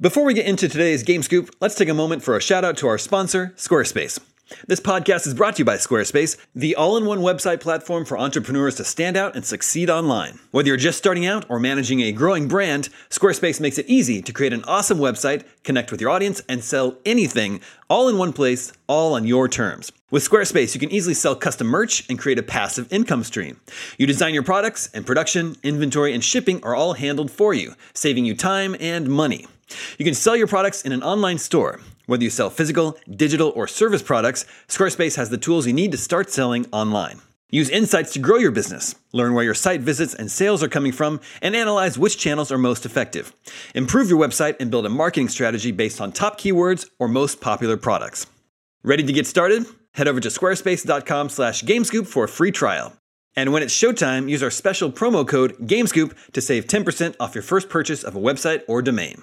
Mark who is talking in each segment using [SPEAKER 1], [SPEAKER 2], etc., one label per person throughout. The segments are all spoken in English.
[SPEAKER 1] Before we get into today's Game Scoop, let's take a moment for a shout out to our sponsor, Squarespace. This podcast is brought to you by Squarespace, the all in one website platform for entrepreneurs to stand out and succeed online. Whether you're just starting out or managing a growing brand, Squarespace makes it easy to create an awesome website, connect with your audience, and sell anything all in one place, all on your terms. With Squarespace, you can easily sell custom merch and create a passive income stream. You design your products, and production, inventory, and shipping are all handled for you, saving you time and money. You can sell your products in an online store. Whether you sell physical, digital, or service products, Squarespace has the tools you need to start selling online. Use insights to grow your business, learn where your site visits and sales are coming from, and analyze which channels are most effective. Improve your website and build a marketing strategy based on top keywords or most popular products. Ready to get started? Head over to squarespace.com/gamescoop for a free trial. And when it's showtime, use our special promo code GAMESCOOP to save 10% off your first purchase of a website or domain.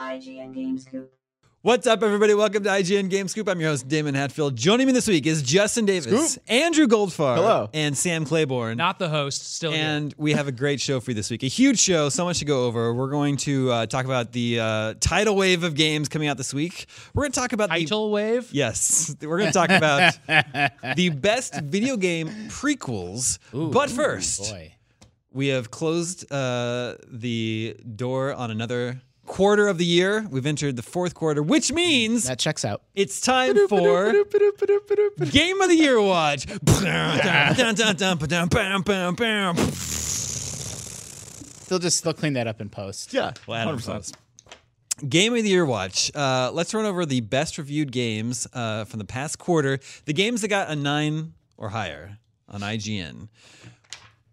[SPEAKER 2] IGN Games Coop.
[SPEAKER 1] What's up, everybody? Welcome to IGN Game Scoop. I'm your host, Damon Hatfield. Joining me this week is Justin Davis, Andrew Goldfarb,
[SPEAKER 3] Hello.
[SPEAKER 1] and Sam Claiborne.
[SPEAKER 4] Not the host, still here.
[SPEAKER 1] and we have a great show for you this week. A huge show, so much to go over. We're going to uh, talk about the uh, tidal wave of games coming out this week. We're going to talk about the
[SPEAKER 4] Title Wave.
[SPEAKER 1] Yes, we're going to talk about the best video game prequels. but first,
[SPEAKER 3] Boy.
[SPEAKER 1] we have closed uh, the door on another quarter of the year. We've entered the fourth quarter, which means
[SPEAKER 3] That checks out.
[SPEAKER 1] it's time for Game of the Year Watch.
[SPEAKER 3] They'll just they'll clean that up in post.
[SPEAKER 5] Yeah,
[SPEAKER 1] Well, Adam knows. Game of the Year Watch. Uh, let's run over the best reviewed games uh, from the past quarter. The games that got a nine or higher on IGN.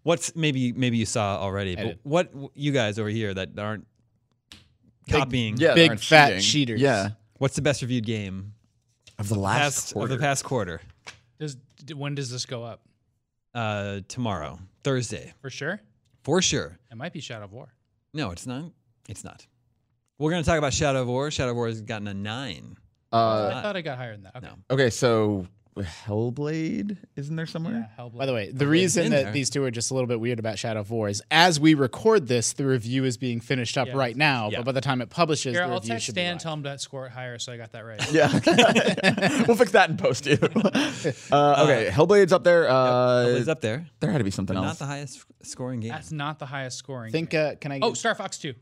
[SPEAKER 1] What's maybe maybe you saw already, but
[SPEAKER 3] did.
[SPEAKER 1] what you guys over here that aren't copying?
[SPEAKER 5] Yeah,
[SPEAKER 3] Big
[SPEAKER 5] aren't
[SPEAKER 3] fat
[SPEAKER 5] cheating.
[SPEAKER 3] cheaters.
[SPEAKER 5] Yeah,
[SPEAKER 1] What's the best reviewed game
[SPEAKER 5] of the last
[SPEAKER 1] past of
[SPEAKER 5] quarter.
[SPEAKER 1] the past quarter?
[SPEAKER 4] Does d- when does this go up?
[SPEAKER 1] Uh, tomorrow, Thursday,
[SPEAKER 4] For sure.
[SPEAKER 1] for sure.
[SPEAKER 4] It might be Shadow of War.
[SPEAKER 1] No, it's not. It's not. We're gonna talk about Shadow of War. Shadow of War has gotten a nine.
[SPEAKER 5] Uh,
[SPEAKER 4] I thought I got higher than that. Okay.
[SPEAKER 1] No.
[SPEAKER 5] okay, so Hellblade isn't there somewhere?
[SPEAKER 4] Yeah, Hellblade.
[SPEAKER 3] By the way, the reason
[SPEAKER 1] in
[SPEAKER 3] that
[SPEAKER 1] there.
[SPEAKER 3] these two are just a little bit weird about Shadow of War is as we record this, the review is being finished up
[SPEAKER 4] Yeah.
[SPEAKER 3] right now.
[SPEAKER 1] Yeah.
[SPEAKER 3] But by the time it publishes,
[SPEAKER 4] Here,
[SPEAKER 3] the
[SPEAKER 4] I'll
[SPEAKER 3] review
[SPEAKER 4] text
[SPEAKER 3] should
[SPEAKER 4] Dan
[SPEAKER 3] be
[SPEAKER 4] tell him to score it higher, so I got that right.
[SPEAKER 5] Yeah, we'll fix that in post too. uh, okay, Hellblade's up there. Uh,
[SPEAKER 1] Hellblade's Oh, up there.
[SPEAKER 5] There had to be something
[SPEAKER 1] Not
[SPEAKER 5] else.
[SPEAKER 1] the highest sc- scoring game.
[SPEAKER 4] That's not the highest scoring.
[SPEAKER 3] Think,
[SPEAKER 4] game.
[SPEAKER 3] uh, can I?
[SPEAKER 4] oh, Star Fox Two.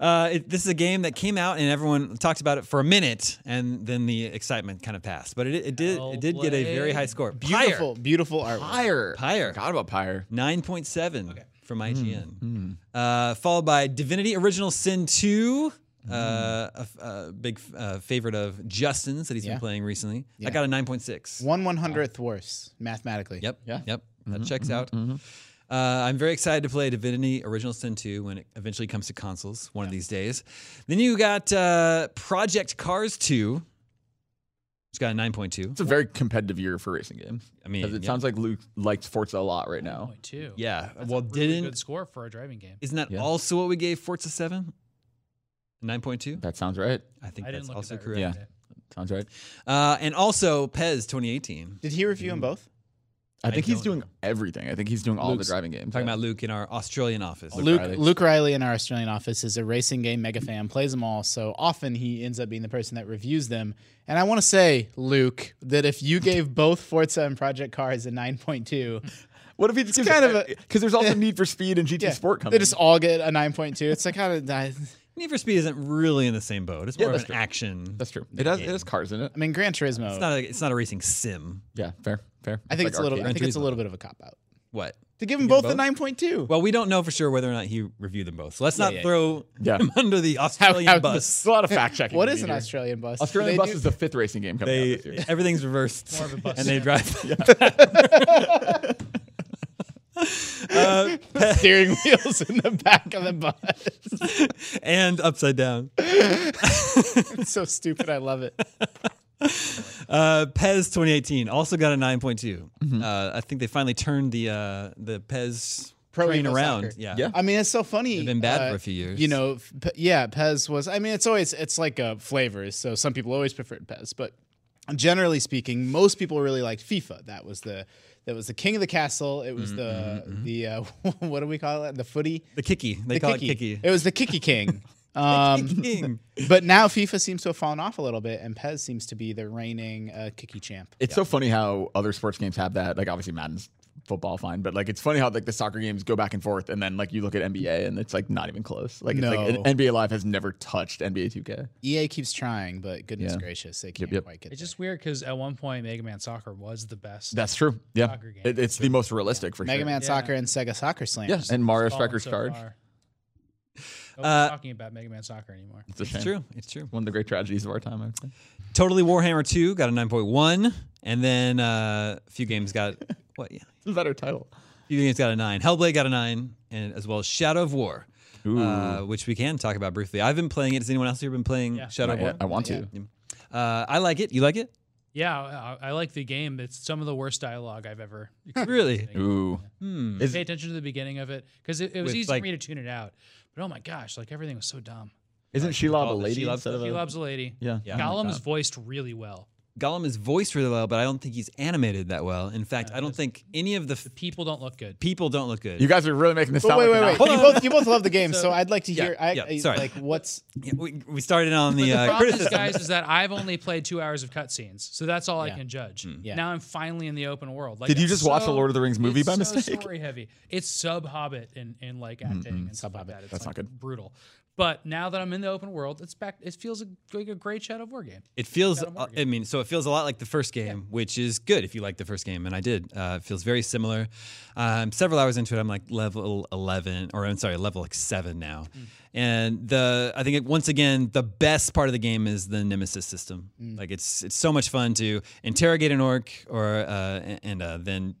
[SPEAKER 1] Uh, it, this is a game that came out and everyone talked about it for a minute, and then the excitement kind of passed. But it, it did it did get a very high score.
[SPEAKER 3] beautiful, beautiful artwork.
[SPEAKER 5] Pyre.
[SPEAKER 1] Pyre.
[SPEAKER 5] Forgot about Pyre.
[SPEAKER 1] nine point seven from IGN, Uh, followed by Divinity: Original Sin two. Uh, a, f- a big f- uh, favorite of Justin's that he's been
[SPEAKER 3] Yeah.
[SPEAKER 1] playing recently. I got a 9.6.
[SPEAKER 3] One one hundredth worse mathematically.
[SPEAKER 1] Yep.
[SPEAKER 5] Yeah.
[SPEAKER 1] Yep. That checks out. Uh, I'm very excited to play Divinity Original Sin 2 when it eventually comes to consoles one of these days. Then you got uh, Project Cars 2. It's got a 9.2.
[SPEAKER 5] It's a very competitive year for racing games.
[SPEAKER 1] I mean,
[SPEAKER 5] 'Cause it
[SPEAKER 1] yeah.
[SPEAKER 5] sounds like Luke likes Forza a lot right now.
[SPEAKER 4] Point two.
[SPEAKER 1] Yeah.
[SPEAKER 4] That's
[SPEAKER 1] well,
[SPEAKER 4] a really
[SPEAKER 1] didn't.
[SPEAKER 4] good score for a driving game.
[SPEAKER 1] Isn't that
[SPEAKER 5] Yeah.
[SPEAKER 1] also what we gave Forza 7? 9.2?
[SPEAKER 5] That sounds right.
[SPEAKER 1] I think
[SPEAKER 4] I
[SPEAKER 1] that's
[SPEAKER 4] didn't look
[SPEAKER 1] also
[SPEAKER 4] at that.
[SPEAKER 1] correct.
[SPEAKER 5] Yeah. Sounds right.
[SPEAKER 1] Uh, and also Pez 2018.
[SPEAKER 3] Did he review them both?
[SPEAKER 5] I think he's
[SPEAKER 1] don't
[SPEAKER 5] doing everything. I think he's doing all the
[SPEAKER 3] Luke's-
[SPEAKER 5] driving games.
[SPEAKER 1] Talking
[SPEAKER 5] yeah.
[SPEAKER 1] about Luke in our Australian office.
[SPEAKER 3] Luke
[SPEAKER 5] Riley.
[SPEAKER 3] Luke Riley in our Australian office is a racing game mega fan, plays them all, so often he ends up being the person that reviews them. And I want to say, Luke, that if you gave both Forza and Project Cars a 9.2,
[SPEAKER 5] What if he just gives
[SPEAKER 3] kind of a-
[SPEAKER 5] because there's also Need for Speed and GT
[SPEAKER 3] yeah,
[SPEAKER 5] Sport coming.
[SPEAKER 3] they just all get a 9.2. It's like how did I
[SPEAKER 1] Need for Speed isn't really in the same boat. It's more of
[SPEAKER 5] that's
[SPEAKER 1] an
[SPEAKER 5] true.
[SPEAKER 1] action.
[SPEAKER 5] That's true. It has, it has cars in it.
[SPEAKER 3] I mean Gran Turismo.
[SPEAKER 1] It's not a, it's not a racing sim.
[SPEAKER 5] Yeah, fair, fair.
[SPEAKER 3] I think it's a little I
[SPEAKER 5] arcade.
[SPEAKER 3] think it's a
[SPEAKER 1] Turismo.
[SPEAKER 3] little bit of a cop out.
[SPEAKER 1] What?
[SPEAKER 3] To give them both,
[SPEAKER 5] both?
[SPEAKER 3] a 9.2.
[SPEAKER 1] Well, we don't know for sure whether or not he reviewed them both. So let's not
[SPEAKER 3] yeah,
[SPEAKER 1] throw
[SPEAKER 5] yeah.
[SPEAKER 1] him under the Australian
[SPEAKER 3] how-
[SPEAKER 1] bus.
[SPEAKER 5] It's a lot of fact checking.
[SPEAKER 3] what is an Australian bus? Do
[SPEAKER 5] Australian
[SPEAKER 3] they
[SPEAKER 5] Bus
[SPEAKER 3] do-
[SPEAKER 5] is the fifth racing game coming out this year.
[SPEAKER 1] They, everything's reversed,
[SPEAKER 4] More of a bus
[SPEAKER 1] and they
[SPEAKER 4] sim.
[SPEAKER 1] drive.
[SPEAKER 3] steering wheels in the back of the bus.
[SPEAKER 1] and upside down.
[SPEAKER 3] It's so stupid. I love it.
[SPEAKER 1] Uh, Pez 2018 also got a 9.2. Uh, I think they finally turned the uh, the Pez
[SPEAKER 3] Pro
[SPEAKER 1] train
[SPEAKER 3] Evo
[SPEAKER 1] around.
[SPEAKER 3] Soccer.
[SPEAKER 1] Yeah.
[SPEAKER 5] Yeah.
[SPEAKER 3] I mean, it's so funny. uh,
[SPEAKER 1] They've been bad for a few years.
[SPEAKER 3] You know, f- P- yeah, Pez was. I mean, it's always it's like uh, flavors. So some people always preferred Pez, but generally speaking, most people really liked FIFA. That was the that was the king of the castle. It
[SPEAKER 1] Mm,
[SPEAKER 3] was the the uh, what do we call it? The footy.
[SPEAKER 1] The Kiki. They
[SPEAKER 3] the
[SPEAKER 1] call
[SPEAKER 3] kicky.
[SPEAKER 1] it Kiki.
[SPEAKER 3] It was the kicky king. Um,
[SPEAKER 1] King.
[SPEAKER 3] but now FIFA seems to have fallen off a little bit, and Pez seems to be the reigning uh, kicky champ.
[SPEAKER 5] It's so funny how other sports games have that. Like obviously Madden's football fine, but like it's funny how like the soccer games go back and forth, and then like you look at NBA and it's like not even close. Like it's like
[SPEAKER 3] No.
[SPEAKER 5] an- NBA Live has never touched NBA 2K.
[SPEAKER 3] EA E keeps trying, but goodness
[SPEAKER 5] Yeah.
[SPEAKER 3] gracious, they can't
[SPEAKER 5] yep.
[SPEAKER 3] quite get
[SPEAKER 4] It's
[SPEAKER 3] there.
[SPEAKER 4] just weird because at one point Mega Man Soccer was the best.
[SPEAKER 5] That's true. Yeah,
[SPEAKER 4] Soccer game.
[SPEAKER 5] It- it's the most realistic for
[SPEAKER 3] Mega
[SPEAKER 5] sure.
[SPEAKER 3] Man
[SPEAKER 4] Yeah.
[SPEAKER 3] Soccer and Sega Soccer Slam.
[SPEAKER 5] Yeah, and Mario
[SPEAKER 4] It's fallen
[SPEAKER 5] Strikers
[SPEAKER 4] so
[SPEAKER 5] Charge.
[SPEAKER 4] far. No one's
[SPEAKER 1] Uh,
[SPEAKER 4] talking about Mega Man Soccer anymore.
[SPEAKER 5] It's a shame.
[SPEAKER 1] It's true. It's true.
[SPEAKER 5] One of the great tragedies of our time. I would say.
[SPEAKER 1] Totally Warhammer 2 got a 9.1. And then uh, a few games got, what? Yeah.
[SPEAKER 5] It's a better title.
[SPEAKER 1] A few games got a 9. Hellblade got a 9, and as well as Shadow of War, uh, which we can talk about briefly. I've been playing it. Has anyone else here been playing Shadow of
[SPEAKER 5] I,
[SPEAKER 1] War?
[SPEAKER 5] I want to.
[SPEAKER 1] Uh, I like it. You like it?
[SPEAKER 4] Yeah, I, I like the game. It's some of the worst dialogue I've ever.
[SPEAKER 1] Really?
[SPEAKER 5] Ooh. Is-
[SPEAKER 4] Pay attention to the beginning of it because it, it was
[SPEAKER 1] With,
[SPEAKER 4] easy
[SPEAKER 1] like-
[SPEAKER 4] for me to tune it out. But oh my gosh, like everything was so dumb.
[SPEAKER 5] Isn't Shelob a
[SPEAKER 1] called the
[SPEAKER 5] lady
[SPEAKER 1] Shelob
[SPEAKER 5] instead of
[SPEAKER 4] He
[SPEAKER 5] a-
[SPEAKER 4] loves a lady.
[SPEAKER 5] Yeah.
[SPEAKER 1] Yeah.
[SPEAKER 4] Gollum's voiced really well.
[SPEAKER 1] Gollum is voiced really well, but I don't think he's animated that well. In fact, I don't think any of the f-
[SPEAKER 4] People don't look good.
[SPEAKER 1] people don't look good.
[SPEAKER 5] You guys are really making this
[SPEAKER 3] But
[SPEAKER 5] sound
[SPEAKER 3] wait,
[SPEAKER 5] like
[SPEAKER 3] wait,
[SPEAKER 5] an
[SPEAKER 3] wait.
[SPEAKER 5] album.
[SPEAKER 3] You both, you both love the game, so, I'd like to hear. I,
[SPEAKER 1] yeah,
[SPEAKER 3] I-
[SPEAKER 1] sorry.
[SPEAKER 3] Like, what's
[SPEAKER 1] Yeah, we, we started on the,
[SPEAKER 4] The
[SPEAKER 1] uh,
[SPEAKER 4] problem is,
[SPEAKER 1] criticism.
[SPEAKER 4] guys, is that I've only played two hours of cutscenes, so that's all I can judge.
[SPEAKER 3] Yeah.
[SPEAKER 4] Now I'm finally in the open world. Like,
[SPEAKER 5] Did you
[SPEAKER 4] it's
[SPEAKER 5] just watch the
[SPEAKER 4] so-
[SPEAKER 5] Lord of the Rings movie
[SPEAKER 4] it's
[SPEAKER 5] by
[SPEAKER 4] so
[SPEAKER 5] mistake?
[SPEAKER 4] Story heavy. It's sub Hobbit and and like acting and stuff like that. It's
[SPEAKER 5] That's
[SPEAKER 4] like
[SPEAKER 5] not good.
[SPEAKER 4] Brutal. But now that I'm in the open world, it's back. It feels like a great Shadow of War game.
[SPEAKER 1] It feels, uh,
[SPEAKER 4] Shadow Morgan.
[SPEAKER 1] I mean, so it feels a lot like the first game, which is good if you like the first game, and I did. Uh, it feels very similar. Um, several hours into it, I'm like level 11, or I'm sorry, level like seven now.
[SPEAKER 4] Mm.
[SPEAKER 1] And the, I think it, once again, the best part of the game is the nemesis system.
[SPEAKER 4] Mm.
[SPEAKER 1] Like it's, it's so much fun to interrogate an orc, or uh, and, and uh, then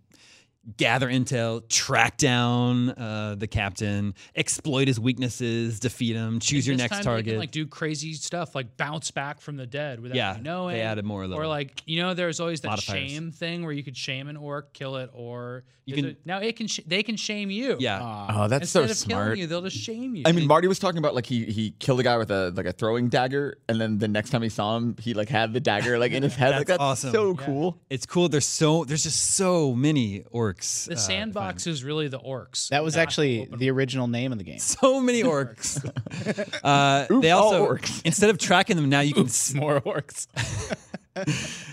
[SPEAKER 1] gather intel, track down uh, the captain, exploit his weaknesses, defeat him, choose your
[SPEAKER 4] This
[SPEAKER 1] next
[SPEAKER 4] time
[SPEAKER 1] target.
[SPEAKER 4] They can, like do crazy stuff, like bounce back from the dead without
[SPEAKER 1] Yeah,
[SPEAKER 4] you knowing.
[SPEAKER 1] they added more
[SPEAKER 4] Or
[SPEAKER 1] little
[SPEAKER 4] like you know, there's always that
[SPEAKER 1] modifiers.
[SPEAKER 4] shame thing where you could shame an orc, kill it, or you
[SPEAKER 1] can-
[SPEAKER 4] now it can sh- they can shame you.
[SPEAKER 1] yeah.
[SPEAKER 3] Ah,
[SPEAKER 5] Oh, that's
[SPEAKER 4] Instead
[SPEAKER 5] so
[SPEAKER 4] of
[SPEAKER 5] smart.
[SPEAKER 4] killing you, they'll just shame you.
[SPEAKER 5] I mean, Marty was talking about like he he killed a guy with a like a throwing dagger, and then the next time he saw him, he like had the dagger like in his head. like
[SPEAKER 1] That's
[SPEAKER 5] that's
[SPEAKER 1] awesome.
[SPEAKER 5] so
[SPEAKER 1] Yeah.
[SPEAKER 5] cool.
[SPEAKER 1] It's cool. There's so there's just so many orcs.
[SPEAKER 4] the
[SPEAKER 1] uh,
[SPEAKER 4] sandbox is really the orcs.
[SPEAKER 3] that was
[SPEAKER 4] not
[SPEAKER 3] actually
[SPEAKER 4] open
[SPEAKER 3] the original name of the game?
[SPEAKER 1] so many orcs. uh, they
[SPEAKER 5] all
[SPEAKER 1] also
[SPEAKER 5] orcs.
[SPEAKER 1] instead of tracking them now, you can s-
[SPEAKER 3] More orcs.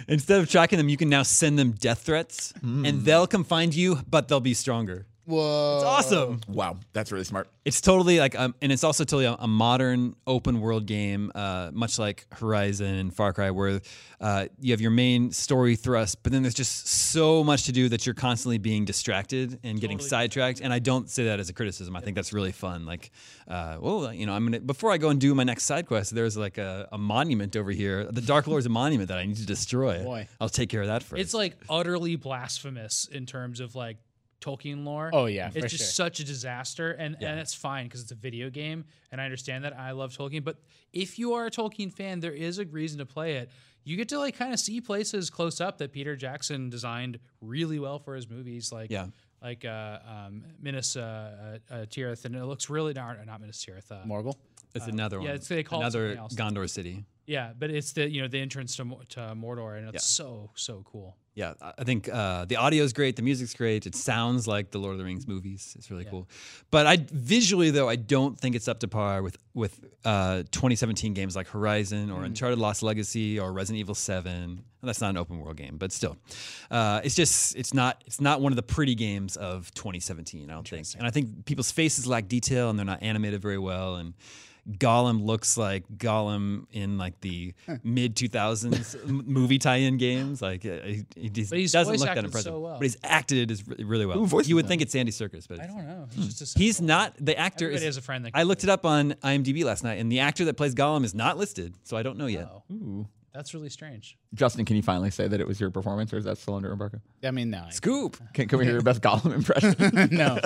[SPEAKER 1] instead of tracking them, you can now send them death threats, and
[SPEAKER 5] Hmm.
[SPEAKER 1] they'll come find you, but they'll be stronger.
[SPEAKER 3] Whoa.
[SPEAKER 1] It's awesome.
[SPEAKER 5] Wow, that's really smart.
[SPEAKER 1] It's totally like, um, and it's also totally a, a modern open world game, uh, much like Horizon and Far Cry, where uh, you have your main story thrust, but then there's just so much to do that you're constantly being distracted and getting sidetracked. And I don't say that as a criticism. I think that's really fun. Like, uh, well, you know, I'm gonna before I go and do my next side quest, there's like a, a monument over here. The Dark Lord's a monument that I need to destroy.
[SPEAKER 3] Boy.
[SPEAKER 1] I'll take care of that first.
[SPEAKER 4] It's like utterly blasphemous in terms of like Tolkien lore.
[SPEAKER 3] Oh, yeah,
[SPEAKER 4] it's
[SPEAKER 3] for
[SPEAKER 4] just
[SPEAKER 3] sure.
[SPEAKER 4] such a disaster, and and it's fine because it's a video game, and I understand that. I love Tolkien, but if you are a Tolkien fan, there is a reason to play it. You get to like kind of see places close up that Peter Jackson designed really well for his movies, like
[SPEAKER 1] Yeah.
[SPEAKER 4] like uh, um, Minas uh, uh, uh, Tirith, and it looks really not not Minas Tirith. Uh,
[SPEAKER 3] Morgul.
[SPEAKER 1] it's another one.
[SPEAKER 4] it's- they call it
[SPEAKER 1] another
[SPEAKER 4] something else.
[SPEAKER 1] Gondor city.
[SPEAKER 4] Yeah, but it's the you know the entrance to Mo- to Mordor, and it's so so cool.
[SPEAKER 1] Yeah, I I think uh, the audio is great, the music's great. It sounds like the Lord of the Rings movies. It's really cool, but I visually though I don't think it's up to par with with uh, 2017 games like Horizon or Uncharted Lost Legacy or Resident Evil Seven. Well, that's not an open world game, but still, uh, it's just it's not it's not one of the pretty games of 2017. I don't think, and I think people's faces lack detail and they're not animated very well and. Gollum looks like Gollum in like the mid 2000s m- movie tie-in games. Like uh, he, he just
[SPEAKER 4] But he's
[SPEAKER 1] doesn't
[SPEAKER 4] voice
[SPEAKER 1] look that
[SPEAKER 4] acted
[SPEAKER 1] impressive,
[SPEAKER 4] so well.
[SPEAKER 1] but he's acted it is re- really well. you would think it's Andy Serkis, but
[SPEAKER 4] I
[SPEAKER 1] it's-
[SPEAKER 4] don't know. He's just a simple-
[SPEAKER 1] he's not. The actor
[SPEAKER 4] Everybody
[SPEAKER 1] is.
[SPEAKER 4] has a friend that
[SPEAKER 1] I
[SPEAKER 4] can
[SPEAKER 1] looked it up on IMDb last night, and the actor that plays Gollum is not listed, so I don't know yet.
[SPEAKER 4] Oh, that's really strange.
[SPEAKER 5] Justin, can you finally say that it was your performance, or is that still under embargo?
[SPEAKER 3] I mean, no, I-
[SPEAKER 1] Scoop.
[SPEAKER 5] Can, can we hear your best Gollum impression?
[SPEAKER 3] no,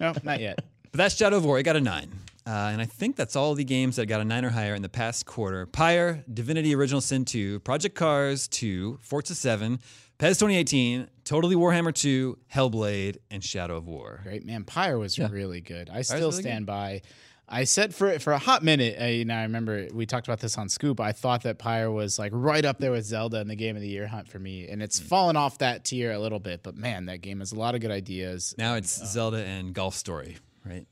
[SPEAKER 3] no, not yet.
[SPEAKER 1] But that's Shadow of War. It got a nine. Uh, and I think that's all the games that got a nine or higher in the past quarter. Pyre, Divinity Original Sin 2, Project Cars 2, Forza E 7, PES 2018, Totally Warhammer 2, Hellblade, and Shadow of War.
[SPEAKER 3] Great man, Pyre was really good. I still
[SPEAKER 1] really good.
[SPEAKER 3] stand by. I said for for a hot minute, uh, you know, I remember we talked about this on Scoop. I thought that Pyre was like right up there with Zelda in the game of the year hunt for me, and
[SPEAKER 1] Hmm.
[SPEAKER 3] it's fallen off that tier a little bit. But man, that game has a lot of good ideas.
[SPEAKER 1] Now it's Zelda and Golf Story, right?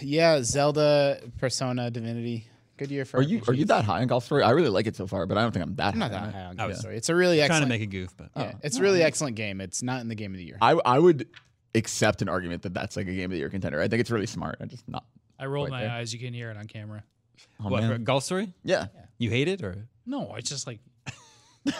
[SPEAKER 3] Yeah, Zelda, Persona, Divinity, good year for.
[SPEAKER 5] are you are you
[SPEAKER 3] RPGs.
[SPEAKER 5] that high on Golf Story? I really like it so far, but I don't think I'm that.
[SPEAKER 3] I'm not
[SPEAKER 5] high on
[SPEAKER 3] that
[SPEAKER 5] it.
[SPEAKER 3] high on
[SPEAKER 1] I
[SPEAKER 3] Golf
[SPEAKER 1] was
[SPEAKER 3] Story. It's a really
[SPEAKER 1] Trying to
[SPEAKER 3] excellent.
[SPEAKER 1] make a goof, but
[SPEAKER 3] yeah, it's a really excellent game. It's not in the game of the year.
[SPEAKER 5] Oh, I I would accept an argument that that's like a game of the year contender. I think it's really smart. I just not.
[SPEAKER 4] I rolled
[SPEAKER 5] Right
[SPEAKER 4] my
[SPEAKER 5] there.
[SPEAKER 4] eyes. You can hear it on camera.
[SPEAKER 5] Oh,
[SPEAKER 1] what,
[SPEAKER 5] man.
[SPEAKER 1] for Golf Story?
[SPEAKER 5] Yeah.
[SPEAKER 1] You hate it or?
[SPEAKER 4] No, it's just like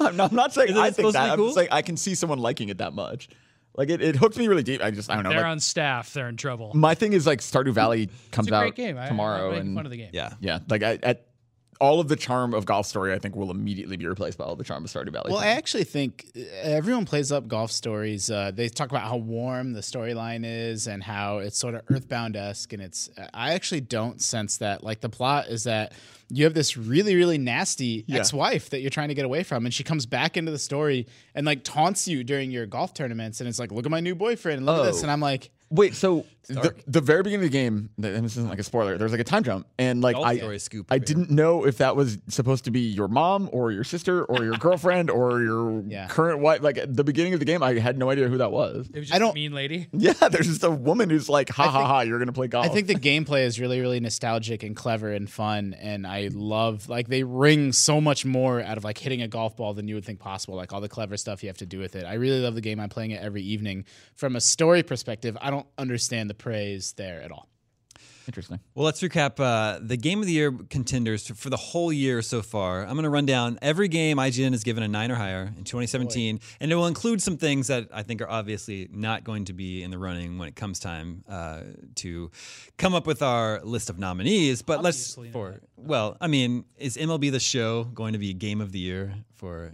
[SPEAKER 5] I'm not, I'm not saying
[SPEAKER 1] Isn't
[SPEAKER 5] I
[SPEAKER 1] it
[SPEAKER 5] think
[SPEAKER 1] supposed to
[SPEAKER 5] that.
[SPEAKER 1] be
[SPEAKER 5] I'm
[SPEAKER 1] cool?
[SPEAKER 5] just like I can see someone liking it that much. Like it, it hooked me really deep. I just I don't know.
[SPEAKER 4] they're
[SPEAKER 5] like,
[SPEAKER 4] on staff. They're in trouble.
[SPEAKER 5] my thing is like Stardew Valley
[SPEAKER 4] It's
[SPEAKER 5] comes
[SPEAKER 4] a
[SPEAKER 5] out
[SPEAKER 4] great game. I-
[SPEAKER 5] tomorrow,
[SPEAKER 4] I'm making
[SPEAKER 5] and
[SPEAKER 4] fun of the game.
[SPEAKER 1] Yeah.
[SPEAKER 5] yeah, like I, at all of the charm of Golf Story, I think will immediately be replaced by all the charm of Stardew Valley.
[SPEAKER 3] Well, I actually think uh, everyone plays up golf stories. Uh, they talk about how warm the storyline is and how it's sort of Earthbound esque. And it's, uh, I actually don't sense that. Like, the plot is that you have this really, really nasty ex wife that you're trying to get away from. And she comes back into the story and, like, taunts you during your golf tournaments. And it's like, look at my new boyfriend. Look at this.
[SPEAKER 5] Oh.
[SPEAKER 3] And I'm like,
[SPEAKER 5] Wait, so the, the very beginning of the game, th- and this isn't like a spoiler. There's like a time jump, and like
[SPEAKER 1] Golf
[SPEAKER 5] I,
[SPEAKER 1] story scoop
[SPEAKER 5] I
[SPEAKER 1] over here.
[SPEAKER 5] didn't know if that was supposed to be your mom or your sister or your girlfriend or your
[SPEAKER 3] Yeah.
[SPEAKER 5] current wife. Like at the beginning of the game, I had no idea who that was.
[SPEAKER 4] It was just
[SPEAKER 3] I
[SPEAKER 4] I
[SPEAKER 3] don't-
[SPEAKER 4] don't, mean lady.
[SPEAKER 5] Yeah, there's just a woman who's like, ha ha ha, you're gonna play golf.
[SPEAKER 3] I think the gameplay is really, really nostalgic and clever and fun. And I love, like, they wring so much more out of, like, hitting a golf ball than you would think possible. Like, all the clever stuff you have to do with it. I really love the game. I'm playing it every evening. From a story perspective, I don't understand the praise there at all.
[SPEAKER 5] interesting.
[SPEAKER 1] Well, let's recap uh, the game of the year contenders for, for the whole year so far. I'm going to run down every game IGN has given a nine or higher in 2017, and it will include some things that I think are obviously not going to be in the running when it comes time uh, to come up with our list of nominees. But let's for well, I mean, is MLB the Show going to be game of the year for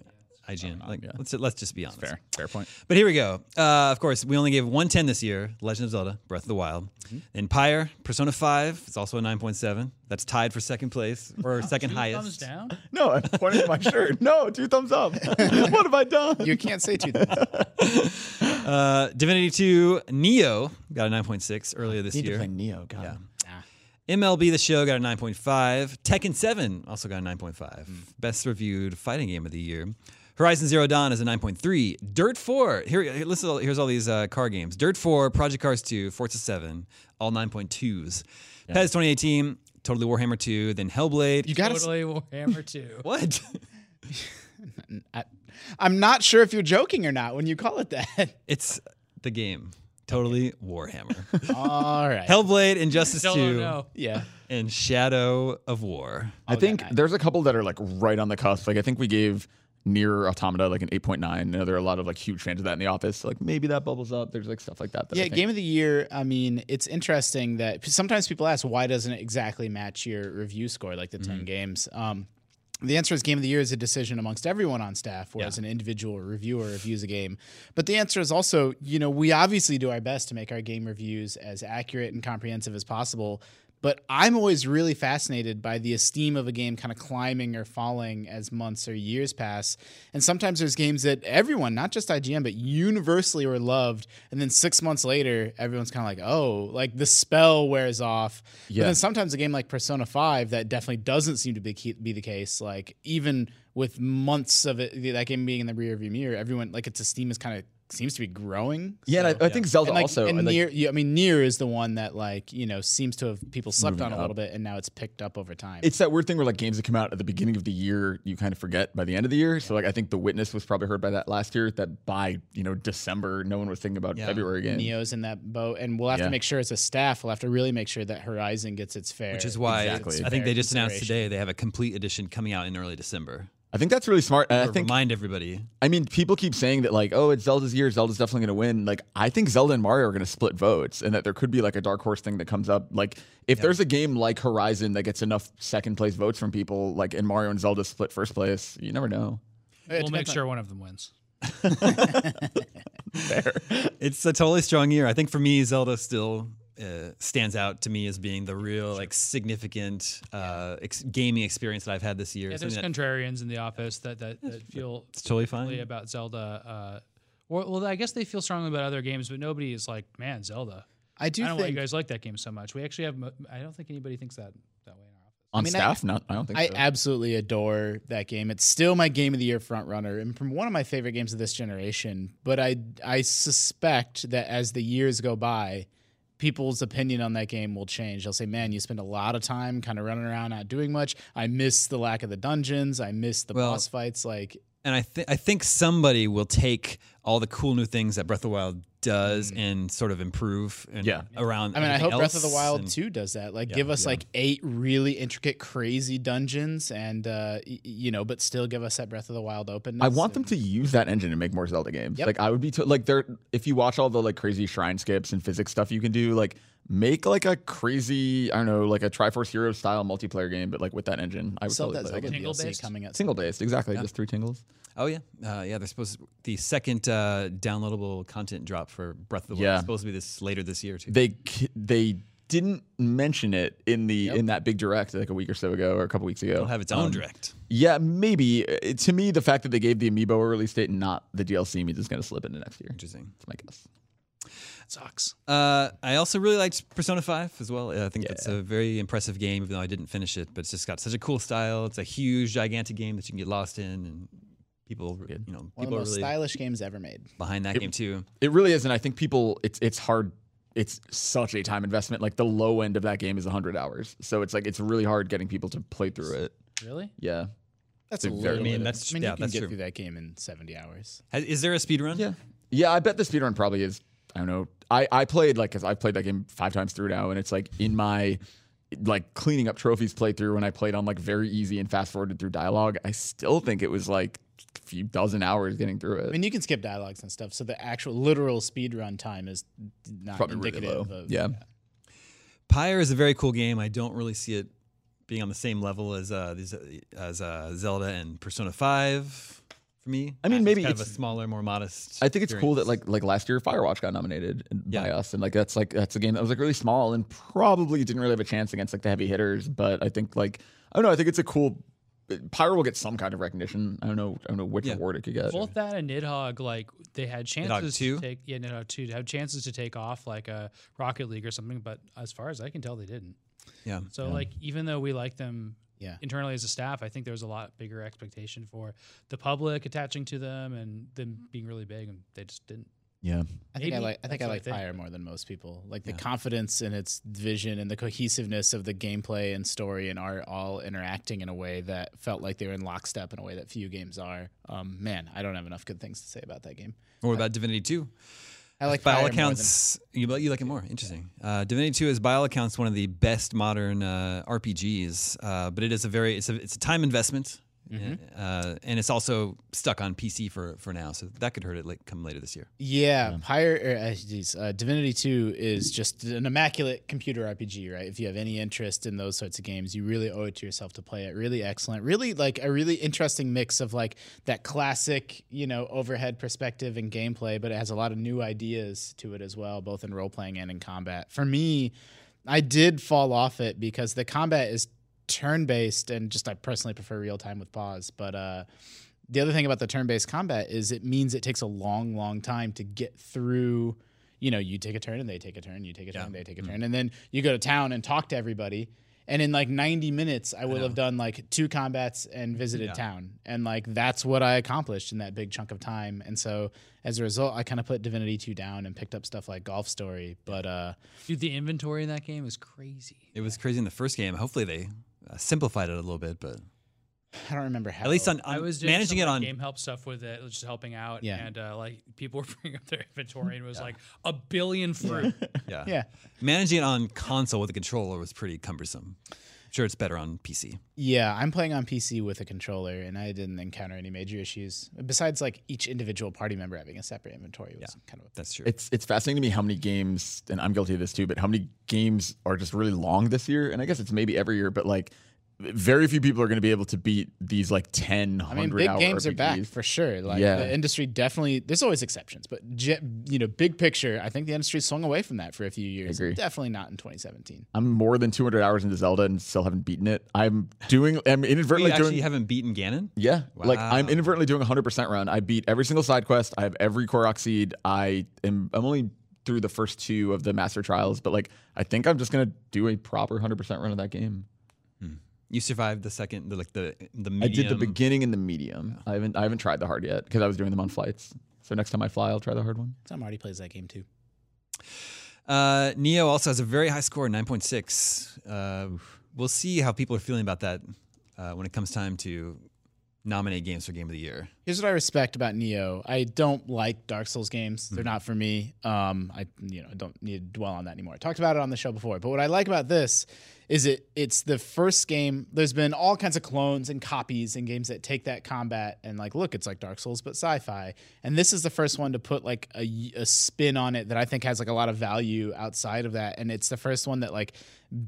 [SPEAKER 1] IGN? Like, let's let's just be honest.
[SPEAKER 5] Fair, fair point.
[SPEAKER 1] But here we go. Uh, of course, we only gave 110 this year Legend of Zelda, Breath of the Wild. Then Pyre, Persona 5, it's also a 9.7. That's tied for second place, or second
[SPEAKER 4] Thumbs
[SPEAKER 1] highest.
[SPEAKER 4] down.
[SPEAKER 5] No, I'm pointing at my shirt. No, two thumbs up. what have I done?
[SPEAKER 3] You can't say two things.
[SPEAKER 1] Uh, Divinity 2, Neo, got a 9.6 earlier this year.
[SPEAKER 5] Neo. God. Yeah.
[SPEAKER 1] MLB The Show got a 9.5. Tekken 7 also got a 9.5.
[SPEAKER 3] Mm.
[SPEAKER 1] Best reviewed fighting game of the year. Horizon Zero Dawn is a 9.3. Dirt 4. Here, here listen, to all- here's all these uh, car games. Dirt 4, Project Cars 2, Forza 7, all 9.2s. PES 2018, Totally Warhammer 2, then Hellblade.
[SPEAKER 3] You got to.
[SPEAKER 4] Totally Warhammer Two.
[SPEAKER 1] what?
[SPEAKER 3] I'm not sure if you're joking or not when you call it that.
[SPEAKER 1] it's the game. Totally Warhammer.
[SPEAKER 3] all right.
[SPEAKER 1] Hellblade, Injustice
[SPEAKER 4] Still
[SPEAKER 1] 2,
[SPEAKER 4] don't know.
[SPEAKER 3] Yeah.
[SPEAKER 1] and Shadow of War.
[SPEAKER 3] Oh,
[SPEAKER 5] I think there's a couple that are like right on the cusp. Like I think we gave near automata like an 8.9 You know, there are a lot of like huge fans of that in the office so, like maybe that bubbles up there's like stuff like that, that I
[SPEAKER 3] Yeah,
[SPEAKER 5] think-
[SPEAKER 3] game of the year. I mean, it's interesting that sometimes people ask why doesn't it exactly match your review score, like the
[SPEAKER 5] Mm-hmm.
[SPEAKER 3] ten games. Um, the answer is game of the year is a decision amongst everyone on staff, whereas an individual reviewer reviews a game. But the answer is also, you know, we obviously do our best to make our game reviews as accurate and comprehensive as possible. But I'm always really fascinated by the esteem of a game kind of climbing or falling as months or years pass. And sometimes there's games that everyone, not just IGN, but universally were loved. And then six months later, everyone's kind of like, oh, like the spell wears off. Yeah.
[SPEAKER 5] Yeah.
[SPEAKER 3] then sometimes a game like Persona 5, that definitely doesn't seem to be, be the case. Like, even with months of it, that game being in the rearview mirror, everyone, like, its esteem is kind of seems to be growing.
[SPEAKER 5] Yeah, and I, I think Zelda
[SPEAKER 3] And like,
[SPEAKER 5] also.
[SPEAKER 3] and
[SPEAKER 5] like,
[SPEAKER 3] near, yeah, I mean, near is the one that like you know seems to have people slept
[SPEAKER 5] Moving
[SPEAKER 3] on a
[SPEAKER 5] up.
[SPEAKER 3] little bit, and now it's picked up over time.
[SPEAKER 5] it's that weird thing where like games that come out at the beginning of the year you kind of forget by the end of the year. So like I think The Witness was probably heard by that last year. That by you know December, no one was thinking about
[SPEAKER 1] Yeah.
[SPEAKER 5] February again.
[SPEAKER 3] Neo's in that boat, and we'll have
[SPEAKER 5] Yeah.
[SPEAKER 3] to make sure as a staff, we'll have to really make sure that Horizon gets its fair.
[SPEAKER 1] Which is why
[SPEAKER 5] Exactly.
[SPEAKER 1] I think
[SPEAKER 3] Fair
[SPEAKER 1] they just announced
[SPEAKER 3] consideration.
[SPEAKER 1] today they have a complete edition coming out in early December.
[SPEAKER 5] I think that's really smart. And I
[SPEAKER 1] Or
[SPEAKER 5] think
[SPEAKER 1] remind everybody.
[SPEAKER 5] I mean people keep saying that like oh it's Zelda's year, Zelda's definitely going to win. Like I think Zelda and Mario are going to split votes, and that there could be like a dark horse thing that comes up. Like if there's a game like Horizon that gets enough second place votes from people, like and Mario and Zelda split first place, you never know.
[SPEAKER 4] We'll
[SPEAKER 3] It
[SPEAKER 4] make
[SPEAKER 3] depends on-
[SPEAKER 4] sure one of them wins.
[SPEAKER 1] It's a totally strong year. I think for me, Zelda still uh, stands out to me as being the real, like, significant uh, ex- gaming experience that I've had this year.
[SPEAKER 4] Yeah,
[SPEAKER 1] Something
[SPEAKER 4] there's
[SPEAKER 1] that-
[SPEAKER 4] contrarians in the office that that, that feel
[SPEAKER 1] it's totally
[SPEAKER 4] strongly
[SPEAKER 1] fine.
[SPEAKER 4] about Zelda. Uh, or, well, I guess they feel strongly about other games, but nobody is like, man, Zelda.
[SPEAKER 3] I do
[SPEAKER 4] I don't know why you
[SPEAKER 3] think
[SPEAKER 4] guys like that game so much. We actually have. mo- I don't think anybody thinks that that way in our office.
[SPEAKER 5] On
[SPEAKER 3] mean, I-
[SPEAKER 5] staff, not I don't think
[SPEAKER 3] I
[SPEAKER 5] so.
[SPEAKER 3] absolutely adore that game. It's still my game of the year front runner and from one of my favorite games of this generation. But I I suspect that as the years go by, people's opinion on that game will change. They'll say, "Man, you spend a lot of time kind of running around not doing much. I miss the lack of the dungeons. I miss the
[SPEAKER 1] Well-
[SPEAKER 3] boss fights." Like
[SPEAKER 1] and I, th- I think somebody will take all the cool new things that Breath of the Wild does and sort of improve and
[SPEAKER 5] Yeah.
[SPEAKER 1] around.
[SPEAKER 3] I mean, I
[SPEAKER 1] everything
[SPEAKER 3] hope Breath of the
[SPEAKER 1] else
[SPEAKER 3] Wild
[SPEAKER 1] and-
[SPEAKER 3] 2 does that. Like, give us like eight really intricate, crazy dungeons, and uh, y- y- you know, but still give us that Breath of the Wild openness.
[SPEAKER 5] I want them to use that engine and make more Zelda games.
[SPEAKER 3] Yep.
[SPEAKER 5] Like I would be to, like there if you watch all the like crazy shrine skips and physics stuff you can do, like make like a crazy I don't know like a Triforce Hero style multiplayer game, but like with that engine. I would
[SPEAKER 3] sell
[SPEAKER 5] totally
[SPEAKER 3] that
[SPEAKER 5] play
[SPEAKER 3] Zelda
[SPEAKER 5] that game.
[SPEAKER 3] DLC
[SPEAKER 4] Tingle-based?
[SPEAKER 3] coming out.
[SPEAKER 5] Single based, exactly. Just three tingles.
[SPEAKER 1] Oh yeah, uh, yeah. They're supposed the second uh, downloadable content drop for Breath of the Wild
[SPEAKER 5] Yeah.
[SPEAKER 1] is supposed to be this later this year too.
[SPEAKER 5] They c- they didn't mention it in the in that big direct like a week or so ago or a couple weeks ago.
[SPEAKER 1] It'll have its own direct.
[SPEAKER 5] Yeah, maybe. Uh, to me, the fact that they gave the amiibo a release date and not the DLC means it's going to slip into next year.
[SPEAKER 1] Interesting.
[SPEAKER 5] That's my guess.
[SPEAKER 4] It sucks.
[SPEAKER 1] Uh, I also really liked Persona Five as well. I think that's a very impressive game, even though I didn't finish it. But it's just got such a cool style. It's a huge, gigantic game that you can get lost in, and people, you know,
[SPEAKER 3] One of
[SPEAKER 1] people
[SPEAKER 3] the
[SPEAKER 1] are
[SPEAKER 3] most
[SPEAKER 1] really
[SPEAKER 3] stylish games ever made.
[SPEAKER 1] behind that game too.
[SPEAKER 5] It really is, and I think people it's it's hard. It's such a time investment. Like the low end of that game is 100 hours, so it's like it's really hard getting people to play through it.
[SPEAKER 4] Really?
[SPEAKER 5] Yeah,
[SPEAKER 3] That's
[SPEAKER 5] a
[SPEAKER 3] a
[SPEAKER 5] very-
[SPEAKER 3] little.
[SPEAKER 5] I
[SPEAKER 1] mean,
[SPEAKER 3] bit of-
[SPEAKER 1] that's-
[SPEAKER 3] I mean,
[SPEAKER 1] yeah,
[SPEAKER 3] you can
[SPEAKER 1] that's
[SPEAKER 3] get
[SPEAKER 1] true.
[SPEAKER 3] through that game in 70 hours.
[SPEAKER 1] Has- Is there a speed run?
[SPEAKER 5] yeah, yeah. I bet the speedrun probably is. I don't know. I I played like because I've played that game five times through now, and it's like in my like cleaning up trophies playthrough when I played on like very easy and fast forwarded through dialogue. I still think it was like a few dozen hours getting through
[SPEAKER 3] I
[SPEAKER 5] it.
[SPEAKER 3] mean, you can skip dialogues and stuff, so the actual literal speed run time is not
[SPEAKER 5] Probably really low.
[SPEAKER 3] indicative of.
[SPEAKER 5] yeah.
[SPEAKER 1] Pyre is a very cool game. I don't really see it being on the same level as uh, these, as uh, Zelda and Persona Five for me.
[SPEAKER 5] I mean, maybe
[SPEAKER 1] it's kind of
[SPEAKER 5] it's-
[SPEAKER 1] a smaller, more modest.
[SPEAKER 5] I think it's cool that
[SPEAKER 1] experience.
[SPEAKER 5] like like last year Firewatch got nominated by
[SPEAKER 1] Yeah.
[SPEAKER 5] us, and like that's like that's a game that was like really small and probably didn't really have a chance against like the heavy hitters. But I think like I don't know, I think it's a cool. Pyro will get some kind of recognition. I don't know. I don't know which
[SPEAKER 1] Yeah.
[SPEAKER 5] award it could get.
[SPEAKER 4] Both that and Nidhogg, like they had chances
[SPEAKER 1] two?
[SPEAKER 4] to take. Yeah, Nidhogg two to have chances to take off like a Rocket League or something, but as far as I can tell, they didn't.
[SPEAKER 1] yeah.
[SPEAKER 4] So like, even though we like them
[SPEAKER 3] Yeah.
[SPEAKER 4] internally as a staff, I think there was a lot bigger expectation for the public attaching to them and
[SPEAKER 1] Mm-hmm.
[SPEAKER 4] them being really big, and they just didn't.
[SPEAKER 5] yeah,
[SPEAKER 3] I think I
[SPEAKER 4] Maybe.
[SPEAKER 3] like I think
[SPEAKER 4] That's what
[SPEAKER 3] I
[SPEAKER 4] I
[SPEAKER 3] like
[SPEAKER 4] think.
[SPEAKER 3] Fire more than most people. Like the confidence in its vision and the cohesiveness of the gameplay and story and art all interacting in a way that felt like they were in lockstep in a way that few games are. Um, man, I don't have enough good things to say about that game.
[SPEAKER 1] What about Divinity Two?
[SPEAKER 3] I like
[SPEAKER 1] by all
[SPEAKER 3] Pyre more than-
[SPEAKER 1] accounts, you, li- you like it more. Interesting. Uh, Divinity Two is by all accounts one of the best modern uh, RPGs, uh, but it is a very it's a it's a time investment,
[SPEAKER 3] Mm-hmm.
[SPEAKER 1] uh, and it's also stuck on PC for for now, so that could hurt it like come later this year.
[SPEAKER 3] Yeah, Pyre, or, uh, geez, uh, Divinity 2 is just an immaculate computer RPG, right? If you have any interest in those sorts of games, you really owe it to yourself to play it. Really excellent. Really like a really interesting mix of like that classic, you know, overhead perspective and gameplay, but it has a lot of new ideas to it as well, both in role playing and in combat. For me, I did fall off it because the combat is turn based and just I personally prefer real time with pause. But uh, the other thing about the turn based combat is it means it takes a long, long time to get through. You know, you take a turn and they take a turn, you take a turn, they
[SPEAKER 1] Mm-hmm.
[SPEAKER 3] take a turn, and then you go to town and talk to everybody. And in like 90 minutes, I would have done like two combats and visited town. And like that's what I accomplished in that big chunk of time. And so as a result, I kind of put Divinity 2 down and picked up stuff like Golf Story. But uh,
[SPEAKER 4] Dude, the inventory in that game is crazy.
[SPEAKER 1] It was crazy in the first game. Hopefully they uh, simplified it a little bit, but
[SPEAKER 3] Oh, I don't remember how.
[SPEAKER 1] at least on, on
[SPEAKER 4] I was doing
[SPEAKER 1] managing
[SPEAKER 4] some,
[SPEAKER 1] it
[SPEAKER 4] like,
[SPEAKER 1] on
[SPEAKER 4] game help stuff with it, just helping out.
[SPEAKER 3] Yeah.
[SPEAKER 4] And uh, like people were bringing up their inventory and it was like a billion fruit.
[SPEAKER 1] yeah.
[SPEAKER 3] Yeah.
[SPEAKER 1] managing it on console with a controller was pretty cumbersome. I'm sure it's better on PC.
[SPEAKER 3] Yeah, I'm playing on PC with a controller, and I didn't encounter any major issues besides like each individual party member having a separate inventory. Was kind of a,
[SPEAKER 1] That's true.
[SPEAKER 5] It's it's fascinating to me how many games, and I'm guilty of this too, but how many games are just really long this year? And I guess it's maybe every year, but like very few people are going to be able to beat these like 10,
[SPEAKER 3] I mean,
[SPEAKER 5] 100
[SPEAKER 3] big
[SPEAKER 5] hour
[SPEAKER 3] games are back
[SPEAKER 5] RPGs.
[SPEAKER 3] for sure. Like
[SPEAKER 5] Yeah.
[SPEAKER 3] the industry definitely. There's always exceptions, but ge- you know, big picture, I think the industry swung away from that for a few years.
[SPEAKER 5] Agree.
[SPEAKER 3] Definitely not in 2017.
[SPEAKER 5] I'm more than 200 hours into Zelda and still haven't beaten it. I'm doing, I'm
[SPEAKER 1] we
[SPEAKER 5] inadvertently
[SPEAKER 1] actually
[SPEAKER 5] doing.
[SPEAKER 1] haven't beaten Ganon.
[SPEAKER 5] yeah, like I'm
[SPEAKER 1] Wow.
[SPEAKER 5] inadvertently doing a 100% run. I beat every single side quest. I have every Korok seed. I am. I'm only through the first two of the Master Trials, but like I think I'm just gonna do a proper 100% run of that game.
[SPEAKER 1] You survived the second, the, like the the medium.
[SPEAKER 5] I did the beginning and the medium. I haven't I haven't tried the hard yet because I was doing them on flights. So next time I fly, I'll try the hard one.
[SPEAKER 3] Tom already plays that game too.
[SPEAKER 1] Uh, Neo also has a very high score, 9.6. Uh, we'll see how people are feeling about that uh, when it comes time to nominate games for Game of the Year.
[SPEAKER 3] Here's what I respect about Neo. I don't like Dark Souls games. They're not for me. Um, I you know I don't need to dwell on that anymore. I talked about it on the show before. But what I like about this is it it's the first game. There's been all kinds of clones and copies and games that take that combat and like look, it's like Dark Souls but sci-fi. And this is the first one to put like a, y- a spin on it that I think has like a lot of value outside of that. And it's the first one that like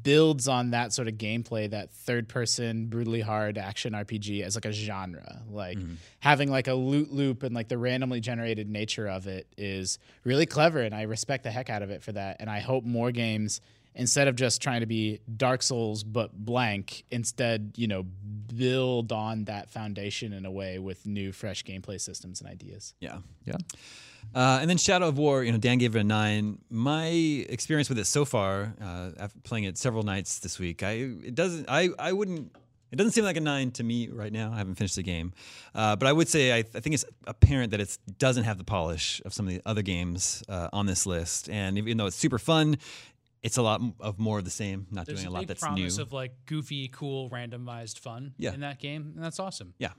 [SPEAKER 3] builds on that sort of gameplay, that third person brutally hard action RPG as like a genre. Like having like a loot loop and like the randomly generated nature of it is really clever and I respect the heck out of it for that. And I hope more games instead of just trying to be Dark Souls but blank, instead, you know, build on that foundation in a way with new fresh gameplay systems and ideas.
[SPEAKER 1] Yeah.
[SPEAKER 5] Yeah.
[SPEAKER 1] Uh, and then Shadow of War, you know, Dan gave it a nine. My experience with it so far, uh, after playing it several nights this week, I it doesn't, I, I wouldn't, it doesn't seem like a nine to me right now. I haven't finished the game, uh, but I would say I, I think it's apparent that it doesn't have the polish of some of the other games uh, on this list. And even though it's super fun, it's a lot m- of more of the same. Not
[SPEAKER 4] There's
[SPEAKER 1] doing
[SPEAKER 4] a
[SPEAKER 1] a lot
[SPEAKER 4] big
[SPEAKER 1] that's
[SPEAKER 4] promise
[SPEAKER 1] new.
[SPEAKER 4] of like goofy, cool, randomized fun
[SPEAKER 1] Yeah.
[SPEAKER 4] in that game, and that's awesome.
[SPEAKER 1] yeah,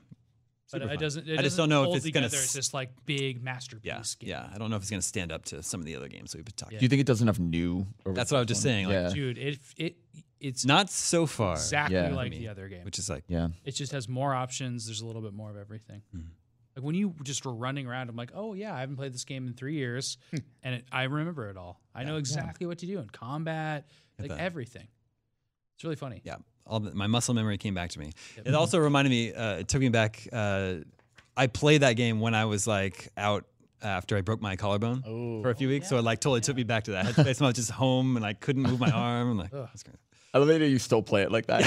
[SPEAKER 4] But
[SPEAKER 1] super
[SPEAKER 4] it
[SPEAKER 1] fun.
[SPEAKER 4] doesn't. It
[SPEAKER 1] I just don't know if it's gonna
[SPEAKER 4] going to. It's
[SPEAKER 1] s-
[SPEAKER 4] this like big masterpiece
[SPEAKER 1] yeah,
[SPEAKER 4] game.
[SPEAKER 1] yeah. I don't know if it's going to stand up to some of the other games we've been talking.
[SPEAKER 5] Do you think it does enough new? Over
[SPEAKER 1] That's
[SPEAKER 5] the
[SPEAKER 1] what I was just
[SPEAKER 5] first one?
[SPEAKER 1] saying, like,
[SPEAKER 5] yeah.
[SPEAKER 4] Dude, it it it's
[SPEAKER 1] about. Not so far,
[SPEAKER 4] exactly
[SPEAKER 5] yeah.
[SPEAKER 4] like
[SPEAKER 1] Me.
[SPEAKER 4] the other game.
[SPEAKER 1] which is like
[SPEAKER 5] yeah.
[SPEAKER 4] It just has more options. There's a little bit more of everything.
[SPEAKER 1] Hmm.
[SPEAKER 4] Like when you just were running around, I'm like, oh yeah, I haven't played this game in three years,
[SPEAKER 1] Hmm.
[SPEAKER 4] and it, I remember it all. I know exactly what to do in combat, like
[SPEAKER 1] that.
[SPEAKER 4] everything. It's really funny.
[SPEAKER 1] yeah, all the, my muscle memory came back to me. It also reminded me. Uh, it took me back. Uh, I played that game when I was like out after I broke my collarbone for a few weeks, so it like totally took me back to that headspace. when I was just home and I couldn't move my arm. and like, that's crazy.
[SPEAKER 5] I love the idea you still play it like that.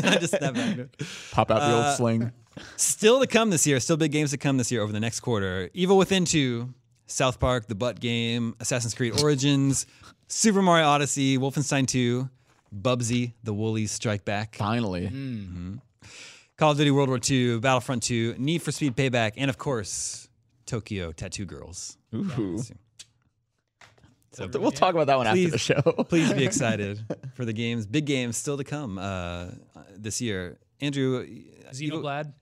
[SPEAKER 1] I just that bad.
[SPEAKER 5] Pop out the
[SPEAKER 1] Uh,
[SPEAKER 5] old sling.
[SPEAKER 1] Still to come this year. Still big games to come this year over the next quarter. Evil Within Two, South Park, The Butt Game, Assassin's Creed Origins, Super Mario Odyssey, Wolfenstein Two, Bubsy, The Woolies Strike Back.
[SPEAKER 5] Finally.
[SPEAKER 1] mm. Call of Duty World War II, Battlefront 2, Need for Speed Payback, and of course, Tokyo Tattoo Girls.
[SPEAKER 5] Ooh.
[SPEAKER 1] So
[SPEAKER 5] We'll- We'll talk about that one after the
[SPEAKER 1] Please.
[SPEAKER 5] show.
[SPEAKER 1] please be excited for the games, big games still to come uh, this year. Andrew, Evil-
[SPEAKER 4] Xenoblad.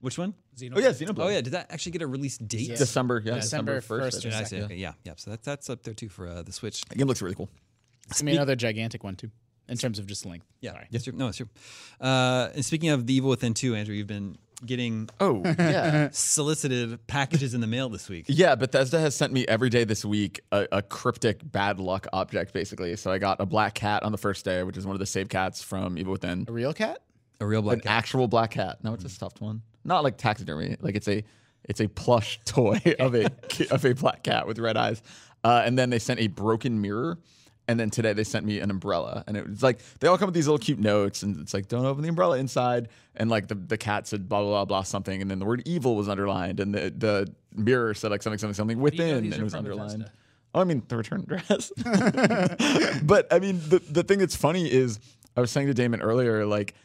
[SPEAKER 1] which one?
[SPEAKER 5] Oh yeah, Xenoblade.
[SPEAKER 1] Oh yeah, did that actually get a release date?
[SPEAKER 5] December. Yeah,
[SPEAKER 3] December 1st or
[SPEAKER 1] Did I
[SPEAKER 5] Yeah.
[SPEAKER 1] say? Okay, yeah, yeah. So that, that's up there too for uh, the Switch.
[SPEAKER 5] That game looks really cool.
[SPEAKER 3] It's gonna be another gigantic one too, in terms of just length.
[SPEAKER 1] Yeah,
[SPEAKER 3] Sorry.
[SPEAKER 1] it's true. No, it's true. Uh, and speaking of the Evil Within 2, Andrew, you've been getting
[SPEAKER 5] Oh yeah.
[SPEAKER 1] solicited packages in the mail this week.
[SPEAKER 5] Yeah, Bethesda has sent me every day this week a, a cryptic bad luck object, basically. So I got a black cat on the first day, which is one of the save cats from Evil Within.
[SPEAKER 3] A real cat?
[SPEAKER 1] A real black
[SPEAKER 5] an actual black cat. No, it's a stuffed one. Not like taxidermy. Like it's a it's a plush toy of a of a black cat with red eyes. Uh, and then they sent a broken mirror And then today they sent me an umbrella, and it was like they all come with these little cute notes, and it's like don't open the umbrella inside, and like the, the cat said blah blah blah blah something, and then the word evil was underlined, and the the mirror said like something something something within, and
[SPEAKER 4] these
[SPEAKER 5] it
[SPEAKER 4] are
[SPEAKER 5] was
[SPEAKER 4] from Bethesda.
[SPEAKER 5] underlined. Oh, I mean the return dress. but I mean the the thing that's funny is I was saying to Damon earlier, like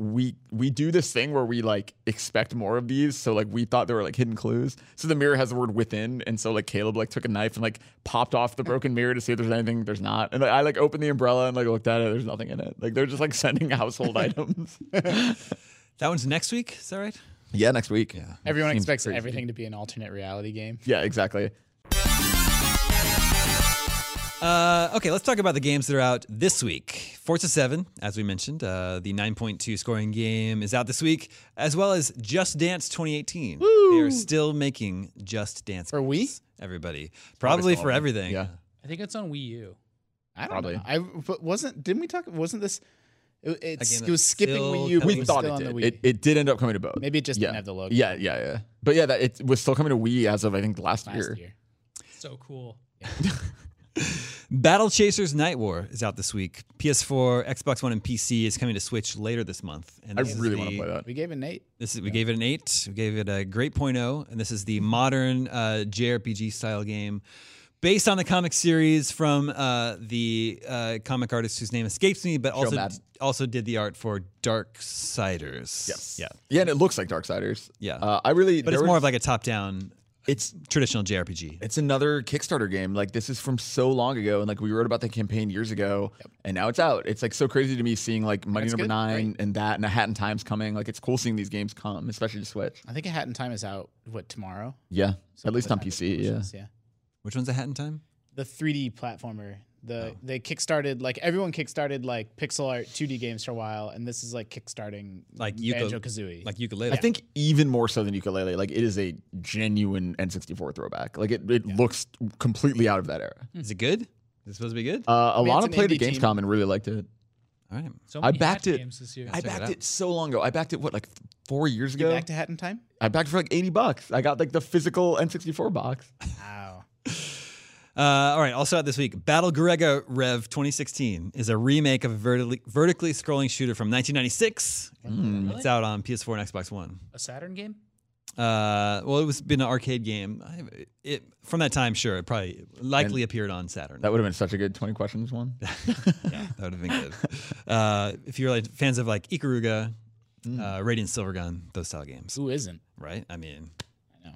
[SPEAKER 5] we we do this thing where we like expect more of these. So like we thought there were like hidden clues. So the mirror has the word within, and so like Caleb like took a knife and like popped off the broken mirror to see if there's anything. There's not. And like, I like opened the umbrella and like looked at it. There's nothing in it. Like they're just like sending household items.
[SPEAKER 1] That one's next week. Is that right?
[SPEAKER 5] Yeah, next week. Yeah.
[SPEAKER 3] Everyone expects everything to be an alternate reality game.
[SPEAKER 5] Yeah, exactly.
[SPEAKER 1] Uh, okay, let's talk about the games that are out this week. Forza 7, as we mentioned, uh, the 9.2 scoring game is out this week, as well as Just Dance 2018. They are still making Just Dance
[SPEAKER 3] For Wii?
[SPEAKER 1] games, Everybody, probably for
[SPEAKER 5] Solving.
[SPEAKER 1] everything.
[SPEAKER 5] Yeah.
[SPEAKER 4] I think it's on Wii U.
[SPEAKER 3] I don't
[SPEAKER 5] Probably.
[SPEAKER 3] know. I but wasn't. Didn't we talk? Wasn't this? It, it's,
[SPEAKER 1] game
[SPEAKER 3] it
[SPEAKER 1] that's
[SPEAKER 3] was skipping
[SPEAKER 1] still
[SPEAKER 3] Wii U. but
[SPEAKER 1] coming.
[SPEAKER 5] We
[SPEAKER 3] it was
[SPEAKER 5] thought
[SPEAKER 3] still
[SPEAKER 5] it
[SPEAKER 3] on
[SPEAKER 5] did.
[SPEAKER 3] the Wii.
[SPEAKER 5] It, it did end up coming to both.
[SPEAKER 3] Maybe it just
[SPEAKER 5] yeah.
[SPEAKER 3] didn't have the logo.
[SPEAKER 5] Yeah, yeah, yeah. But yeah, that it was still coming to Wii as of I think last,
[SPEAKER 3] last
[SPEAKER 5] year.
[SPEAKER 3] year.
[SPEAKER 4] So cool.
[SPEAKER 1] Battle Chasers Night War is out this week. PS4, Xbox One, and PC is coming to Switch later this month. And
[SPEAKER 5] I
[SPEAKER 1] this is
[SPEAKER 5] really want
[SPEAKER 1] the-
[SPEAKER 5] to play that.
[SPEAKER 3] We gave it an eight.
[SPEAKER 1] This is, we gave it an eight. We gave it a great point oh, and this is the modern uh, JRPG style game based on the comic series from uh, the uh, comic artist whose name escapes me, but also
[SPEAKER 5] Madden.
[SPEAKER 1] also did the art for Darksiders.
[SPEAKER 5] Yes.
[SPEAKER 1] Yeah.
[SPEAKER 5] Yeah, and it looks like Darksiders.
[SPEAKER 1] Yeah.
[SPEAKER 5] Uh, I really.
[SPEAKER 1] But it's more of like a top down
[SPEAKER 5] it's
[SPEAKER 1] traditional JRPG.
[SPEAKER 5] it's another Kickstarter game. Like this is from so long ago, and like we wrote about the campaign years ago, and now it's out. It's like so crazy to me seeing like Money
[SPEAKER 3] That's
[SPEAKER 5] Number
[SPEAKER 3] good.
[SPEAKER 5] Nine and that, and A Hat in Time's coming. Like it's cool seeing these games come, especially to Switch.
[SPEAKER 3] I think A Hat in Time is out. What tomorrow?
[SPEAKER 5] Yeah. At least
[SPEAKER 3] What
[SPEAKER 5] on
[SPEAKER 3] type of
[SPEAKER 5] PC. Yeah.
[SPEAKER 3] versions, yeah.
[SPEAKER 1] Which one's a hat in time?
[SPEAKER 3] The 3D platformer.
[SPEAKER 1] Oh.
[SPEAKER 3] The they kickstarted like everyone kickstarted like pixel art 2D games for a while, and this is like kickstarting
[SPEAKER 1] Like Yuko-
[SPEAKER 3] Banjo Kazooie.
[SPEAKER 1] Like ukulele.
[SPEAKER 5] I think even more so than ukulele, like it is a genuine N64 throwback. Like it, it looks completely out of that era.
[SPEAKER 1] is it good? Is it supposed to be good?
[SPEAKER 5] Uh,
[SPEAKER 3] mean, it's
[SPEAKER 5] Alana
[SPEAKER 3] an
[SPEAKER 5] played at
[SPEAKER 3] indie
[SPEAKER 5] Gamescom and really liked it.
[SPEAKER 1] All right.
[SPEAKER 4] So
[SPEAKER 5] I
[SPEAKER 4] many
[SPEAKER 5] backed
[SPEAKER 4] hat
[SPEAKER 5] it.
[SPEAKER 4] games this year.
[SPEAKER 5] I
[SPEAKER 1] check it
[SPEAKER 5] backed
[SPEAKER 1] out.
[SPEAKER 5] it, so long ago. I backed it what like four years
[SPEAKER 3] you
[SPEAKER 5] ago.
[SPEAKER 3] back to Hat in Time.
[SPEAKER 5] I backed it for like eighty bucks. I got like the physical N64 box.
[SPEAKER 3] Wow.
[SPEAKER 1] Uh, all right. Also out this week, Battle Grega Rev 2016 is a remake of a vertically, vertically scrolling shooter from 1996. It's out on PS4 and Xbox One.
[SPEAKER 4] a Saturn game?
[SPEAKER 1] Uh, well, it was been an arcade game. I, it from that time, sure, it probably likely appeared on Saturn.
[SPEAKER 5] That would have been such a good twenty questions one.
[SPEAKER 1] That would have been good. uh, if you're like fans of like Ikaruga, uh, Radiant Silvergun, those style games,
[SPEAKER 3] Who isn't?
[SPEAKER 1] right? I mean.
[SPEAKER 3] know.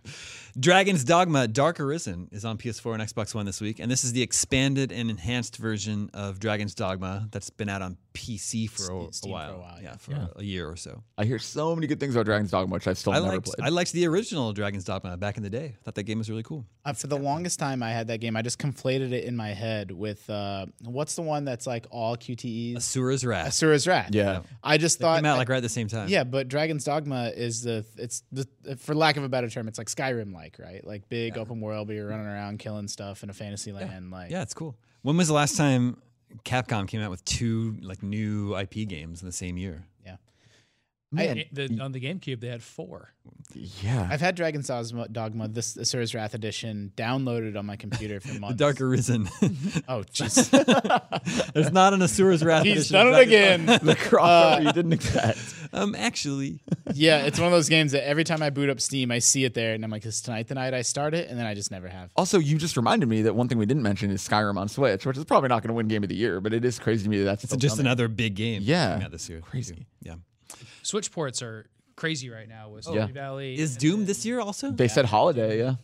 [SPEAKER 1] Dragon's Dogma Dark Arisen is on PS4 and Xbox One this week, and this is the expanded and enhanced version of Dragon's Dogma that's been out on PC for a,
[SPEAKER 3] Steam
[SPEAKER 1] while.
[SPEAKER 3] for a while,
[SPEAKER 1] Yeah, for a year or so.
[SPEAKER 5] I hear so many good things about Dragon's Dogma, which I've still
[SPEAKER 1] I
[SPEAKER 5] never
[SPEAKER 1] liked
[SPEAKER 5] played.
[SPEAKER 1] I liked the original Dragon's Dogma back in the day. I thought that game was really cool.
[SPEAKER 3] Uh, for the longest time, I had that game. I just conflated it in my head with uh, what's the one that's like all QTEs?
[SPEAKER 1] Asura's Wrath
[SPEAKER 3] Asura's Wrath.
[SPEAKER 5] yeah.
[SPEAKER 3] I just thought
[SPEAKER 1] came out like right at the same time.
[SPEAKER 3] Yeah, but Dragon's Dogma is the it's the for lack of a better term, it's like Skyrim like, right? Like big open world, but you're running around killing stuff in a fantasy land. Like,
[SPEAKER 1] yeah, it's cool. When was the last time Capcom came out with two like new IP games in the same year?
[SPEAKER 3] Man.
[SPEAKER 4] It- the- on the GameCube, they had four.
[SPEAKER 5] Yeah.
[SPEAKER 3] I've had Dragon's Dogma, Dogma this Asura's Wrath edition downloaded on my computer for months.
[SPEAKER 1] Dark Arisen.
[SPEAKER 3] oh, jeez,
[SPEAKER 1] There's not an Asura's Wrath.
[SPEAKER 3] he's
[SPEAKER 1] edition
[SPEAKER 3] done
[SPEAKER 1] of
[SPEAKER 3] it
[SPEAKER 1] Dragon's
[SPEAKER 3] again.
[SPEAKER 5] the crossover you didn't expect.
[SPEAKER 1] Dogma. Um, actually,
[SPEAKER 3] yeah, it's one of those games that every time I boot up Steam, I see it there, and I'm like, "Is tonight the night I start it?" And then I just never have.
[SPEAKER 5] Also, you just reminded me that one thing we didn't mention is Skyrim on Switch, which is probably not going to win Game of the Year, but it is crazy to me that that's
[SPEAKER 1] it's just another big game.
[SPEAKER 5] Yeah.
[SPEAKER 1] came out this year.
[SPEAKER 5] Crazy.
[SPEAKER 1] Yeah.
[SPEAKER 4] Switch ports are crazy right now with Stardew
[SPEAKER 5] Yeah.
[SPEAKER 4] Valley.
[SPEAKER 1] Oh. Is
[SPEAKER 4] and
[SPEAKER 1] Doom
[SPEAKER 4] then-
[SPEAKER 1] this year also?
[SPEAKER 5] They said holiday, yeah.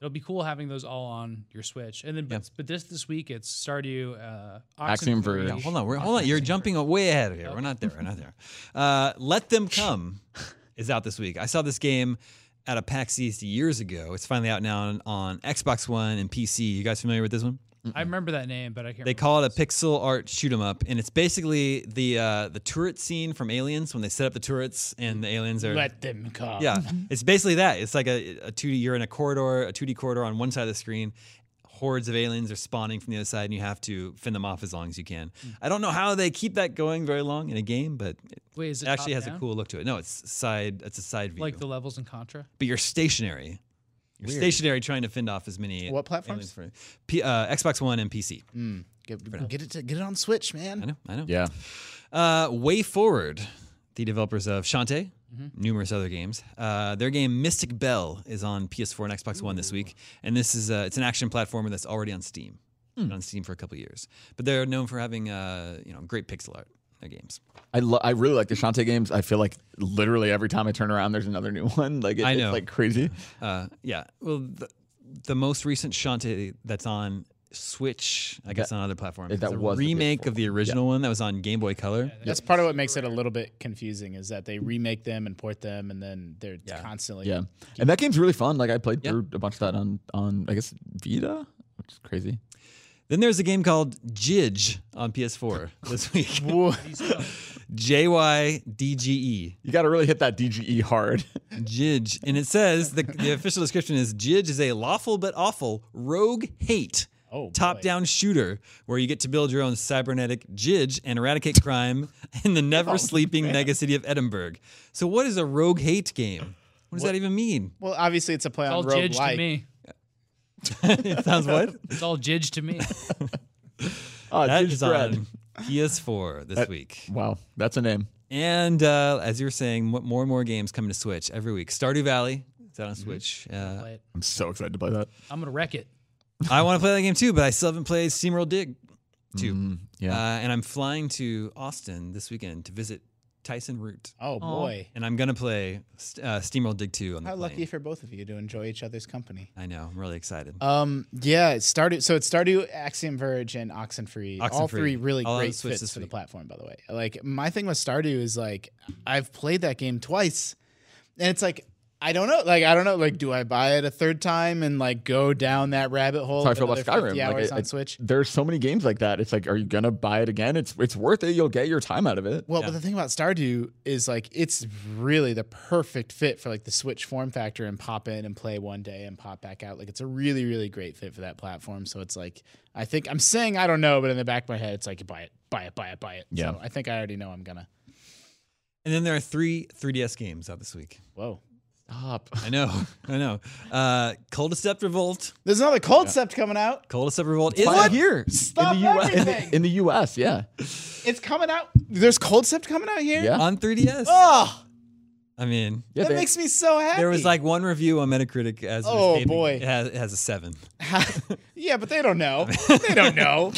[SPEAKER 4] It'll be cool having those all on your Switch. And then, but, but this this week it's Stardew, uh,
[SPEAKER 5] Axiom Verge.
[SPEAKER 4] Verge.
[SPEAKER 1] Oh, Hold on, we're, hold on. You're jumping way ahead of here. We're not there. We're not there. Uh, Let Them Come is out this week. I saw this game at a PAX East years ago. It's finally out now on, on Xbox One and PC. You guys familiar with this one?
[SPEAKER 4] I remember that name, but I can't.
[SPEAKER 1] They
[SPEAKER 4] remember.
[SPEAKER 1] call it a pixel art shoot 'em up, and it's basically the uh, the turret scene from Aliens when they set up the turrets and the aliens are
[SPEAKER 3] Let them come.
[SPEAKER 1] yeah. It's basically that. It's like a, a 2D, you're in a corridor, a 2D corridor on one side of the screen. Hordes of aliens are spawning from the other side, and you have to fend them off as long as you can. I don't know how they keep that going very long in a game, but it
[SPEAKER 4] Wait, is it
[SPEAKER 1] actually has
[SPEAKER 4] top-down?
[SPEAKER 1] a cool look to it. No, it's side. It's a side view.
[SPEAKER 4] like the levels in Contra.
[SPEAKER 1] but you're stationary. You're stationary, trying to fend off as many
[SPEAKER 3] What
[SPEAKER 1] aliens
[SPEAKER 3] platforms?
[SPEAKER 1] for- P, uh, Xbox One and PC.
[SPEAKER 3] Get, get it to, get it on Switch, man.
[SPEAKER 1] I know, I know.
[SPEAKER 5] Yeah.
[SPEAKER 1] Uh, Way Forward, the developers of Shantae,
[SPEAKER 5] Mm-hmm.
[SPEAKER 1] numerous other games. Uh, their game Mystic Bell is on PS4 and Xbox One this week, and this is uh, it's an action platformer that's already on Steam,
[SPEAKER 5] Hmm.
[SPEAKER 1] Been on Steam for a couple years. But they're known for having uh, you know great pixel art. in Their games.
[SPEAKER 5] I lo- I really like the Shantae games. I feel like literally every time I turn around, there's another new one. Like it-
[SPEAKER 1] I know.
[SPEAKER 5] it's like crazy.
[SPEAKER 1] Uh, yeah. Well, the, the most recent Shantae that's on Switch, I guess on other platforms,
[SPEAKER 5] that
[SPEAKER 1] is a
[SPEAKER 5] was the
[SPEAKER 1] remake
[SPEAKER 5] PS4.
[SPEAKER 1] of the original one that was on Game Boy Color.
[SPEAKER 3] That's part of what makes it a little bit confusing is that they remake them and port them, and then they're constantly.
[SPEAKER 5] Yeah, and that game's really fun. Like I played through a bunch of that on on I guess Vita, which is crazy.
[SPEAKER 1] Then there's a game called Jidge on PS4 this week. J Y D G E.
[SPEAKER 5] You got to really hit that DGE hard.
[SPEAKER 1] Jidge. And it says the, the official description is Jidge is a lawful but awful rogue hate
[SPEAKER 3] Oh,
[SPEAKER 1] top down shooter where you get to build your own cybernetic Jidge and eradicate crime in the never sleeping mega city of Edinburgh. So, what is a rogue hate game? What does that even mean?
[SPEAKER 3] Well, obviously it's a play
[SPEAKER 4] It's all
[SPEAKER 3] on
[SPEAKER 4] jidge to
[SPEAKER 3] roguelike.
[SPEAKER 4] me.
[SPEAKER 1] It sounds what?
[SPEAKER 4] It's all jidge to me.
[SPEAKER 5] Oh,
[SPEAKER 1] That
[SPEAKER 5] Jizz
[SPEAKER 1] is um,
[SPEAKER 5] Bread.
[SPEAKER 1] on PS4 this week.
[SPEAKER 5] Wow, that's a name.
[SPEAKER 1] And uh, as you were saying, mo- more and more games coming to Switch every week. Stardew Valley is out on Switch. Uh,
[SPEAKER 4] Play it.
[SPEAKER 5] I'm so excited to play that.
[SPEAKER 4] I'm gonna wreck it.
[SPEAKER 1] I want to play that game too, but I still haven't played SteamWorld Dig 2.
[SPEAKER 5] yeah.
[SPEAKER 1] Uh, and I'm flying to Austin this weekend to visit Tyson Root.
[SPEAKER 3] Oh boy,
[SPEAKER 1] And I'm going to play st- uh, SteamWorld Dig 2 on the
[SPEAKER 3] how
[SPEAKER 1] plane.
[SPEAKER 3] lucky for both of you to enjoy each other's company.
[SPEAKER 1] I know. I'm really excited.
[SPEAKER 3] Um, yeah, it started. So it started Axiom Verge and Oxenfree. All
[SPEAKER 1] Oxenfree.
[SPEAKER 3] three really
[SPEAKER 1] All on
[SPEAKER 3] great
[SPEAKER 1] Switch
[SPEAKER 3] fits
[SPEAKER 1] this
[SPEAKER 3] for the
[SPEAKER 1] week.
[SPEAKER 3] platform, by the way. Like my thing with Stardew is like I've played that game twice, and it's like. I don't know. Like I don't know. Like, do I buy it a third time and like go down that rabbit hole?
[SPEAKER 5] That's how I
[SPEAKER 3] of
[SPEAKER 5] feel about
[SPEAKER 3] another 50
[SPEAKER 5] Skyrim. Like,
[SPEAKER 3] Hours
[SPEAKER 5] it-
[SPEAKER 3] on
[SPEAKER 5] it-
[SPEAKER 3] Switch.
[SPEAKER 5] There's so many games like that. It's like, are you gonna buy it again? It's it's worth it. You'll get your time out of it.
[SPEAKER 3] Well, but the thing about Stardew is like it's really the perfect fit for like the Switch form factor and pop in and play one day and pop back out. Like it's a really, really great fit for that platform. So it's like I think I'm saying I don't know, but in the back of my head, it's like buy it, buy it, buy it, buy it.
[SPEAKER 5] Yeah.
[SPEAKER 3] So I think I already know I'm gonna.
[SPEAKER 1] and then there are three 3DS games out this week.
[SPEAKER 3] Whoa.
[SPEAKER 5] Stop.
[SPEAKER 1] I know. I know. Uh, Coldecept Revolt.
[SPEAKER 3] There's another concept coming out.
[SPEAKER 1] Coldecept Revolt is
[SPEAKER 5] Buy it
[SPEAKER 1] out
[SPEAKER 5] here
[SPEAKER 3] Stop
[SPEAKER 5] in the US. In
[SPEAKER 3] everything.
[SPEAKER 5] the, in the US, yeah,
[SPEAKER 3] It's coming out. There's concept coming out here.
[SPEAKER 5] yeah,
[SPEAKER 1] on 3DS.
[SPEAKER 3] Oh,
[SPEAKER 1] I mean,
[SPEAKER 5] yeah.
[SPEAKER 3] that
[SPEAKER 5] they-
[SPEAKER 3] makes me so happy.
[SPEAKER 1] there was like one review on Metacritic as it was
[SPEAKER 3] Oh,
[SPEAKER 1] gaming.
[SPEAKER 3] boy.
[SPEAKER 1] It has, it has a seven.
[SPEAKER 3] yeah, but they don't know. they don't know.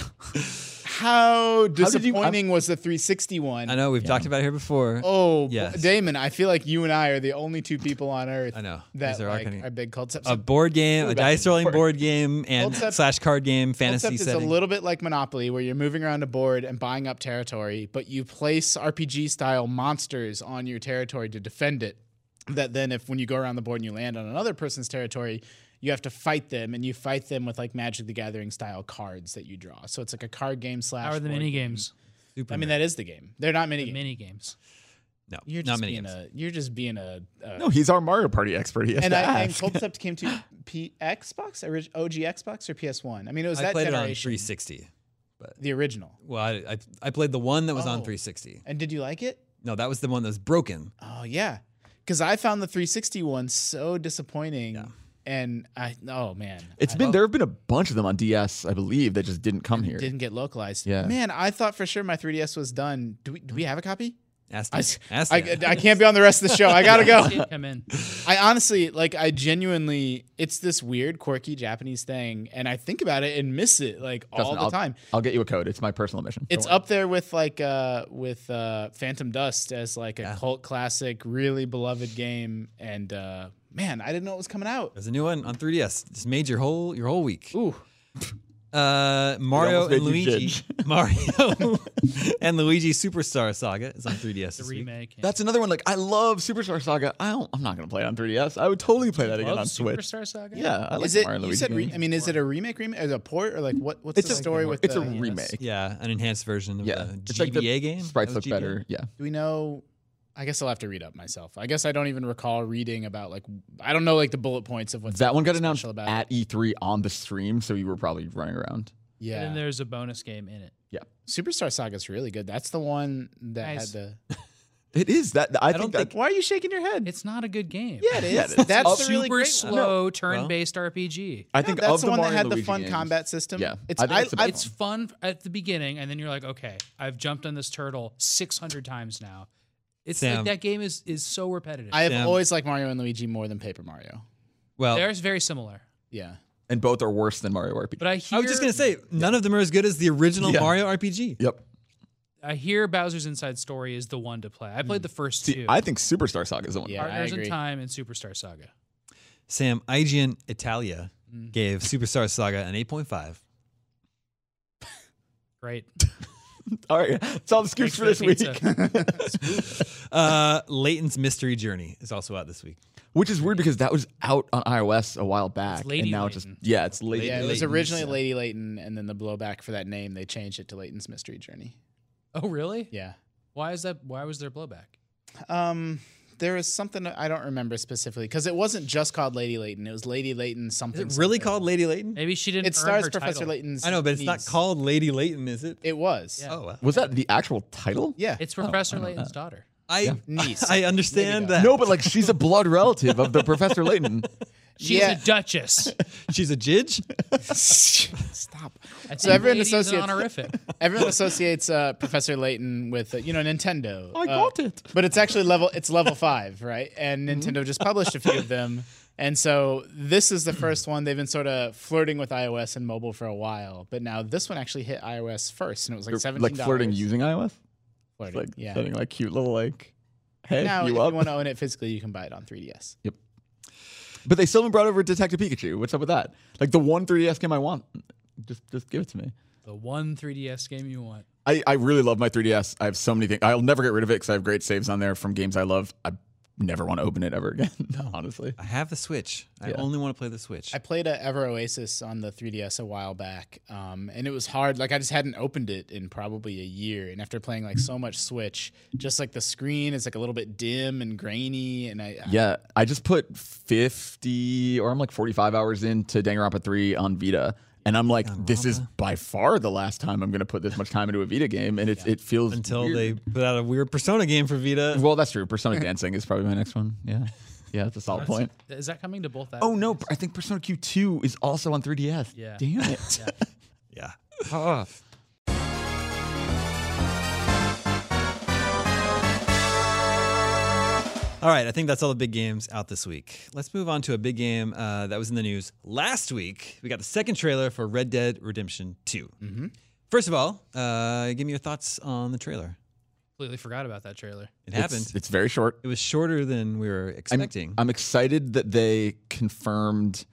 [SPEAKER 3] How
[SPEAKER 5] did you- I'm-
[SPEAKER 3] disappointing was the 360 one?
[SPEAKER 1] I know we've talked about it here before.
[SPEAKER 3] Oh, boy.
[SPEAKER 1] Yes.
[SPEAKER 3] Damon, I feel like you and I are the only two people on earth
[SPEAKER 1] I know.
[SPEAKER 3] that
[SPEAKER 1] These are our
[SPEAKER 3] like,
[SPEAKER 1] kinda-
[SPEAKER 3] are big concepts.
[SPEAKER 1] a board game, a
[SPEAKER 3] Quarterback.
[SPEAKER 1] dice rolling board game, and
[SPEAKER 3] Concept-
[SPEAKER 1] slash card game, fantasy
[SPEAKER 3] Concept is a
[SPEAKER 1] setting.
[SPEAKER 3] little bit like Monopoly, where you're moving around a board and buying up territory, but you place RPG style monsters on your territory to defend it. That then, if when you go around the board and you land on another person's territory, you have to fight them, and you fight them with like Magic the Gathering style cards that you draw. So it's like a card game slash.
[SPEAKER 4] How are the
[SPEAKER 3] board
[SPEAKER 4] mini
[SPEAKER 3] game.
[SPEAKER 4] games?
[SPEAKER 1] Super
[SPEAKER 3] I mean, that is the game. They're not mini
[SPEAKER 4] The
[SPEAKER 3] games.
[SPEAKER 4] mini games.
[SPEAKER 1] no,
[SPEAKER 3] you're
[SPEAKER 1] not
[SPEAKER 3] just
[SPEAKER 1] many
[SPEAKER 3] being
[SPEAKER 1] games.
[SPEAKER 3] a. You're just being a. a
[SPEAKER 5] no, he's our Mario Party expert. He has
[SPEAKER 3] and
[SPEAKER 5] to
[SPEAKER 3] I and
[SPEAKER 5] ask.
[SPEAKER 3] Concept came to P- Xbox, orig- OG Xbox or PS1. I mean, it was
[SPEAKER 1] I
[SPEAKER 3] that
[SPEAKER 1] played it on
[SPEAKER 3] generation,
[SPEAKER 1] 360.
[SPEAKER 3] the original.
[SPEAKER 1] Well, I, I, I played the one that was on
[SPEAKER 3] Oh.
[SPEAKER 1] 360.
[SPEAKER 3] And did you like it?
[SPEAKER 1] No, that was the one that was broken.
[SPEAKER 3] Oh yeah, because I found the 360 one so disappointing. And I, oh man,
[SPEAKER 5] It's been there have been a bunch of them on DS, I believe, that just didn't come here.
[SPEAKER 3] didn't get localized.
[SPEAKER 5] Yeah.
[SPEAKER 3] man, I thought for sure my 3ds was done. Do we do we have a copy?
[SPEAKER 1] Ask
[SPEAKER 3] I,
[SPEAKER 1] them.
[SPEAKER 3] s-
[SPEAKER 1] Ask
[SPEAKER 3] I,
[SPEAKER 1] them.
[SPEAKER 3] I can't be on the rest of the show. I gotta go.
[SPEAKER 4] Did come in.
[SPEAKER 3] I honestly, like, I genuinely, it's this weird, quirky Japanese thing, and I think about it and miss it like all
[SPEAKER 5] Justin,
[SPEAKER 3] the
[SPEAKER 5] I'll-
[SPEAKER 3] time.
[SPEAKER 5] I'll get you a code. It's my personal mission.
[SPEAKER 3] It's up there with like uh with uh Phantom Dust as like a cult classic, really beloved game. And uh man, I didn't know it was coming out.
[SPEAKER 1] There's a new one on 3DS. This made your whole your whole week.
[SPEAKER 3] Ooh.
[SPEAKER 1] Uh, Mario
[SPEAKER 5] almost
[SPEAKER 1] and
[SPEAKER 5] made you
[SPEAKER 1] Luigi. Mario and Luigi Superstar Saga is on 3DS.
[SPEAKER 4] The
[SPEAKER 1] this week.
[SPEAKER 4] remake.
[SPEAKER 5] That's another one. Like I love Superstar Saga. I don't. I'm not gonna play it on 3DS. I would totally play that again
[SPEAKER 4] Love
[SPEAKER 5] on Switch.
[SPEAKER 4] Superstar Saga.
[SPEAKER 5] Yeah, I like
[SPEAKER 3] Is
[SPEAKER 5] the
[SPEAKER 3] it?
[SPEAKER 5] Mario and
[SPEAKER 3] You
[SPEAKER 5] Luigi
[SPEAKER 3] said. Re-
[SPEAKER 5] games.
[SPEAKER 3] I mean, is it a remake, remake, is it a port, or like what? What's the story with?
[SPEAKER 5] It's
[SPEAKER 3] the,
[SPEAKER 5] a
[SPEAKER 3] yeah,
[SPEAKER 5] remake.
[SPEAKER 1] Yeah, an enhanced version of
[SPEAKER 5] Yeah,
[SPEAKER 1] the
[SPEAKER 5] it's
[SPEAKER 1] GBA
[SPEAKER 5] like the
[SPEAKER 1] game.
[SPEAKER 5] sprites
[SPEAKER 1] That
[SPEAKER 5] look
[SPEAKER 1] was GBA?
[SPEAKER 5] better. Yeah,
[SPEAKER 3] Do we know? I guess I'll have to read up myself. I guess I don't even recall reading about like I don't know like the bullet points of what's
[SPEAKER 5] that one got announced
[SPEAKER 3] special about
[SPEAKER 5] at E3 on the stream, so you were probably running around.
[SPEAKER 4] And then
[SPEAKER 3] Yeah,
[SPEAKER 4] there's a bonus game in it.
[SPEAKER 3] Superstar Saga's really good. That's the one that
[SPEAKER 4] Nice.
[SPEAKER 3] had the
[SPEAKER 5] It is that. I,
[SPEAKER 1] don't
[SPEAKER 5] think that.
[SPEAKER 3] Why are you shaking your head?
[SPEAKER 4] It's not a good game.
[SPEAKER 3] yeah, it is.
[SPEAKER 5] Yeah, it is.
[SPEAKER 3] That's
[SPEAKER 5] Up
[SPEAKER 3] the really
[SPEAKER 4] super
[SPEAKER 3] great one. No,
[SPEAKER 4] slow turn-based RPG.
[SPEAKER 5] I think
[SPEAKER 3] that's
[SPEAKER 5] of
[SPEAKER 3] the,
[SPEAKER 5] the,
[SPEAKER 3] one that
[SPEAKER 5] Mario
[SPEAKER 3] had the
[SPEAKER 5] Luigi
[SPEAKER 3] fun
[SPEAKER 5] games-
[SPEAKER 3] combat system.
[SPEAKER 5] Yeah,
[SPEAKER 3] it's
[SPEAKER 5] I think
[SPEAKER 3] I,
[SPEAKER 5] it's the
[SPEAKER 3] I-
[SPEAKER 5] best
[SPEAKER 4] It's fun f- at the beginning, and then you're like, okay, I've jumped on this turtle 600 times now. It's
[SPEAKER 1] Sam.
[SPEAKER 4] like that game is is so repetitive.
[SPEAKER 3] I have
[SPEAKER 1] Damn.
[SPEAKER 3] always liked Mario and Luigi more than Paper Mario.
[SPEAKER 1] Well,
[SPEAKER 4] They're very similar,
[SPEAKER 3] Yeah,
[SPEAKER 5] and both are worse than Mario RPG.
[SPEAKER 4] but I hear
[SPEAKER 1] I was just gonna say none of them are as good as the original
[SPEAKER 5] Yeah.
[SPEAKER 1] Mario RPG.
[SPEAKER 5] yep.
[SPEAKER 4] I hear Bowser's Inside Story is the one to play. I played the first
[SPEAKER 5] See,
[SPEAKER 4] two.
[SPEAKER 5] I think Superstar Saga is the one.
[SPEAKER 3] Yeah. I
[SPEAKER 4] Partners in
[SPEAKER 3] agree.
[SPEAKER 4] Time and Superstar Saga.
[SPEAKER 1] Sam IGN Italia
[SPEAKER 3] Mm.
[SPEAKER 1] gave Superstar Saga an 8.5.
[SPEAKER 4] Great.
[SPEAKER 5] All right, it's all the scoops
[SPEAKER 4] Thanks
[SPEAKER 5] for this
[SPEAKER 4] the
[SPEAKER 5] week,
[SPEAKER 4] pizza.
[SPEAKER 1] Uh, Leighton's Mystery Journey is also out this week.
[SPEAKER 5] which is weird because that was out on iOS a while back,
[SPEAKER 4] Lady
[SPEAKER 5] and now it's just
[SPEAKER 4] Layton.
[SPEAKER 5] yeah, it's late.
[SPEAKER 3] yeah. It was
[SPEAKER 1] Layton's,
[SPEAKER 3] originally Lady Leighton, and then the blowback for that name, they changed it to Leighton's Mystery Journey.
[SPEAKER 4] Oh, really?
[SPEAKER 3] Yeah.
[SPEAKER 4] Why is that? Why was there blowback?
[SPEAKER 3] Um, there was something I don't remember specifically because it wasn't just called Lady Leighton. It was Lady Leighton
[SPEAKER 1] Is
[SPEAKER 3] something.
[SPEAKER 1] it really
[SPEAKER 3] something.
[SPEAKER 1] called Lady Leighton?
[SPEAKER 4] Maybe she didn't.
[SPEAKER 3] It
[SPEAKER 4] earn
[SPEAKER 3] stars
[SPEAKER 4] her
[SPEAKER 3] Professor
[SPEAKER 4] title.
[SPEAKER 3] Leighton's.
[SPEAKER 1] I know, but it's not
[SPEAKER 3] niece.
[SPEAKER 1] called Lady Leighton, is it?
[SPEAKER 3] It was.
[SPEAKER 4] Yeah.
[SPEAKER 3] Yeah.
[SPEAKER 1] Oh, wow.
[SPEAKER 5] Was that the actual title?
[SPEAKER 4] It's Professor Layton's daughter.
[SPEAKER 1] I,
[SPEAKER 3] Niece.
[SPEAKER 1] I understand
[SPEAKER 3] Ladybug.
[SPEAKER 1] that.
[SPEAKER 5] No, but like she's a blood relative of the Professor Layton.
[SPEAKER 4] She's
[SPEAKER 3] Yeah.
[SPEAKER 4] a duchess.
[SPEAKER 1] She's a jidge?
[SPEAKER 3] Stop.
[SPEAKER 4] I
[SPEAKER 3] So
[SPEAKER 4] think
[SPEAKER 3] everyone
[SPEAKER 4] lady's an
[SPEAKER 3] associates-
[SPEAKER 4] honorific.
[SPEAKER 3] Everyone associates uh, Professor Layton with uh, you know Nintendo. I
[SPEAKER 5] got it. Mm-hmm.
[SPEAKER 3] But it's actually level. It's level five, right? And Nintendo just published a few of them, and so this is the first one. They've been sort of flirting with iOS and mobile for a while, but now this one actually hit iOS first, and it was like seventeen.
[SPEAKER 5] like flirting using iOS,
[SPEAKER 3] Flirting,
[SPEAKER 5] like
[SPEAKER 3] yeah.
[SPEAKER 5] sending like cute little like, hey,
[SPEAKER 3] Now,
[SPEAKER 5] you
[SPEAKER 3] if
[SPEAKER 5] up?
[SPEAKER 3] you want to own it physically, you can buy it on 3DS.
[SPEAKER 5] But they still haven't brought over Detective Pikachu. What's up with that? Like the one 3DS game I want, just just give it to me.
[SPEAKER 4] The one 3DS game you want.
[SPEAKER 5] I, I really love my 3DS. I have so many things. I'll never get rid of it because I have great saves on there from games I love. I never want to open it ever again. honestly.
[SPEAKER 1] I have the Switch. I
[SPEAKER 5] Yeah.
[SPEAKER 1] only want to play the Switch.
[SPEAKER 3] I played a Ever Oasis on the 3DS a while back, um, and it was hard. Like I just hadn't opened it in probably a year, and after playing like so much Switch, just like the screen is like a little bit dim and grainy, and I, I
[SPEAKER 5] Yeah, I just put 50 or I'm like 45 hours into Danganronpa 3 on Vita. And I'm like, this is by far the last time I'm going to put this much time into a Vita game. And it's, it feels.
[SPEAKER 1] until
[SPEAKER 5] weird.
[SPEAKER 1] they put out a weird Persona game for Vita.
[SPEAKER 5] Well, that's true. Persona Dancing is probably my next one. Yeah. Yeah, that's a solid point.
[SPEAKER 4] Is that coming to both? that-
[SPEAKER 5] Oh, no. I think Persona Q2 is also on 3DS.
[SPEAKER 4] Yeah.
[SPEAKER 5] Damn it.
[SPEAKER 1] yeah. All right, I think that's all the big games out this week. Let's move on to a big game uh, that was in the news last week. We got the second trailer for Red Dead Redemption 2. Mm-hmm. First of all, uh, give me your thoughts on the trailer.
[SPEAKER 4] Completely forgot about that trailer.
[SPEAKER 1] It
[SPEAKER 5] It's-
[SPEAKER 1] happened.
[SPEAKER 5] it's very short.
[SPEAKER 1] It was shorter than we were
[SPEAKER 5] I'm-
[SPEAKER 1] expecting.
[SPEAKER 5] I'm, excited that they confirmed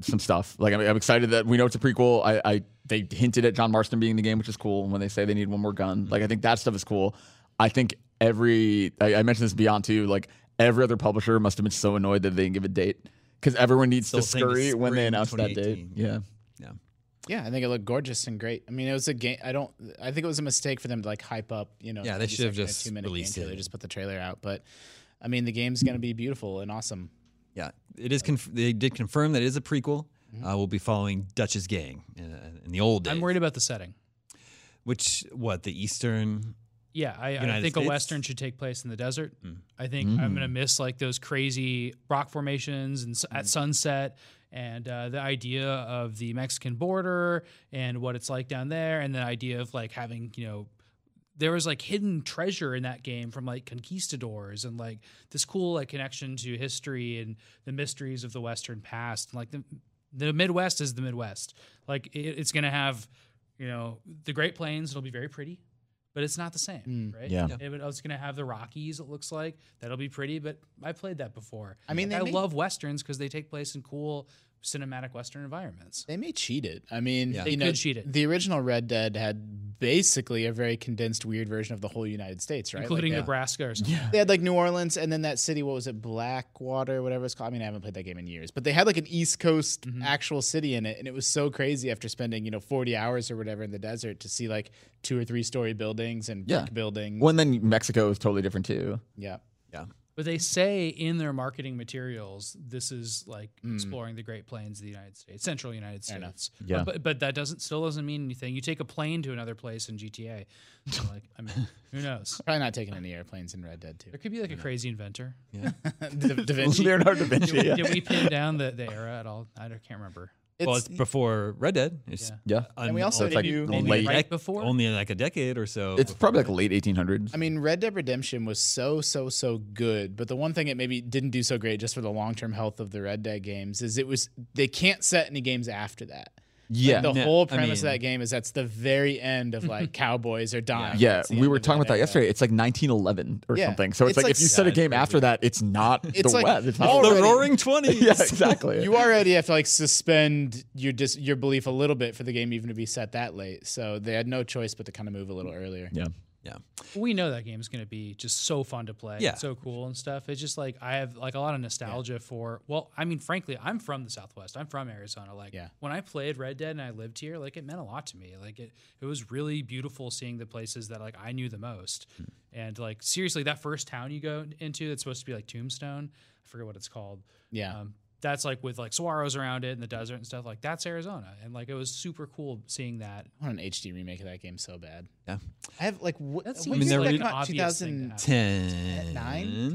[SPEAKER 5] some stuff. Like I'm, I'm excited that we know it's a prequel. I, I they hinted at John Marston being in the game, which is cool. And when they say they need one more gun, like I think that stuff is cool. I think every I, I mentioned this beyond too. Like every other publisher must have been so annoyed that they didn't give a date because everyone needs to
[SPEAKER 1] The whole thing is
[SPEAKER 5] scurry when they
[SPEAKER 1] spring
[SPEAKER 5] announce that date.
[SPEAKER 1] 2018.
[SPEAKER 5] Yeah.
[SPEAKER 3] yeah, I think it looked gorgeous and great. I mean, it was a game. I don't. I think it was a mistake for them to like hype up. You know,
[SPEAKER 1] Yeah, they
[SPEAKER 3] maybe
[SPEAKER 1] should have
[SPEAKER 3] second or
[SPEAKER 1] just
[SPEAKER 3] two-minute
[SPEAKER 1] released
[SPEAKER 3] game trailer,
[SPEAKER 1] it.
[SPEAKER 3] Just put the trailer out, but I mean, the game's gonna be beautiful and awesome.
[SPEAKER 1] Yeah, it is. Conf- they did confirm that it is a prequel.
[SPEAKER 5] Mm-hmm.
[SPEAKER 1] Uh, we'll be following Dutch's gang in, in the old days.
[SPEAKER 4] I'm worried about the setting.
[SPEAKER 1] Which what the Eastern?
[SPEAKER 4] Yeah, I, I
[SPEAKER 1] United
[SPEAKER 4] think
[SPEAKER 1] States? Mm.
[SPEAKER 4] a western should take place in the desert. I think I'm gonna miss like those crazy rock formations and s
[SPEAKER 1] Mm.
[SPEAKER 4] at sunset, and uh, the idea of the Mexican border and what it's like down there, and the idea of like having you know. There was like hidden treasure in that game from like conquistadors and like this cool like connection to history and the mysteries of the Western past. And, like the the Midwest is the Midwest. Like it, it's gonna have, you know, the Great Plains. It'll be very pretty, but it's not the same,
[SPEAKER 3] Mm,
[SPEAKER 4] right?
[SPEAKER 5] Yeah.
[SPEAKER 4] It would- it's gonna have the Rockies. It looks like that'll be pretty, but I played that before.
[SPEAKER 3] I mean,
[SPEAKER 4] Like,
[SPEAKER 3] they
[SPEAKER 4] I
[SPEAKER 3] made-
[SPEAKER 4] love westerns because they take place in cool cinematic Western environments.
[SPEAKER 3] They may cheat it. I mean,
[SPEAKER 1] Yeah.
[SPEAKER 3] you know,
[SPEAKER 4] could cheat it.
[SPEAKER 3] The original Red Dead had basically a very condensed, weird version of the whole United States, right? Like,
[SPEAKER 4] Including
[SPEAKER 3] they-
[SPEAKER 4] Nebraska or something.
[SPEAKER 3] They had like New Orleans and then that city, what was it, Blackwater, whatever it's called. I mean, I haven't played that game in years, but they had like an East Coast
[SPEAKER 5] Mm-hmm.
[SPEAKER 3] actual city in it. And it was so crazy after spending, you know, 40 hours or whatever in the desert to see like two or three story buildings and brick
[SPEAKER 5] Yeah.
[SPEAKER 3] buildings.
[SPEAKER 5] Well, and then Mexico is totally different too.
[SPEAKER 3] yeah.
[SPEAKER 1] Yeah,
[SPEAKER 4] But they say in their marketing materials, this is like
[SPEAKER 3] Mm.
[SPEAKER 4] exploring the Great Plains of the United States, central United States.
[SPEAKER 5] Yeah.
[SPEAKER 4] But, but that doesn't still doesn't mean anything. You take a plane to another place in GTA. So, like, I mean, who knows?
[SPEAKER 3] Probably not taking any airplanes in Red Dead too.
[SPEAKER 4] There could be like a crazy inventor.
[SPEAKER 3] da, Da Vinci.
[SPEAKER 5] Leonardo da Vinci.
[SPEAKER 4] Did, we pin down the, the era at all? I don't- can't remember.
[SPEAKER 1] well,
[SPEAKER 3] It's-
[SPEAKER 1] it's before Red Dead. It's
[SPEAKER 4] Yeah.
[SPEAKER 5] Yeah.
[SPEAKER 3] And we also
[SPEAKER 5] it's like
[SPEAKER 3] do-
[SPEAKER 4] Maybe
[SPEAKER 5] late.
[SPEAKER 4] right before.
[SPEAKER 1] only like a decade or so.
[SPEAKER 5] It's
[SPEAKER 1] before
[SPEAKER 5] probably like
[SPEAKER 1] Red
[SPEAKER 5] late 1800s.
[SPEAKER 3] I mean, Red Dead Redemption was so so so good, but the one thing it maybe didn't do so great, just for the long term health of the Red Dead games, is it was they can't set any games after that.
[SPEAKER 5] yeah.
[SPEAKER 3] the
[SPEAKER 1] no,
[SPEAKER 3] whole
[SPEAKER 1] I
[SPEAKER 3] premise of
[SPEAKER 1] mean-
[SPEAKER 3] that game is that's the very end of like cowboys are dying.
[SPEAKER 5] yeah,
[SPEAKER 3] That's the
[SPEAKER 5] we
[SPEAKER 3] end
[SPEAKER 5] were
[SPEAKER 3] of
[SPEAKER 5] talking about that
[SPEAKER 3] era.
[SPEAKER 5] yesterday. It's like 1911 or
[SPEAKER 3] Yeah.
[SPEAKER 5] something. So it's,
[SPEAKER 3] It's
[SPEAKER 5] like,
[SPEAKER 3] like-
[SPEAKER 5] if you set a
[SPEAKER 3] Yeah,
[SPEAKER 5] game after that, it's not
[SPEAKER 3] It's
[SPEAKER 5] the
[SPEAKER 3] like
[SPEAKER 5] West. It's not
[SPEAKER 3] already-
[SPEAKER 1] The Roaring Twenties.
[SPEAKER 5] yeah, exactly.
[SPEAKER 3] You already have to like suspend your dis- your belief a little bit for the game even to be set that late. So they had no choice but to kind of move a little earlier.
[SPEAKER 5] yeah.
[SPEAKER 4] we know that game is going to be just so fun to play.
[SPEAKER 1] Yeah.
[SPEAKER 4] and so cool and stuff. It's just like I have like a lot of nostalgia for. Well, I mean, frankly, I'm from the Southwest. I'm from Arizona. Like
[SPEAKER 3] Yeah.
[SPEAKER 4] when I played Red Dead and I lived here, like it meant a lot to me. Like it, it was really beautiful seeing the places that like I knew the most. And like seriously, that first town you go into, it's supposed to be like Tombstone. I forget what it's called.
[SPEAKER 3] Yeah.
[SPEAKER 4] Um, that's like with like saguaros around it and the desert and stuff. Like that's Arizona, and like it was super cool seeing that.
[SPEAKER 3] I want an HD remake of that game so bad.
[SPEAKER 1] Yeah.
[SPEAKER 3] I have like wh-
[SPEAKER 4] That
[SPEAKER 3] that
[SPEAKER 4] seems
[SPEAKER 3] when did
[SPEAKER 1] like
[SPEAKER 3] that
[SPEAKER 1] an
[SPEAKER 3] come out?
[SPEAKER 4] obvious thing to
[SPEAKER 3] 2009,
[SPEAKER 4] happen.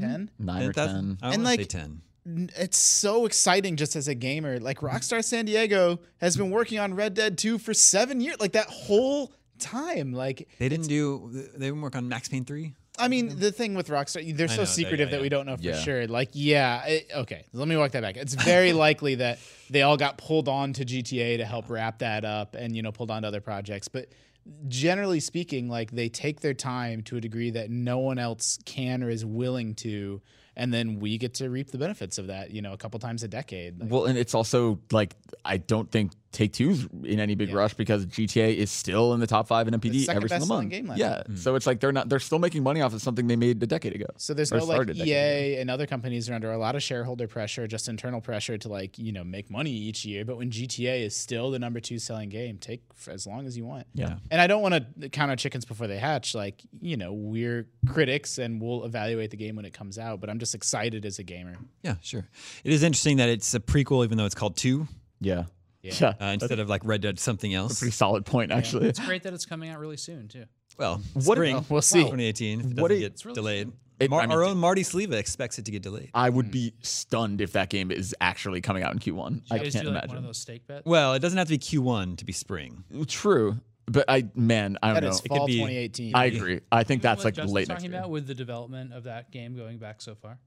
[SPEAKER 1] Ten.
[SPEAKER 3] 10?
[SPEAKER 5] Nine or
[SPEAKER 1] 10,000?
[SPEAKER 5] 10.
[SPEAKER 1] I want
[SPEAKER 3] And,
[SPEAKER 1] to say
[SPEAKER 3] like,
[SPEAKER 1] ten.
[SPEAKER 3] N- It's so exciting just as a gamer. Like Rockstar San Diego has been working on Red Dead 2 for 7 years, like that whole time. Like
[SPEAKER 1] They didn't do. They didn't work on Max Payne three.
[SPEAKER 3] I mean, the thing with Rockstar, they're
[SPEAKER 1] Mm-hmm. I
[SPEAKER 3] so
[SPEAKER 1] know, they-
[SPEAKER 3] secretive
[SPEAKER 1] yeah,
[SPEAKER 3] that
[SPEAKER 1] yeah.
[SPEAKER 3] we don't know for
[SPEAKER 5] Yeah.
[SPEAKER 3] sure. Like, yeah, it, okay, let me walk that back. It's very likely that they all got pulled on to GTA to help wrap that up and, you know, pulled on to other projects. But generally speaking, like, they take their time to a degree that no one else can or is willing to. And then we get to reap the benefits of that, you know, a couple times a decade. Like,
[SPEAKER 5] Well, and it's also like I don't think Take Two's in any big rush because GTA is still in the top five in
[SPEAKER 3] The
[SPEAKER 5] MPD
[SPEAKER 3] second
[SPEAKER 5] every single
[SPEAKER 3] best-selling
[SPEAKER 5] month.
[SPEAKER 3] game last
[SPEAKER 5] yeah, so it's like they're not they're still making money off of something they made a decade ago.
[SPEAKER 3] So there's
[SPEAKER 5] or
[SPEAKER 3] no like E
[SPEAKER 5] started a decade
[SPEAKER 3] EA and other companies are under a lot of shareholder pressure, just internal pressure to like you know make money each year. But when GTA is still the number two selling game, take f- as long as you want.
[SPEAKER 5] Yeah.
[SPEAKER 3] And I don't want to count our chickens before they hatch. Like you know we're critics and we'll evaluate the game when it comes out. But I'm just excited as a gamer.
[SPEAKER 1] Yeah, sure. It is interesting that it's a prequel, even though it's called two
[SPEAKER 5] Yeah, yeah,
[SPEAKER 1] uh, instead of like Red Dead something else.
[SPEAKER 5] pretty solid point actually.
[SPEAKER 4] It's great that it's coming out really soon too.
[SPEAKER 1] Well, spring.
[SPEAKER 3] oh, we'll see.
[SPEAKER 1] 2018. If it doesn't
[SPEAKER 5] What it-
[SPEAKER 1] get
[SPEAKER 4] It's really
[SPEAKER 1] delayed.
[SPEAKER 5] It-
[SPEAKER 1] Mar-
[SPEAKER 5] I mean,
[SPEAKER 1] our
[SPEAKER 5] it-
[SPEAKER 1] own Marty Sleva expects it to get delayed.
[SPEAKER 5] I
[SPEAKER 3] Hmm.
[SPEAKER 5] would be stunned if that game is actually coming out in Q1. I
[SPEAKER 4] You guys
[SPEAKER 5] can't
[SPEAKER 4] do like one of
[SPEAKER 5] imagine.
[SPEAKER 4] those stake bets.
[SPEAKER 1] Well, it doesn't have to be Q1 to be spring.
[SPEAKER 5] True, but I man, I
[SPEAKER 3] That
[SPEAKER 5] don't
[SPEAKER 3] is
[SPEAKER 5] know.
[SPEAKER 3] fall
[SPEAKER 1] be-
[SPEAKER 3] 2018.
[SPEAKER 5] I agree. I think that's like
[SPEAKER 4] Justin's
[SPEAKER 5] late next
[SPEAKER 4] talking
[SPEAKER 5] year.
[SPEAKER 4] about with the development of that game going back so far.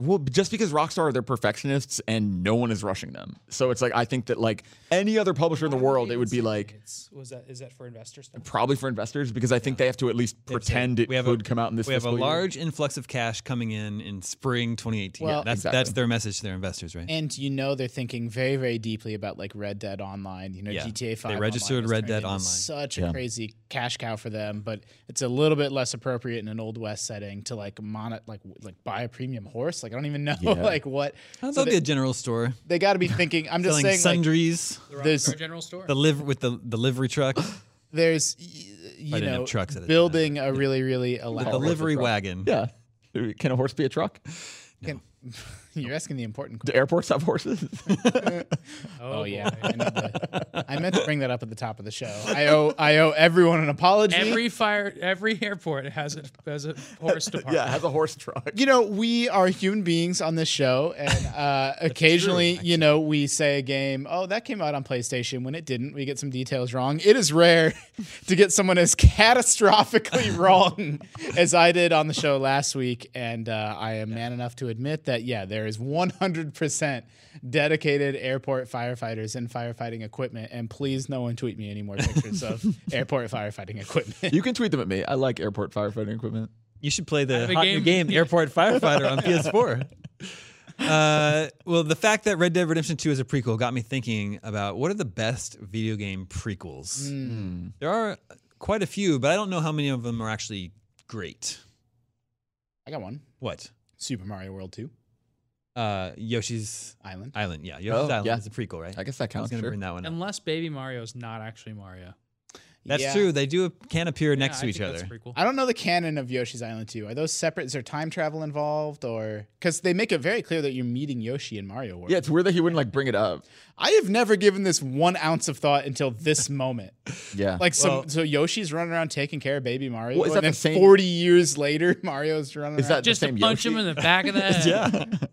[SPEAKER 5] Well, b- just because Rockstar they're perfectionists and no one is rushing them. So it's like I think that like any other publisher in the world, it would be like
[SPEAKER 4] was that is that for investor stuff?
[SPEAKER 5] probably for investors because I think they have to at least pretend it
[SPEAKER 1] We have a-
[SPEAKER 5] would come out in this
[SPEAKER 1] We have a
[SPEAKER 5] fiscal year.
[SPEAKER 1] large influx of cash coming in in spring 2018.
[SPEAKER 3] Well-
[SPEAKER 1] yeah, that's
[SPEAKER 5] Exactly.
[SPEAKER 1] that's their message to their investors, right?
[SPEAKER 3] And you know they're thinking very, very deeply about like Red Dead Online. You know
[SPEAKER 1] Yeah. They
[SPEAKER 3] GTA Five.
[SPEAKER 1] registered
[SPEAKER 3] was
[SPEAKER 1] Red
[SPEAKER 3] turned
[SPEAKER 1] Dead
[SPEAKER 3] into
[SPEAKER 1] Online.
[SPEAKER 3] Such a crazy cash cow for them, but it's a little bit less appropriate in an old west setting to like monet like w- like buy a premium horse. Like I don't even know like what.
[SPEAKER 1] That'll
[SPEAKER 3] So
[SPEAKER 1] be a
[SPEAKER 3] they,
[SPEAKER 1] general store
[SPEAKER 3] they got to be thinking. I'm just
[SPEAKER 1] selling
[SPEAKER 3] saying. Like,
[SPEAKER 1] sundries.
[SPEAKER 3] there's
[SPEAKER 4] Our general store.
[SPEAKER 1] the live with the the livery truck,
[SPEAKER 3] there's y- you
[SPEAKER 1] didn't have
[SPEAKER 3] know
[SPEAKER 1] trucks at the time.
[SPEAKER 3] building a really really
[SPEAKER 1] the
[SPEAKER 3] elaborate.
[SPEAKER 1] delivery wagon.
[SPEAKER 5] Yeah. Can a horse be a truck?
[SPEAKER 3] Can- You're asking the important.
[SPEAKER 5] Do airports have horses?
[SPEAKER 3] Oh, yeah, I, need to- I meant to bring that up at the top of the show. I owe I owe everyone an apology.
[SPEAKER 4] Every fire, every airport has a has a horse department.
[SPEAKER 5] yeah, it has a horse truck.
[SPEAKER 3] you know, we are human beings on this show, and uh, occasionally, you know, we say a game, oh, that came out on PlayStation when it didn't. We get some details wrong. It is rare to get someone as catastrophically wrong as I did on the show last week. And uh, I am man enough to admit that, yeah, there is 100% dedicated airport firefighters and firefighting equipment. And please, no one tweet me any more pictures of airport firefighting equipment.
[SPEAKER 5] You can tweet them at me. I like airport firefighting equipment.
[SPEAKER 1] You should play the
[SPEAKER 4] have a
[SPEAKER 1] hot new
[SPEAKER 4] game.
[SPEAKER 1] game Airport Firefighter on PS4. Uh, well, the fact that Red Dead Redemption 2 is a prequel got me thinking about what are the best video game prequels.
[SPEAKER 5] Hmm.
[SPEAKER 1] There are quite a few, but I don't know how many of them are actually great.
[SPEAKER 3] I got one
[SPEAKER 1] What?
[SPEAKER 3] Super Mario World 2
[SPEAKER 1] Uh, Yoshi's
[SPEAKER 3] Island.
[SPEAKER 1] Island. Yeah, Yoshi's
[SPEAKER 5] Oh,
[SPEAKER 1] Island
[SPEAKER 5] yeah.
[SPEAKER 1] is a prequel, right?
[SPEAKER 5] I guess that
[SPEAKER 1] I was
[SPEAKER 5] counts.
[SPEAKER 1] going to
[SPEAKER 5] sure.
[SPEAKER 1] bring that one up.
[SPEAKER 4] Unless Baby Mario is not actually Mario.
[SPEAKER 1] That's
[SPEAKER 3] Yeah.
[SPEAKER 1] true. They do can appear next
[SPEAKER 4] I
[SPEAKER 1] to each
[SPEAKER 4] think
[SPEAKER 1] other.
[SPEAKER 4] That's pretty cool.
[SPEAKER 3] I don't know the canon of Yoshi's Island 2. Are those separate? Is there time travel involved, or because they make it very clear that you're meeting Yoshi in Mario World?
[SPEAKER 5] Yeah, it's weird that he wouldn't like bring it up.
[SPEAKER 3] I have never given this one ounce of thought until this moment.
[SPEAKER 5] Yeah.
[SPEAKER 3] Like, so,
[SPEAKER 1] Well-
[SPEAKER 3] so Yoshi's running around taking care of baby Mario,
[SPEAKER 5] Well, is
[SPEAKER 3] and
[SPEAKER 5] that
[SPEAKER 3] then
[SPEAKER 5] the same-
[SPEAKER 3] 40 years later, Mario's running
[SPEAKER 5] Is
[SPEAKER 3] around.
[SPEAKER 5] that-
[SPEAKER 4] Just to
[SPEAKER 5] same
[SPEAKER 4] punch him
[SPEAKER 5] Yoshi?
[SPEAKER 4] in the back of the head.
[SPEAKER 1] yeah. Called-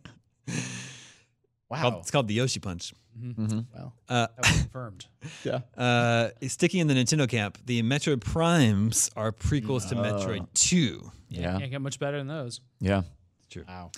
[SPEAKER 3] wow.
[SPEAKER 1] It's called the Yoshi Punch.
[SPEAKER 3] Well,
[SPEAKER 1] Uh,
[SPEAKER 4] That was confirmed.
[SPEAKER 5] yeah.
[SPEAKER 1] uh, sticking in the Nintendo camp, the Metroid Primes are prequels to Metroid 2.
[SPEAKER 5] Yeah.
[SPEAKER 4] Can't get much better than those.
[SPEAKER 5] Yeah.
[SPEAKER 3] wow.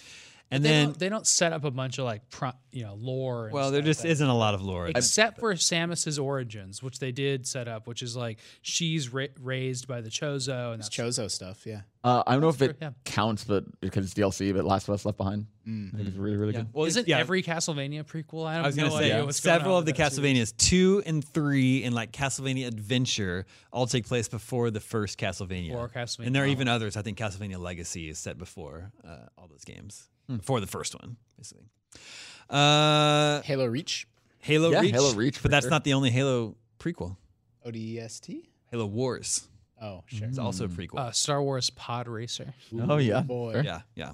[SPEAKER 1] And
[SPEAKER 4] They,
[SPEAKER 1] then,
[SPEAKER 4] don't, they don't set up a bunch of like, pro, you know, lore. And
[SPEAKER 1] well, there
[SPEAKER 4] stuff
[SPEAKER 1] just
[SPEAKER 4] that-
[SPEAKER 1] isn't a lot of lore.
[SPEAKER 4] except for Samus's origins, which they did set up, which is like she's ra- raised by the Chozo and
[SPEAKER 3] It's
[SPEAKER 4] that's
[SPEAKER 3] Chozo stuff, yeah.
[SPEAKER 5] Uh, I don't know if
[SPEAKER 4] That's
[SPEAKER 5] it
[SPEAKER 4] true, yeah.
[SPEAKER 5] counts, but because it's DLC, but Last of Us Left Behind, I think it's really, really good.
[SPEAKER 1] Well,
[SPEAKER 4] Isn't
[SPEAKER 1] yeah,
[SPEAKER 4] every Castlevania prequel? I, have
[SPEAKER 1] I was
[SPEAKER 4] no
[SPEAKER 1] going to say,
[SPEAKER 4] idea what's going
[SPEAKER 1] several
[SPEAKER 4] on
[SPEAKER 1] of the
[SPEAKER 4] with that series.
[SPEAKER 1] Castlevanias, two and three, and like Castlevania Adventure, all take place before the first Castlevania.
[SPEAKER 4] Or Castlevania.
[SPEAKER 1] And there are
[SPEAKER 4] Oh.
[SPEAKER 1] even others. I think Castlevania Legacy is set before uh, all those games,
[SPEAKER 4] Hmm.
[SPEAKER 1] before the first one, basically. Uh,
[SPEAKER 3] Halo Reach,
[SPEAKER 1] Halo
[SPEAKER 5] Yeah,
[SPEAKER 1] Reach.
[SPEAKER 5] Halo Reach, for
[SPEAKER 1] But that's
[SPEAKER 5] sure.
[SPEAKER 1] not the only Halo prequel.
[SPEAKER 3] ODST?
[SPEAKER 1] Halo Wars
[SPEAKER 3] E Oh, sure.
[SPEAKER 5] Mm-hmm.
[SPEAKER 1] is also a prequel.
[SPEAKER 4] Uh, Star Wars Pod Racer.
[SPEAKER 5] oh yeah,
[SPEAKER 3] boy.
[SPEAKER 5] Fair.
[SPEAKER 1] yeah, yeah.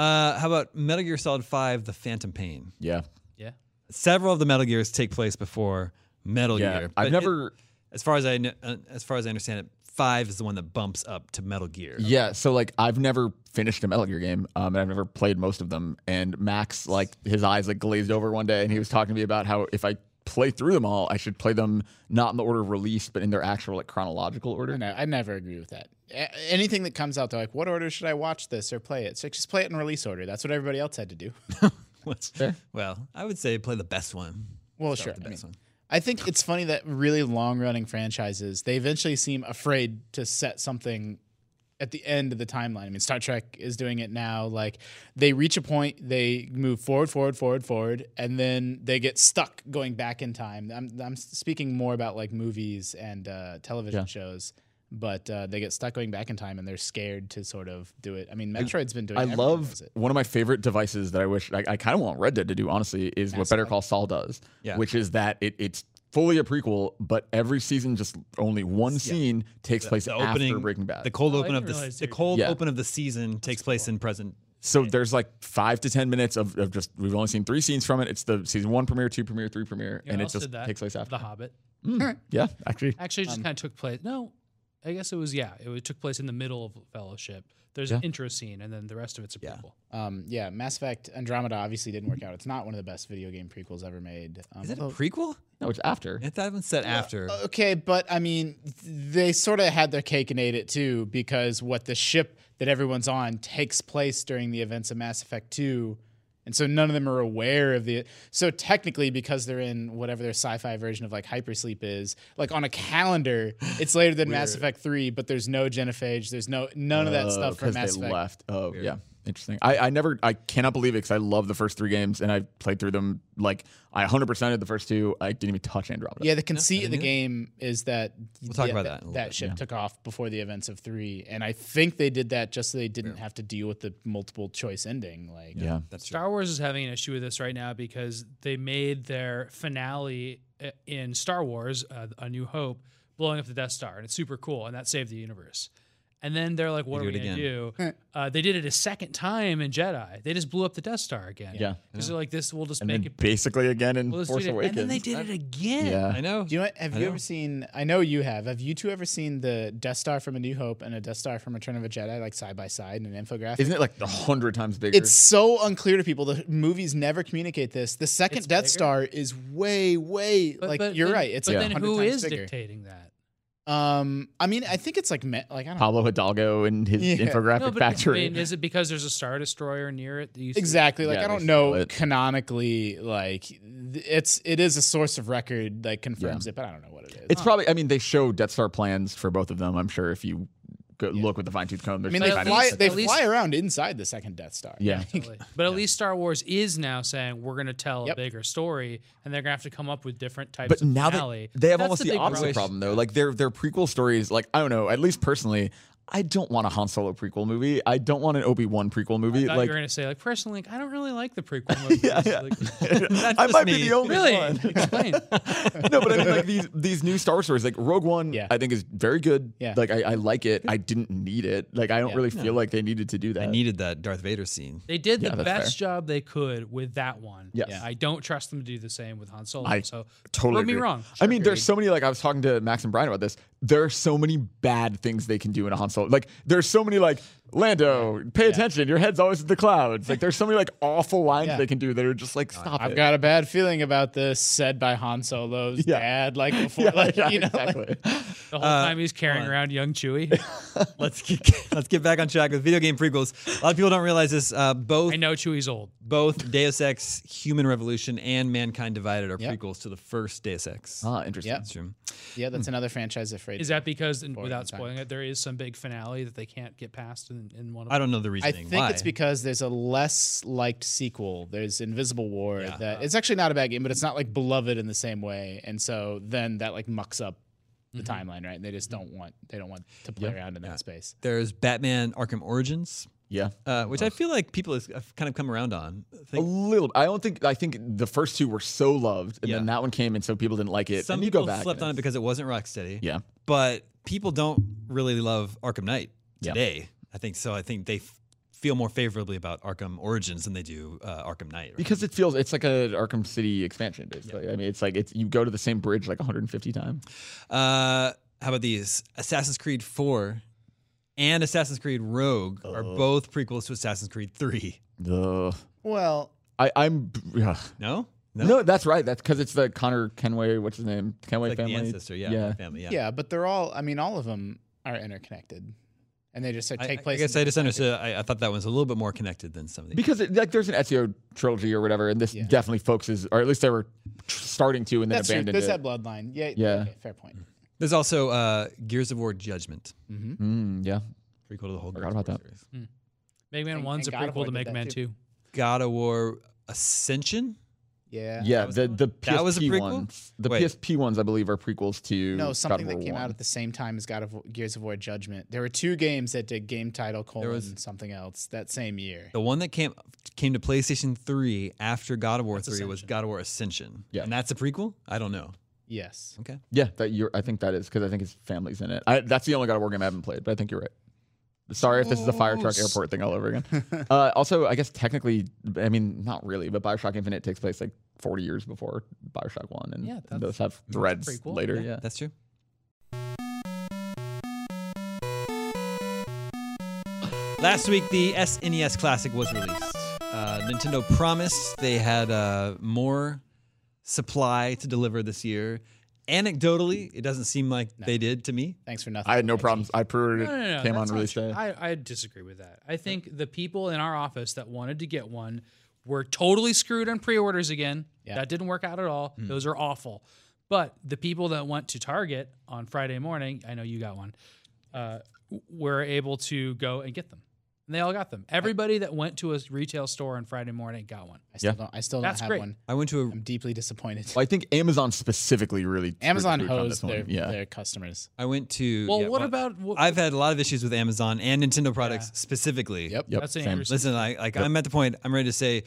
[SPEAKER 1] Uh, how about Metal Gear Solid 5 The Phantom Pain?
[SPEAKER 5] yeah,
[SPEAKER 4] Yeah.
[SPEAKER 1] Several of the Metal Gears take place before Metal
[SPEAKER 5] yeah.
[SPEAKER 1] Gear. but
[SPEAKER 5] I've
[SPEAKER 1] it-
[SPEAKER 5] never.
[SPEAKER 1] as far as I kn- uh, as far as I understand it, 5 is the one that bumps up to Metal Gear.
[SPEAKER 5] Yeah, so like I've never finished a Metal Gear game, um, and I've never played most of them. And Max, like his eyes like glazed over one day, and he was talking to me about how if I play through them all, I should play them not in the order of release, but in their actual like chronological order.
[SPEAKER 3] No, I never agree with that. A- anything that comes out, they're like, what order should I watch this or play it? It's like, just play it in release order. That's what everybody else had to do.
[SPEAKER 1] What's-
[SPEAKER 5] Fair.
[SPEAKER 1] Well, I would say play the best one.
[SPEAKER 3] Well,
[SPEAKER 1] Start
[SPEAKER 3] sure.
[SPEAKER 1] with The
[SPEAKER 3] I, mean,
[SPEAKER 1] best one.
[SPEAKER 3] I think it's funny that really long running franchises, they eventually seem afraid to set something at the end of the timeline. I mean, Star Trek is doing it now. Like, they reach a point, they move forward, forward, forward, forward, and then they get stuck going back in time. I'm, I'm speaking more about like movies and uh, television shows. But uh, they get stuck going back in time, and they're scared to sort of do it. I mean, Metroid's been doing.
[SPEAKER 5] I
[SPEAKER 3] everything,
[SPEAKER 5] love
[SPEAKER 3] does it.
[SPEAKER 5] one of my favorite devices that I wish I, I kind of want Red Dead to do. Honestly, is what Better Call Saul does,
[SPEAKER 1] Yeah.
[SPEAKER 5] which is that it, it's fully a prequel, but every season just only one scene takes place
[SPEAKER 1] The
[SPEAKER 5] after
[SPEAKER 1] opening
[SPEAKER 5] Breaking Bad.
[SPEAKER 1] The cold
[SPEAKER 4] Oh, I
[SPEAKER 1] open of
[SPEAKER 4] didn't
[SPEAKER 1] the
[SPEAKER 4] realize
[SPEAKER 1] s-
[SPEAKER 4] they
[SPEAKER 1] the
[SPEAKER 4] were doing
[SPEAKER 1] cold
[SPEAKER 5] that.
[SPEAKER 1] open of the season takes place in present.
[SPEAKER 5] So there's like five to ten minutes of, of just we've only seen three scenes from it. It's the season one premiere, two premiere, three premiere,
[SPEAKER 4] You know what
[SPEAKER 5] and it
[SPEAKER 4] else
[SPEAKER 5] just
[SPEAKER 4] did that?
[SPEAKER 5] takes place after.
[SPEAKER 4] The Hobbit.
[SPEAKER 5] Yeah, actually,
[SPEAKER 4] Actually, it just kind of took place. No, I guess it was, yeah, it was- took place in the middle of Fellowship. There's an intro scene, and then the rest of it's a prequel.
[SPEAKER 3] Um, yeah, Mass Effect Andromeda obviously didn't work out. It's not one of the best video game prequels ever made. Um,
[SPEAKER 1] Is that a
[SPEAKER 4] Oh.
[SPEAKER 3] although-
[SPEAKER 1] prequel?
[SPEAKER 5] no, it's after.
[SPEAKER 1] I thought it was set after.
[SPEAKER 3] Uh, okay, but I mean, they sort of had their cake and ate it too because what the ship that everyone's on takes place during the events of Mass Effect 2. And so none of them are aware of the. So technically, because they're in whatever their sci fi version of like hypersleep is, like on a calendar, it's later than Mass Effect 3, but there's no genophage. There's no, none of that stuff from
[SPEAKER 5] because
[SPEAKER 3] Mass
[SPEAKER 5] Uh, they
[SPEAKER 3] Effect.
[SPEAKER 5] left. Oh, yeah, interesting. I, I never, I cannot believe it because I love the first three games and I played through them like I 100 percent of the first two. I didn't even touch Andromeda.
[SPEAKER 3] Yeah, the conceit of the
[SPEAKER 1] knew that.
[SPEAKER 3] game is that we'll
[SPEAKER 1] talk about that in a little
[SPEAKER 3] That
[SPEAKER 1] bit,
[SPEAKER 3] ship took off before the events of three, and I think they did that just so they didn't have to deal with the multiple choice ending. Like,
[SPEAKER 5] yeah.
[SPEAKER 4] Star Wars is having an issue with this right now because they made their finale uh, in Star Wars, uh, A New Hope, blowing up the Death Star, and it's super cool, and that saved the universe. And then they're like, "What
[SPEAKER 1] They
[SPEAKER 4] are we
[SPEAKER 1] do
[SPEAKER 4] gonna
[SPEAKER 1] it
[SPEAKER 4] do?" Uh, they did it a second time in Jedi. They just blew up the Death Star again.
[SPEAKER 5] Yeah.
[SPEAKER 4] because they're like, "This will just
[SPEAKER 5] and
[SPEAKER 4] make
[SPEAKER 5] then
[SPEAKER 4] it."
[SPEAKER 5] basically again in
[SPEAKER 4] Well, let's do
[SPEAKER 5] Force
[SPEAKER 4] it.
[SPEAKER 5] Awakens.
[SPEAKER 4] And then they did it again.
[SPEAKER 5] Yeah.
[SPEAKER 1] I know.
[SPEAKER 3] do you know what, have
[SPEAKER 1] I
[SPEAKER 3] you
[SPEAKER 1] know.
[SPEAKER 3] ever seen? I know you have. Have you two ever seen the Death Star from A New Hope and a Death Star from Return of a Jedi like side by side in an infographic?
[SPEAKER 5] Isn't it like a hundred times bigger?
[SPEAKER 3] it's so unclear to people. The movies never communicate this. The second
[SPEAKER 4] It's
[SPEAKER 3] Death
[SPEAKER 4] bigger?
[SPEAKER 3] Star is way, way like you're
[SPEAKER 4] then-
[SPEAKER 3] right. It's
[SPEAKER 4] but
[SPEAKER 3] like
[SPEAKER 4] then
[SPEAKER 3] 100
[SPEAKER 4] who
[SPEAKER 3] times
[SPEAKER 4] is
[SPEAKER 3] bigger.
[SPEAKER 4] dictating that?
[SPEAKER 3] Um, I mean, I think it's like me- like I don't know.
[SPEAKER 5] Pablo Hidalgo and his
[SPEAKER 3] Yeah.
[SPEAKER 5] infographic
[SPEAKER 4] No, but
[SPEAKER 5] factory.
[SPEAKER 4] I mean, is it because there's a Star Destroyer near it? That you see?
[SPEAKER 3] Exactly. Like
[SPEAKER 5] Yeah,
[SPEAKER 3] I
[SPEAKER 5] they
[SPEAKER 3] don't know
[SPEAKER 5] sell it.
[SPEAKER 3] canonically. Like th- it's it is a source of record that confirms it, but I don't know what it is.
[SPEAKER 5] It's probably. I mean, they show Death Star plans for both of them. I'm sure if you go, look with the fine tooth comb,
[SPEAKER 3] I
[SPEAKER 5] there's
[SPEAKER 3] mean,
[SPEAKER 5] some
[SPEAKER 3] they
[SPEAKER 5] kind of-
[SPEAKER 3] fly
[SPEAKER 4] least-
[SPEAKER 3] they
[SPEAKER 4] at least-
[SPEAKER 3] fly around inside the second Death Star.
[SPEAKER 5] Yeah,
[SPEAKER 4] Totally. But at least Star Wars is now saying we're going to tell a
[SPEAKER 3] Yep.
[SPEAKER 4] bigger story, and they're going to have to come up with different types.
[SPEAKER 5] but
[SPEAKER 4] of
[SPEAKER 5] now
[SPEAKER 4] finale.
[SPEAKER 5] that they have
[SPEAKER 4] That's
[SPEAKER 5] almost the
[SPEAKER 4] big
[SPEAKER 5] opposite
[SPEAKER 4] problem.
[SPEAKER 5] problem though. Like their their prequel stories. Like I don't know. At least personally, I don't want a Han Solo prequel movie. I don't want an Obi Wan prequel movie.
[SPEAKER 4] I thought
[SPEAKER 5] Like,
[SPEAKER 4] you were gonna say like personally, like, I don't really like the prequel movies.
[SPEAKER 5] yeah.
[SPEAKER 4] Like,
[SPEAKER 5] I
[SPEAKER 1] just
[SPEAKER 5] might
[SPEAKER 1] me.
[SPEAKER 5] be the only
[SPEAKER 4] really?
[SPEAKER 5] one.
[SPEAKER 4] Explain.
[SPEAKER 5] no, but I mean, like these these new Star Wars stories, like Rogue One,
[SPEAKER 3] Yeah.
[SPEAKER 5] I think is very good.
[SPEAKER 3] Yeah.
[SPEAKER 5] Like I, I like it. I didn't need it. Like I don't
[SPEAKER 3] Yeah.
[SPEAKER 5] really feel like they needed to do that.
[SPEAKER 1] I needed that Darth Vader scene.
[SPEAKER 4] They did
[SPEAKER 5] Yeah,
[SPEAKER 4] the
[SPEAKER 5] that's fair.
[SPEAKER 4] best job they could with that one.
[SPEAKER 5] Yes.
[SPEAKER 4] I don't trust them to do the same with Han Solo.
[SPEAKER 5] I
[SPEAKER 4] so
[SPEAKER 5] totally
[SPEAKER 4] prove me
[SPEAKER 5] agree.
[SPEAKER 4] wrong.
[SPEAKER 5] I mean, there's so many. Like I was talking to Max and Brian about this. There are so many bad things they can do in a Han Solo. Like there's so many like Lando, pay attention. Your head's always in the clouds. Like there's so many like awful lines
[SPEAKER 3] Yeah.
[SPEAKER 5] they can do that are just like stop
[SPEAKER 3] I've
[SPEAKER 5] it.
[SPEAKER 3] got a bad feeling about this, said by Han Solo's
[SPEAKER 5] Yeah.
[SPEAKER 3] dad, like before,
[SPEAKER 5] yeah,
[SPEAKER 3] like
[SPEAKER 5] yeah,
[SPEAKER 3] you know, like-
[SPEAKER 5] exactly.
[SPEAKER 4] the whole
[SPEAKER 5] uh,
[SPEAKER 4] time he's carrying around young Chewie.
[SPEAKER 1] Let's get, let's get back on track with video game prequels. A lot of people don't realize this. Uh, both
[SPEAKER 4] I know Chewie's old.
[SPEAKER 1] both Deus Ex: Human Revolution and Mankind Divided are
[SPEAKER 3] Yep.
[SPEAKER 1] prequels to the first Deus Ex.
[SPEAKER 5] ah, interesting.
[SPEAKER 3] Yeah.
[SPEAKER 1] That's true.
[SPEAKER 3] yeah, that's another franchise afraid.
[SPEAKER 4] Is that because, and
[SPEAKER 3] Boring
[SPEAKER 4] without
[SPEAKER 3] time.
[SPEAKER 4] spoiling it, there is some big finale that they can't get past in, in one of
[SPEAKER 1] I don't know the
[SPEAKER 3] I
[SPEAKER 1] reasoning.
[SPEAKER 3] think
[SPEAKER 1] Why?
[SPEAKER 3] it's because there's a less liked sequel. There's Invisible War
[SPEAKER 4] uh.
[SPEAKER 3] that it's actually not a bad game, but it's not like beloved in the same way, and so then that like mucks up the
[SPEAKER 4] Mm-hmm.
[SPEAKER 3] timeline, right? And they just don't want they don't want to play around in that space.
[SPEAKER 1] there's Batman: Arkham Origins,
[SPEAKER 5] Yeah.
[SPEAKER 1] uh, which I feel like people has- have kind of come around on. I
[SPEAKER 5] A
[SPEAKER 1] think
[SPEAKER 5] little. I don't think. I think the first two were so loved, and then
[SPEAKER 1] Yeah.
[SPEAKER 5] that one came, and so people didn't like it.
[SPEAKER 1] some
[SPEAKER 5] and you
[SPEAKER 1] people
[SPEAKER 5] go back
[SPEAKER 1] slept
[SPEAKER 5] and
[SPEAKER 1] on it
[SPEAKER 5] it's-
[SPEAKER 1] because it wasn't Rocksteady.
[SPEAKER 5] Yeah.
[SPEAKER 1] but people don't really love Arkham Knight
[SPEAKER 5] Yeah.
[SPEAKER 1] today. I think so. I think they f- feel more favorably about Arkham Origins than they do uh, Arkham Knight. right?
[SPEAKER 5] Because it feels it's like an Arkham City expansion, basically. I mean, it's like it's you go to the same bridge like 150 times.
[SPEAKER 1] Uh, how about these? Assassin's Creed 4 and Assassin's Creed Rogue are both prequels to Assassin's Creed 3.
[SPEAKER 5] Ugh.
[SPEAKER 3] Well,
[SPEAKER 5] I, I'm ugh.
[SPEAKER 1] No?
[SPEAKER 5] no. that's right. That's because it's the Connor Kenway. What's his name? Kenway
[SPEAKER 1] like
[SPEAKER 5] family.
[SPEAKER 1] the ancestor, yeah,
[SPEAKER 5] yeah.
[SPEAKER 1] my family, yeah.
[SPEAKER 3] yeah. but they're all. I mean, all of them are interconnected, and they just uh,
[SPEAKER 1] I,
[SPEAKER 3] take
[SPEAKER 1] I-
[SPEAKER 3] place.
[SPEAKER 1] I guess
[SPEAKER 3] in
[SPEAKER 1] I just understood. I, I thought that one's a little bit more connected than some of these.
[SPEAKER 5] Because it, like there's an Ezio trilogy or whatever, and this
[SPEAKER 3] Yeah.
[SPEAKER 5] definitely focuses, or at least they were starting to, and then
[SPEAKER 3] That's true.
[SPEAKER 5] abandoned
[SPEAKER 3] There's that
[SPEAKER 5] it.
[SPEAKER 3] bloodline. Yeah.
[SPEAKER 5] Yeah.
[SPEAKER 3] okay, fair point.
[SPEAKER 1] There's also uh, Gears of War Judgment,
[SPEAKER 5] Mm, yeah,
[SPEAKER 1] prequel to the whole.
[SPEAKER 5] Forgot
[SPEAKER 1] Gears of
[SPEAKER 5] about
[SPEAKER 1] War
[SPEAKER 5] that.
[SPEAKER 1] series.
[SPEAKER 3] Hmm.
[SPEAKER 4] Mega Man
[SPEAKER 3] And-
[SPEAKER 4] 1's
[SPEAKER 3] and
[SPEAKER 4] a
[SPEAKER 3] God of War
[SPEAKER 4] prequel to
[SPEAKER 3] did
[SPEAKER 4] Mega
[SPEAKER 3] that
[SPEAKER 4] Man
[SPEAKER 3] too.
[SPEAKER 4] 2.
[SPEAKER 1] God of War Ascension.
[SPEAKER 3] Yeah.
[SPEAKER 5] yeah. The the PSP
[SPEAKER 1] That was a prequel?
[SPEAKER 5] ones, the
[SPEAKER 1] Wait.
[SPEAKER 5] PSP ones, I believe, are prequels to
[SPEAKER 3] No, something
[SPEAKER 5] God of
[SPEAKER 3] that
[SPEAKER 5] War
[SPEAKER 3] came
[SPEAKER 5] 1.
[SPEAKER 3] out at the same time as God of War, Gears of War Judgment. There were two games that did game title colon
[SPEAKER 1] was-
[SPEAKER 3] something else that same year.
[SPEAKER 1] The one that came came to PlayStation 3 after God of War 3 was
[SPEAKER 4] Ascension.
[SPEAKER 1] God of War Ascension.
[SPEAKER 5] Yeah.
[SPEAKER 1] and that's a prequel. I don't know.
[SPEAKER 3] Yes.
[SPEAKER 1] Okay.
[SPEAKER 5] Yeah, that you're. I think that is because I think his family's in it. I, that's the only God of War game I haven't played, but I think you're right. Sorry if this is a fire truck airport thing all over again. uh, also, I guess technically, I mean, not really, but Bioshock Infinite takes place like 40 years before Bioshock One, and
[SPEAKER 4] Yeah, that's-
[SPEAKER 5] those have threads
[SPEAKER 4] prequel.
[SPEAKER 5] later. Yeah.
[SPEAKER 1] That's true. Last week, the SNES Classic was released. Uh, Nintendo promised they had uh, more supply to deliver this year. Anecdotally, it doesn't seem like they did to me.
[SPEAKER 3] Thanks for nothing.
[SPEAKER 5] I had no
[SPEAKER 3] Mikey.
[SPEAKER 5] problems. I pre-ordered it.
[SPEAKER 4] No, no, no.
[SPEAKER 5] came on
[SPEAKER 4] that's not
[SPEAKER 5] release
[SPEAKER 4] true.
[SPEAKER 5] day.
[SPEAKER 4] I, I disagree with that. I think the people in our office that wanted to get one were totally screwed on pre-orders again.
[SPEAKER 3] Yeah.
[SPEAKER 4] That didn't work out at all.
[SPEAKER 5] Hmm.
[SPEAKER 4] Those are awful. But the people that went to Target on Friday morning, I know you got one, uh, w- were able to go and get them. And they all got them. Everybody that went to a retail store on Friday morning got one.
[SPEAKER 3] I still
[SPEAKER 5] Yeah.
[SPEAKER 3] don't. I still don't
[SPEAKER 4] That's
[SPEAKER 3] have
[SPEAKER 4] great.
[SPEAKER 3] one.
[SPEAKER 1] I went to a
[SPEAKER 3] I'm deeply disappointed.
[SPEAKER 5] Well, I think Amazon specifically really. screwed the
[SPEAKER 3] Amazon
[SPEAKER 5] pooch on
[SPEAKER 3] hosed
[SPEAKER 5] this one.
[SPEAKER 3] their,
[SPEAKER 5] Yeah.
[SPEAKER 3] their customers.
[SPEAKER 1] I went to.
[SPEAKER 4] Well,
[SPEAKER 1] yeah,
[SPEAKER 4] what
[SPEAKER 1] well,
[SPEAKER 4] about what,
[SPEAKER 1] I've had a lot of issues with Amazon and Nintendo products specifically.
[SPEAKER 3] Yep.
[SPEAKER 5] Yep,
[SPEAKER 4] that's an
[SPEAKER 5] same.
[SPEAKER 4] Anderson.
[SPEAKER 1] Listen, I like I'm at the point I'm ready to say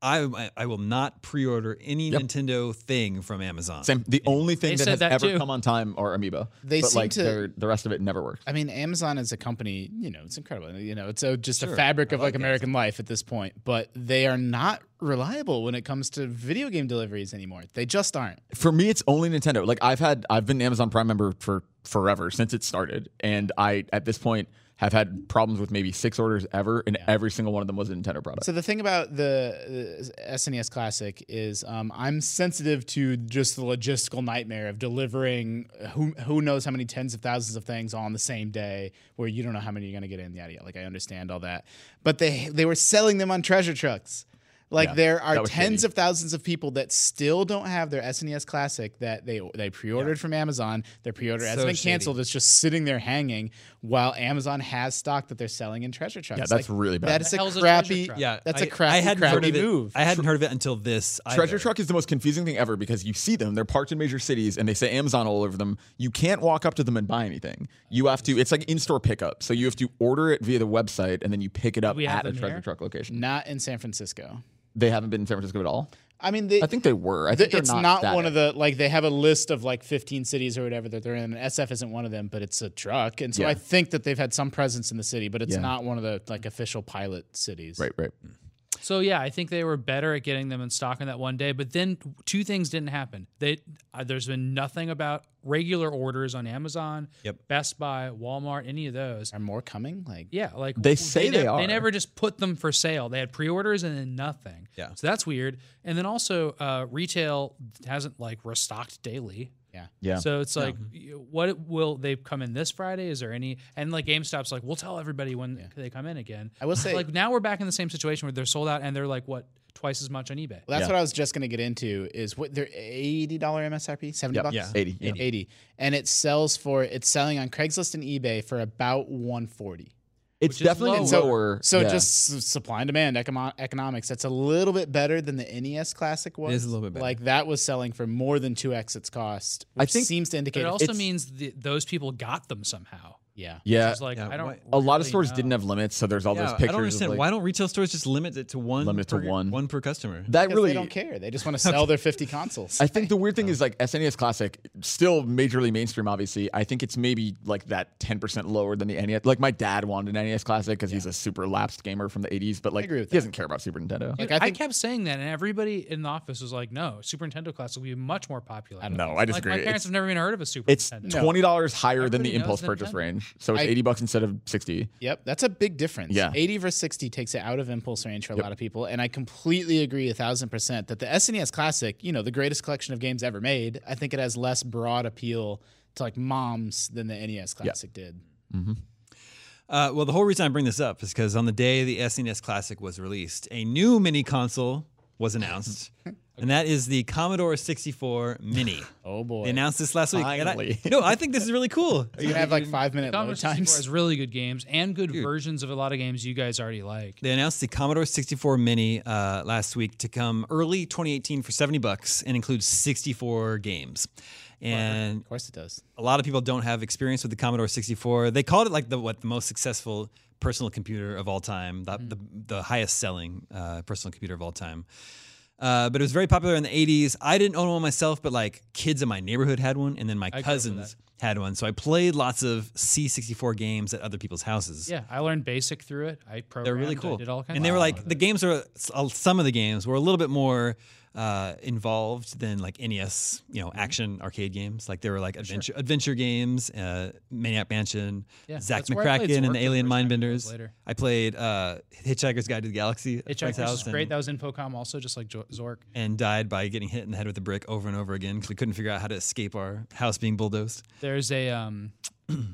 [SPEAKER 1] I I- I will not pre-order any
[SPEAKER 5] Yep.
[SPEAKER 1] Nintendo thing from Amazon.
[SPEAKER 5] Same. The only
[SPEAKER 4] They
[SPEAKER 5] thing that
[SPEAKER 4] said
[SPEAKER 5] has
[SPEAKER 4] that
[SPEAKER 5] ever
[SPEAKER 4] too.
[SPEAKER 5] come on time are Amiibo.
[SPEAKER 3] They
[SPEAKER 5] but
[SPEAKER 3] seem
[SPEAKER 5] like
[SPEAKER 3] to-
[SPEAKER 5] they're- the rest of it never works.
[SPEAKER 3] I mean, Amazon as a company, you know, it's incredible. You know, it's a, just a fabric of like American life at this point. But they are not reliable when it comes to video game deliveries anymore. They just aren't.
[SPEAKER 5] for me it's only nintendo like i've had i've been an amazon prime member for forever since it started and i at this point have had problems with maybe six orders ever and every single one of them was a nintendo product
[SPEAKER 3] So the thing about the, the SNES Classic is um, I'm sensitive to just the logistical nightmare of delivering who who knows how many tens of thousands of things on the same day where you don't know how many you're gonna get in yada yada. Like I understand all that, but they they were selling them on treasure trucks. Like
[SPEAKER 5] Yeah,
[SPEAKER 3] there
[SPEAKER 5] that
[SPEAKER 3] are
[SPEAKER 5] was
[SPEAKER 3] tens
[SPEAKER 5] shitty.
[SPEAKER 3] of thousands of people that still don't have their SNES Classic that they they pre-ordered from Amazon. Their pre-order has
[SPEAKER 1] So
[SPEAKER 3] been
[SPEAKER 1] shitty.
[SPEAKER 3] canceled. It's just sitting there hanging while Amazon has stock that they're selling in treasure trucks.
[SPEAKER 5] Yeah, that's
[SPEAKER 3] Like,
[SPEAKER 5] really bad.
[SPEAKER 3] That is
[SPEAKER 4] The hell's
[SPEAKER 3] a
[SPEAKER 4] a treasure
[SPEAKER 3] crappy.
[SPEAKER 4] truck?
[SPEAKER 1] Yeah,
[SPEAKER 3] that's
[SPEAKER 1] a
[SPEAKER 3] a crappy,
[SPEAKER 1] I hadn't
[SPEAKER 3] crappy
[SPEAKER 1] heard of it.
[SPEAKER 3] move.
[SPEAKER 1] I hadn't heard of it until this.
[SPEAKER 5] Treasure
[SPEAKER 1] either.
[SPEAKER 5] truck is the most confusing thing ever because you see them, they're parked in major cities, and they say Amazon all over them. You can't walk up to them and buy anything. You have to. It's like in-store pickup, so you have to order it via the website and then you pick it up
[SPEAKER 4] we have
[SPEAKER 5] at a
[SPEAKER 4] them
[SPEAKER 5] treasure
[SPEAKER 4] here?
[SPEAKER 5] truck location.
[SPEAKER 3] Not in San Francisco.
[SPEAKER 5] They haven't been in San Francisco at all.
[SPEAKER 3] I mean, they,
[SPEAKER 5] I think they were. I think they're
[SPEAKER 3] it's not,
[SPEAKER 5] that
[SPEAKER 3] one of the like they have a list of like 15 cities or whatever that they're in. And SF isn't one of them, but it's a truck, and so
[SPEAKER 5] Yeah.
[SPEAKER 3] I think that they've had some presence in the city, but it's
[SPEAKER 5] Yeah.
[SPEAKER 3] not one of the like official pilot cities.
[SPEAKER 5] Right, right.
[SPEAKER 4] So yeah, I think they were better at getting them in stock on that one day. But then two things didn't happen. They uh, there's been nothing about regular orders on Amazon,
[SPEAKER 1] Yep.
[SPEAKER 4] Best Buy, Walmart, any of those.
[SPEAKER 3] Are more coming? Like
[SPEAKER 4] Yeah, like
[SPEAKER 5] They say they
[SPEAKER 4] nev-
[SPEAKER 5] are.
[SPEAKER 4] They never just put them for sale. They had pre-orders and then nothing.
[SPEAKER 1] Yeah.
[SPEAKER 4] so that's weird. And then also, uh, retail hasn't like restocked daily.
[SPEAKER 3] Yeah.
[SPEAKER 5] Yeah.
[SPEAKER 4] So it's like, y- what will they come in this Friday? Is there any? And like GameStop's like, we'll tell everybody when they come in again.
[SPEAKER 3] I will say-
[SPEAKER 4] like now we're back in the same situation where they're sold out and they're like what twice as much on eBay.
[SPEAKER 3] Well, that's
[SPEAKER 5] Yeah.
[SPEAKER 3] what I was just going to get into is what their $80 MSRP, 70
[SPEAKER 5] Yep.
[SPEAKER 3] bucks.
[SPEAKER 1] Yeah.
[SPEAKER 5] 80, yeah.
[SPEAKER 3] 80. And it sells for it's selling on Craigslist and eBay for about 140.
[SPEAKER 5] It's
[SPEAKER 4] is
[SPEAKER 5] definitely
[SPEAKER 4] lower.
[SPEAKER 5] lower.
[SPEAKER 3] So
[SPEAKER 5] yeah.
[SPEAKER 3] just s- supply and demand econo- economics. That's a little bit better than the NES Classic was.
[SPEAKER 1] is a little bit better.
[SPEAKER 3] Like that was selling for more than 2x its cost,
[SPEAKER 5] I
[SPEAKER 3] which
[SPEAKER 5] think-
[SPEAKER 3] seems to
[SPEAKER 4] But
[SPEAKER 3] indicate
[SPEAKER 4] it also
[SPEAKER 5] it's-
[SPEAKER 4] means th those people got them somehow.
[SPEAKER 3] yeah.
[SPEAKER 5] yeah.
[SPEAKER 4] It's like
[SPEAKER 1] Yeah,
[SPEAKER 4] I don't.
[SPEAKER 1] why-
[SPEAKER 5] A lot of
[SPEAKER 4] really
[SPEAKER 5] stores
[SPEAKER 4] know.
[SPEAKER 5] didn't have limits, so there's all
[SPEAKER 1] Yeah,
[SPEAKER 5] those
[SPEAKER 1] I
[SPEAKER 5] pictures.
[SPEAKER 1] don't understand
[SPEAKER 5] Of like,
[SPEAKER 1] why don't retail stores just limit it to one
[SPEAKER 5] Limit to
[SPEAKER 1] per,
[SPEAKER 5] one.
[SPEAKER 1] one per customer.
[SPEAKER 5] that
[SPEAKER 3] Because
[SPEAKER 5] really
[SPEAKER 3] they don't care. They just want to sell their 50 consoles.
[SPEAKER 5] I think the weird thing is like SNES Classic, still majorly mainstream, obviously. I think it's maybe like that 10% lower than the NES. Like my dad wanted an NES Classic because he's a super lapsed gamer from the 80s, but like
[SPEAKER 3] agree with
[SPEAKER 5] he
[SPEAKER 3] that.
[SPEAKER 5] doesn't care about Super
[SPEAKER 3] Like,
[SPEAKER 5] Nintendo.
[SPEAKER 4] Dude,
[SPEAKER 3] I
[SPEAKER 4] I,
[SPEAKER 3] think-
[SPEAKER 4] kept saying that, and everybody in the office was like, "No, Super Nintendo Classic will be much more popular." I
[SPEAKER 5] know. I disagree.
[SPEAKER 4] Like, my parents
[SPEAKER 5] It's-
[SPEAKER 4] have never even heard of a Super
[SPEAKER 5] it's
[SPEAKER 4] Nintendo.
[SPEAKER 5] twenty dollars higher than
[SPEAKER 4] Everybody
[SPEAKER 5] the
[SPEAKER 4] knows
[SPEAKER 5] impulse
[SPEAKER 4] Nintendo.
[SPEAKER 5] purchase range, so it's
[SPEAKER 3] I-
[SPEAKER 5] eighty bucks instead of sixty.
[SPEAKER 3] Yep, that's a big difference.
[SPEAKER 5] Yeah.
[SPEAKER 3] 80 versus 60 takes it out of impulse range for a lot of people. And I completely agree a thousand percent that the SNES Classic, you know, the greatest collection of games ever made, I think it has less broad appeal to like moms than the NES Classic did.
[SPEAKER 1] Uh, well, the whole reason I bring this up is because on the day the SNES Classic was released, a new mini console was announced, and that is the Commodore 64 Mini.
[SPEAKER 3] Oh boy.
[SPEAKER 1] They announced this last week. and I-
[SPEAKER 5] Finally.
[SPEAKER 1] no, I think this is really cool.
[SPEAKER 3] you have like five minute
[SPEAKER 4] Commodore
[SPEAKER 3] load
[SPEAKER 4] 64
[SPEAKER 3] times.
[SPEAKER 4] has really good games and good versions of a lot of games you guys already like.
[SPEAKER 1] They announced the Commodore 64 Mini uh, last week to come early 2018 for 70 bucks and includes 64 games. And
[SPEAKER 3] Of course it does.
[SPEAKER 1] a lot of people don't have experience with the Commodore 64. They called it like the what the most successful personal computer of all time, the the, the highest selling uh, personal computer of all time. Uh, but it was very popular in the 80s. I didn't own one myself, but like kids in my neighborhood had one, and then my cousins had one. So I played lots of C64 games at other people's houses.
[SPEAKER 4] Yeah, I learned Basic through it. I programmed.
[SPEAKER 1] They're really cool.
[SPEAKER 4] I did all kinds
[SPEAKER 1] and they
[SPEAKER 4] of
[SPEAKER 1] were
[SPEAKER 4] stuff
[SPEAKER 1] like
[SPEAKER 4] with
[SPEAKER 1] the
[SPEAKER 4] it.
[SPEAKER 1] games are s- uh, some of the games were a little bit more uh, involved than like NES, you
[SPEAKER 4] Mm-hmm.
[SPEAKER 1] know, action arcade games. Like they were like adventure adventure games, uh, Maniac Mansion,
[SPEAKER 4] Yeah,
[SPEAKER 1] Zach
[SPEAKER 4] that's where I played
[SPEAKER 1] McCracken and the
[SPEAKER 4] Zork for the
[SPEAKER 1] Alien
[SPEAKER 4] first time. That was
[SPEAKER 1] Mindbenders.
[SPEAKER 4] later.
[SPEAKER 1] I played uh, Hitchhiker's Guide to the Galaxy. at a friend's
[SPEAKER 4] Hitchhiker's was
[SPEAKER 1] house and-
[SPEAKER 4] great. That was Infocom also, just like Jo- Zork.
[SPEAKER 1] and died by getting hit in the head with a brick over and over again because we couldn't figure out how to escape our house being bulldozed.
[SPEAKER 4] There's a um, uh,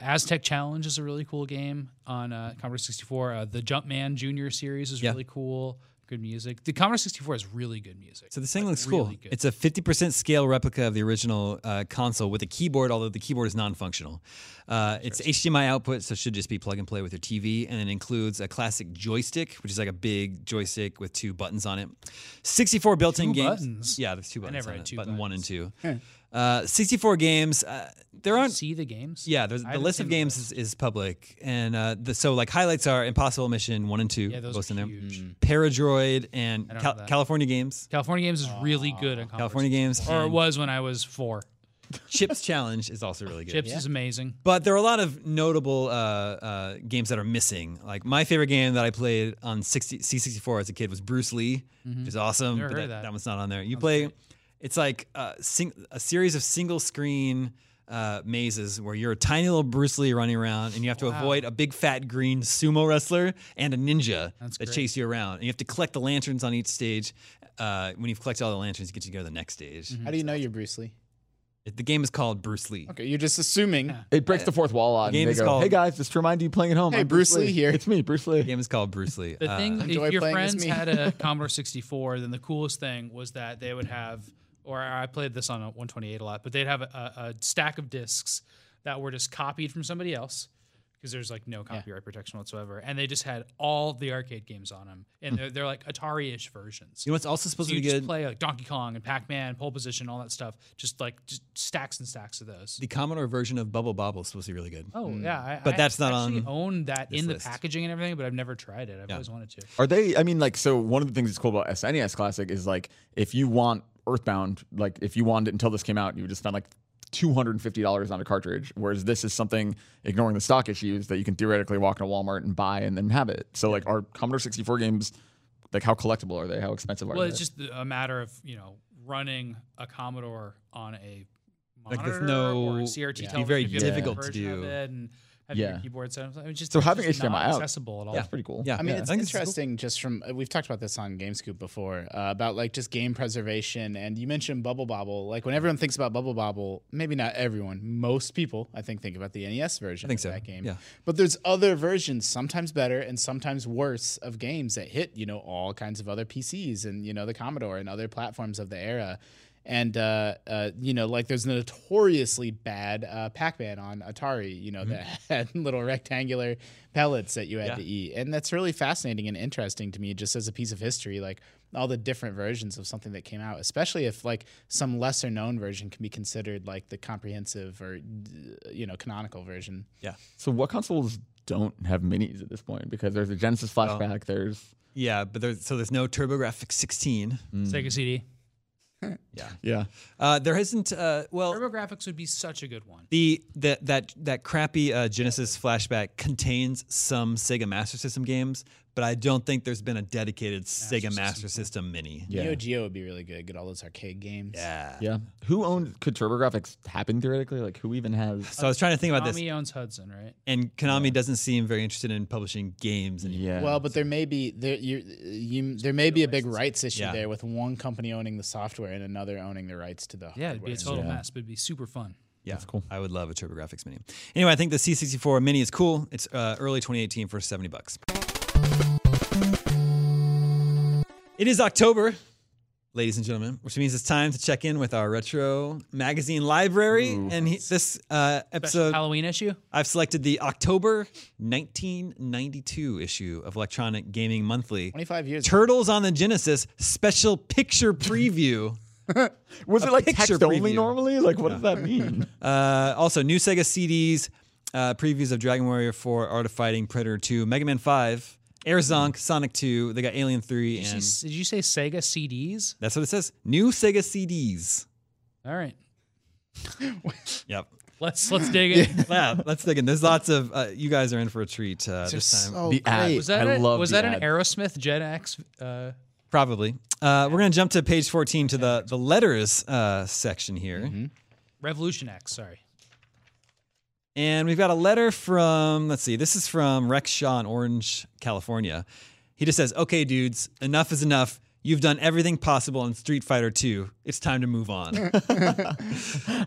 [SPEAKER 4] Aztec Challenge is a really cool game on uh, Commodore 64. Uh, the Jumpman Junior series is
[SPEAKER 1] Yeah.
[SPEAKER 4] really cool. Good music. The Commodore 64 has really good music.
[SPEAKER 1] So this thing looks cool.
[SPEAKER 4] really good.
[SPEAKER 1] It's a 50% scale replica of the original uh, console with a keyboard, although the keyboard is non-functional. Uh, it's HDMI output, so it should just be plug and play with your TV, and it includes a classic joystick, which is like a big joystick with two buttons on it. 64 built-in
[SPEAKER 4] Two
[SPEAKER 1] games.
[SPEAKER 4] buttons?
[SPEAKER 1] Yeah, there's two buttons.
[SPEAKER 4] never
[SPEAKER 1] on
[SPEAKER 4] had
[SPEAKER 1] it,
[SPEAKER 4] two
[SPEAKER 1] button one and
[SPEAKER 4] buttons.
[SPEAKER 1] two. Uh, 64 games. Uh, there aren't
[SPEAKER 4] see the games.
[SPEAKER 1] yeah, there's,
[SPEAKER 4] I
[SPEAKER 1] the
[SPEAKER 4] haven't
[SPEAKER 1] list of
[SPEAKER 4] seen the
[SPEAKER 1] games is, is public, and uh, the, so like highlights are Impossible Mission one and two,
[SPEAKER 4] Yeah, those
[SPEAKER 1] both in
[SPEAKER 4] are
[SPEAKER 1] there.
[SPEAKER 4] huge.
[SPEAKER 1] Paradroid and
[SPEAKER 4] don't
[SPEAKER 1] Cal-
[SPEAKER 4] know that.
[SPEAKER 1] California Games.
[SPEAKER 4] California Games is really good. At
[SPEAKER 1] California Games
[SPEAKER 4] or it
[SPEAKER 1] and-
[SPEAKER 4] was when I was four.
[SPEAKER 1] Chips Challenge is also really good.
[SPEAKER 4] Chips is amazing.
[SPEAKER 1] But there are a lot of notable uh, uh, games that are missing. Like my favorite game that I played on 60, C64 as a kid was Bruce Lee, which is awesome.
[SPEAKER 4] Mm-hmm. Never
[SPEAKER 1] but
[SPEAKER 4] heard
[SPEAKER 1] that,
[SPEAKER 4] of that.
[SPEAKER 1] one's not on there. You play, it's like a, sing, a series of single screen uh, mazes where you're a tiny little Bruce Lee running around and you have to avoid a big fat green sumo wrestler and a ninja that chase you around. And you have to collect the lanterns
[SPEAKER 4] Mm-hmm.
[SPEAKER 1] on each stage. Uh, when you've collected all the lanterns, you get to go to the next stage.
[SPEAKER 3] How do you know you're Bruce Lee?
[SPEAKER 1] It- The game is called Bruce Lee.
[SPEAKER 3] Mm. Okay, you're just assuming.
[SPEAKER 5] It breaks the fourth wall a lot.
[SPEAKER 1] game
[SPEAKER 5] and they
[SPEAKER 1] is
[SPEAKER 5] go,
[SPEAKER 1] called-
[SPEAKER 5] "Hey guys, just to remind you, playing at home.
[SPEAKER 3] Hey,
[SPEAKER 5] I'm
[SPEAKER 3] Bruce Lee here."
[SPEAKER 5] It's me, Bruce Lee."
[SPEAKER 1] The game is called Bruce Lee.
[SPEAKER 4] The
[SPEAKER 1] Uh,
[SPEAKER 4] thing,
[SPEAKER 3] enjoy
[SPEAKER 4] if your
[SPEAKER 3] playing as
[SPEAKER 4] friends
[SPEAKER 3] me.
[SPEAKER 4] had a Commodore 64, then the coolest thing was that they would have, or I played this on a 128 a lot, but they'd have a, a, a stack of discs that were just copied from somebody else because there's like no copyright protection whatsoever. And they just had all the arcade games on them.
[SPEAKER 3] Hmm.
[SPEAKER 4] And they're, they're like Atari ish versions.
[SPEAKER 1] you know what's also supposed
[SPEAKER 4] so
[SPEAKER 1] to
[SPEAKER 4] you
[SPEAKER 1] be
[SPEAKER 4] just
[SPEAKER 1] good?
[SPEAKER 4] play like Donkey Kong and Pac Man, Pole Position, all that stuff. Just like just stacks and stacks of those.
[SPEAKER 1] the Commodore version of Bubble Bobble is supposed to be really good.
[SPEAKER 4] Oh yeah, I,
[SPEAKER 1] But
[SPEAKER 4] I
[SPEAKER 1] that's not
[SPEAKER 4] actually
[SPEAKER 1] on
[SPEAKER 4] own that
[SPEAKER 1] this
[SPEAKER 4] in the
[SPEAKER 1] list.
[SPEAKER 4] packaging and everything, but I've never tried it. I've always wanted to.
[SPEAKER 5] Are they? I mean, like, so one of the things that's cool about SNES Classic is like, if you want Earthbound, like, if you wanted it until this came out, you would just spend like two hundred and fifty dollars on a cartridge. Whereas this is something, ignoring the stock issues, that you can theoretically walk into Walmart and buy and then have it. So like, are Commodore sixty four games like how collectible are they? How expensive are
[SPEAKER 4] Well,
[SPEAKER 5] they?
[SPEAKER 4] it's just a matter of you know running a Commodore on a
[SPEAKER 1] Like,
[SPEAKER 4] monitor
[SPEAKER 1] there's
[SPEAKER 4] or a
[SPEAKER 1] no-
[SPEAKER 4] CRT
[SPEAKER 1] it'd be
[SPEAKER 4] television.
[SPEAKER 1] very
[SPEAKER 4] if you have a
[SPEAKER 1] difficult to
[SPEAKER 4] version of
[SPEAKER 1] do.
[SPEAKER 4] it and have
[SPEAKER 5] Yeah.
[SPEAKER 4] your keyboard set up. I mean, just,
[SPEAKER 5] So
[SPEAKER 4] it's
[SPEAKER 5] having
[SPEAKER 4] just
[SPEAKER 5] HDMI
[SPEAKER 4] not
[SPEAKER 5] out-
[SPEAKER 4] accessible at all.
[SPEAKER 5] That's pretty cool.
[SPEAKER 1] Yeah.
[SPEAKER 3] I mean,
[SPEAKER 1] I
[SPEAKER 3] it's
[SPEAKER 1] think this is cool.
[SPEAKER 3] interesting just from uh, we've talked about this on GameScoop before uh, about like just game preservation. And you mentioned Bubble Bobble. Like when everyone thinks about Bubble Bobble, maybe not everyone, most people I think think about the NES version. I
[SPEAKER 1] think
[SPEAKER 3] of
[SPEAKER 1] so,
[SPEAKER 3] That game.
[SPEAKER 1] yeah.
[SPEAKER 3] But there's other versions, sometimes better and sometimes worse, of games that hit you know all kinds of other PCs and you know the Commodore and other platforms of the era. And uh, uh, you know, like there's notoriously bad uh, Pac-Man on Atari. You know that had little rectangular pellets that you had
[SPEAKER 1] Yeah.
[SPEAKER 3] to eat, and that's really fascinating and interesting to me, just as a piece of history. Like all the different versions of something that came out, especially if like some lesser known version can be considered like the comprehensive or d- you know canonical version.
[SPEAKER 5] So what consoles don't have minis at this point? Because there's a Genesis flashback. There's
[SPEAKER 1] Yeah, but there's so there's no TurboGrafx 16.
[SPEAKER 4] Sega CD.
[SPEAKER 5] yeah.
[SPEAKER 1] Uh, there isn't. Uh, well,
[SPEAKER 4] TurboGrafx would be such a good one.
[SPEAKER 1] The that that that crappy uh, Genesis flashback contains some Sega Master System games, but I don't think there's been a dedicated Sega Master System mini.
[SPEAKER 5] Yeah.
[SPEAKER 3] Neo Geo would be really good. Get all those arcade games.
[SPEAKER 1] Yeah.
[SPEAKER 5] Yeah. Who owned could TurboGrafx happen theoretically? Like who even has
[SPEAKER 1] So I was trying to think about this,
[SPEAKER 4] Konami owns Hudson, right?
[SPEAKER 1] and Konami doesn't seem very interested in publishing games anymore.
[SPEAKER 5] Yeah.
[SPEAKER 3] Well, but there may be there you, you there may be a big rights issue
[SPEAKER 1] Yeah.
[SPEAKER 3] there with one company owning the software and another owning the rights to the
[SPEAKER 4] Yeah, it'd be
[SPEAKER 3] hardware.
[SPEAKER 4] a total mess, but it'd be super fun.
[SPEAKER 1] Yeah, that's cool. I would love a TurboGrafx Mini. Anyway, I think the C64 Mini is cool. It's uh, early 2018 for 70 bucks. It is October, ladies and gentlemen, which means it's time to check in with our retro magazine library. And he, this uh,
[SPEAKER 4] Special
[SPEAKER 1] episode,
[SPEAKER 4] Halloween issue.
[SPEAKER 1] I've selected the October 1992 issue of Electronic Gaming Monthly.
[SPEAKER 3] Twenty five years.
[SPEAKER 1] Turtles on the Genesis special picture preview.
[SPEAKER 5] was
[SPEAKER 1] a
[SPEAKER 5] it like
[SPEAKER 1] picture
[SPEAKER 5] text only
[SPEAKER 1] preview.
[SPEAKER 5] normally? Like what does that mean?
[SPEAKER 1] Uh, also, new Sega CDs, uh, previews of Dragon Warrior 4, Art of Fighting, Predator 2, Mega Man 5, Air Zonk, Sonic 2. They got Alien 3,
[SPEAKER 4] Did you,
[SPEAKER 1] and
[SPEAKER 4] see, did you say Sega CDs?
[SPEAKER 1] that's what it says. New Sega CDs.
[SPEAKER 4] All right,
[SPEAKER 1] Yep.
[SPEAKER 4] let's let's dig it.
[SPEAKER 1] yeah, let's dig in. There's lots of. Uh, you guys are in for a treat uh,
[SPEAKER 3] They're
[SPEAKER 1] this time,
[SPEAKER 3] so
[SPEAKER 5] The ad.
[SPEAKER 3] great.
[SPEAKER 4] Was that
[SPEAKER 5] I
[SPEAKER 4] a-
[SPEAKER 5] love
[SPEAKER 4] was
[SPEAKER 5] the
[SPEAKER 4] that an
[SPEAKER 5] ad.
[SPEAKER 4] Aerosmith Gen X? Uh,
[SPEAKER 1] probably. Uh, we're gonna jump to page 14 to the the letters uh, section here,
[SPEAKER 4] Revolution X, sorry.
[SPEAKER 1] and we've got a letter from. Let's see. This is from Rex Shaw in Orange, California. He just says, "Okay, dudes, enough is enough. You've done everything possible in Street Fighter 2. It's time to move on."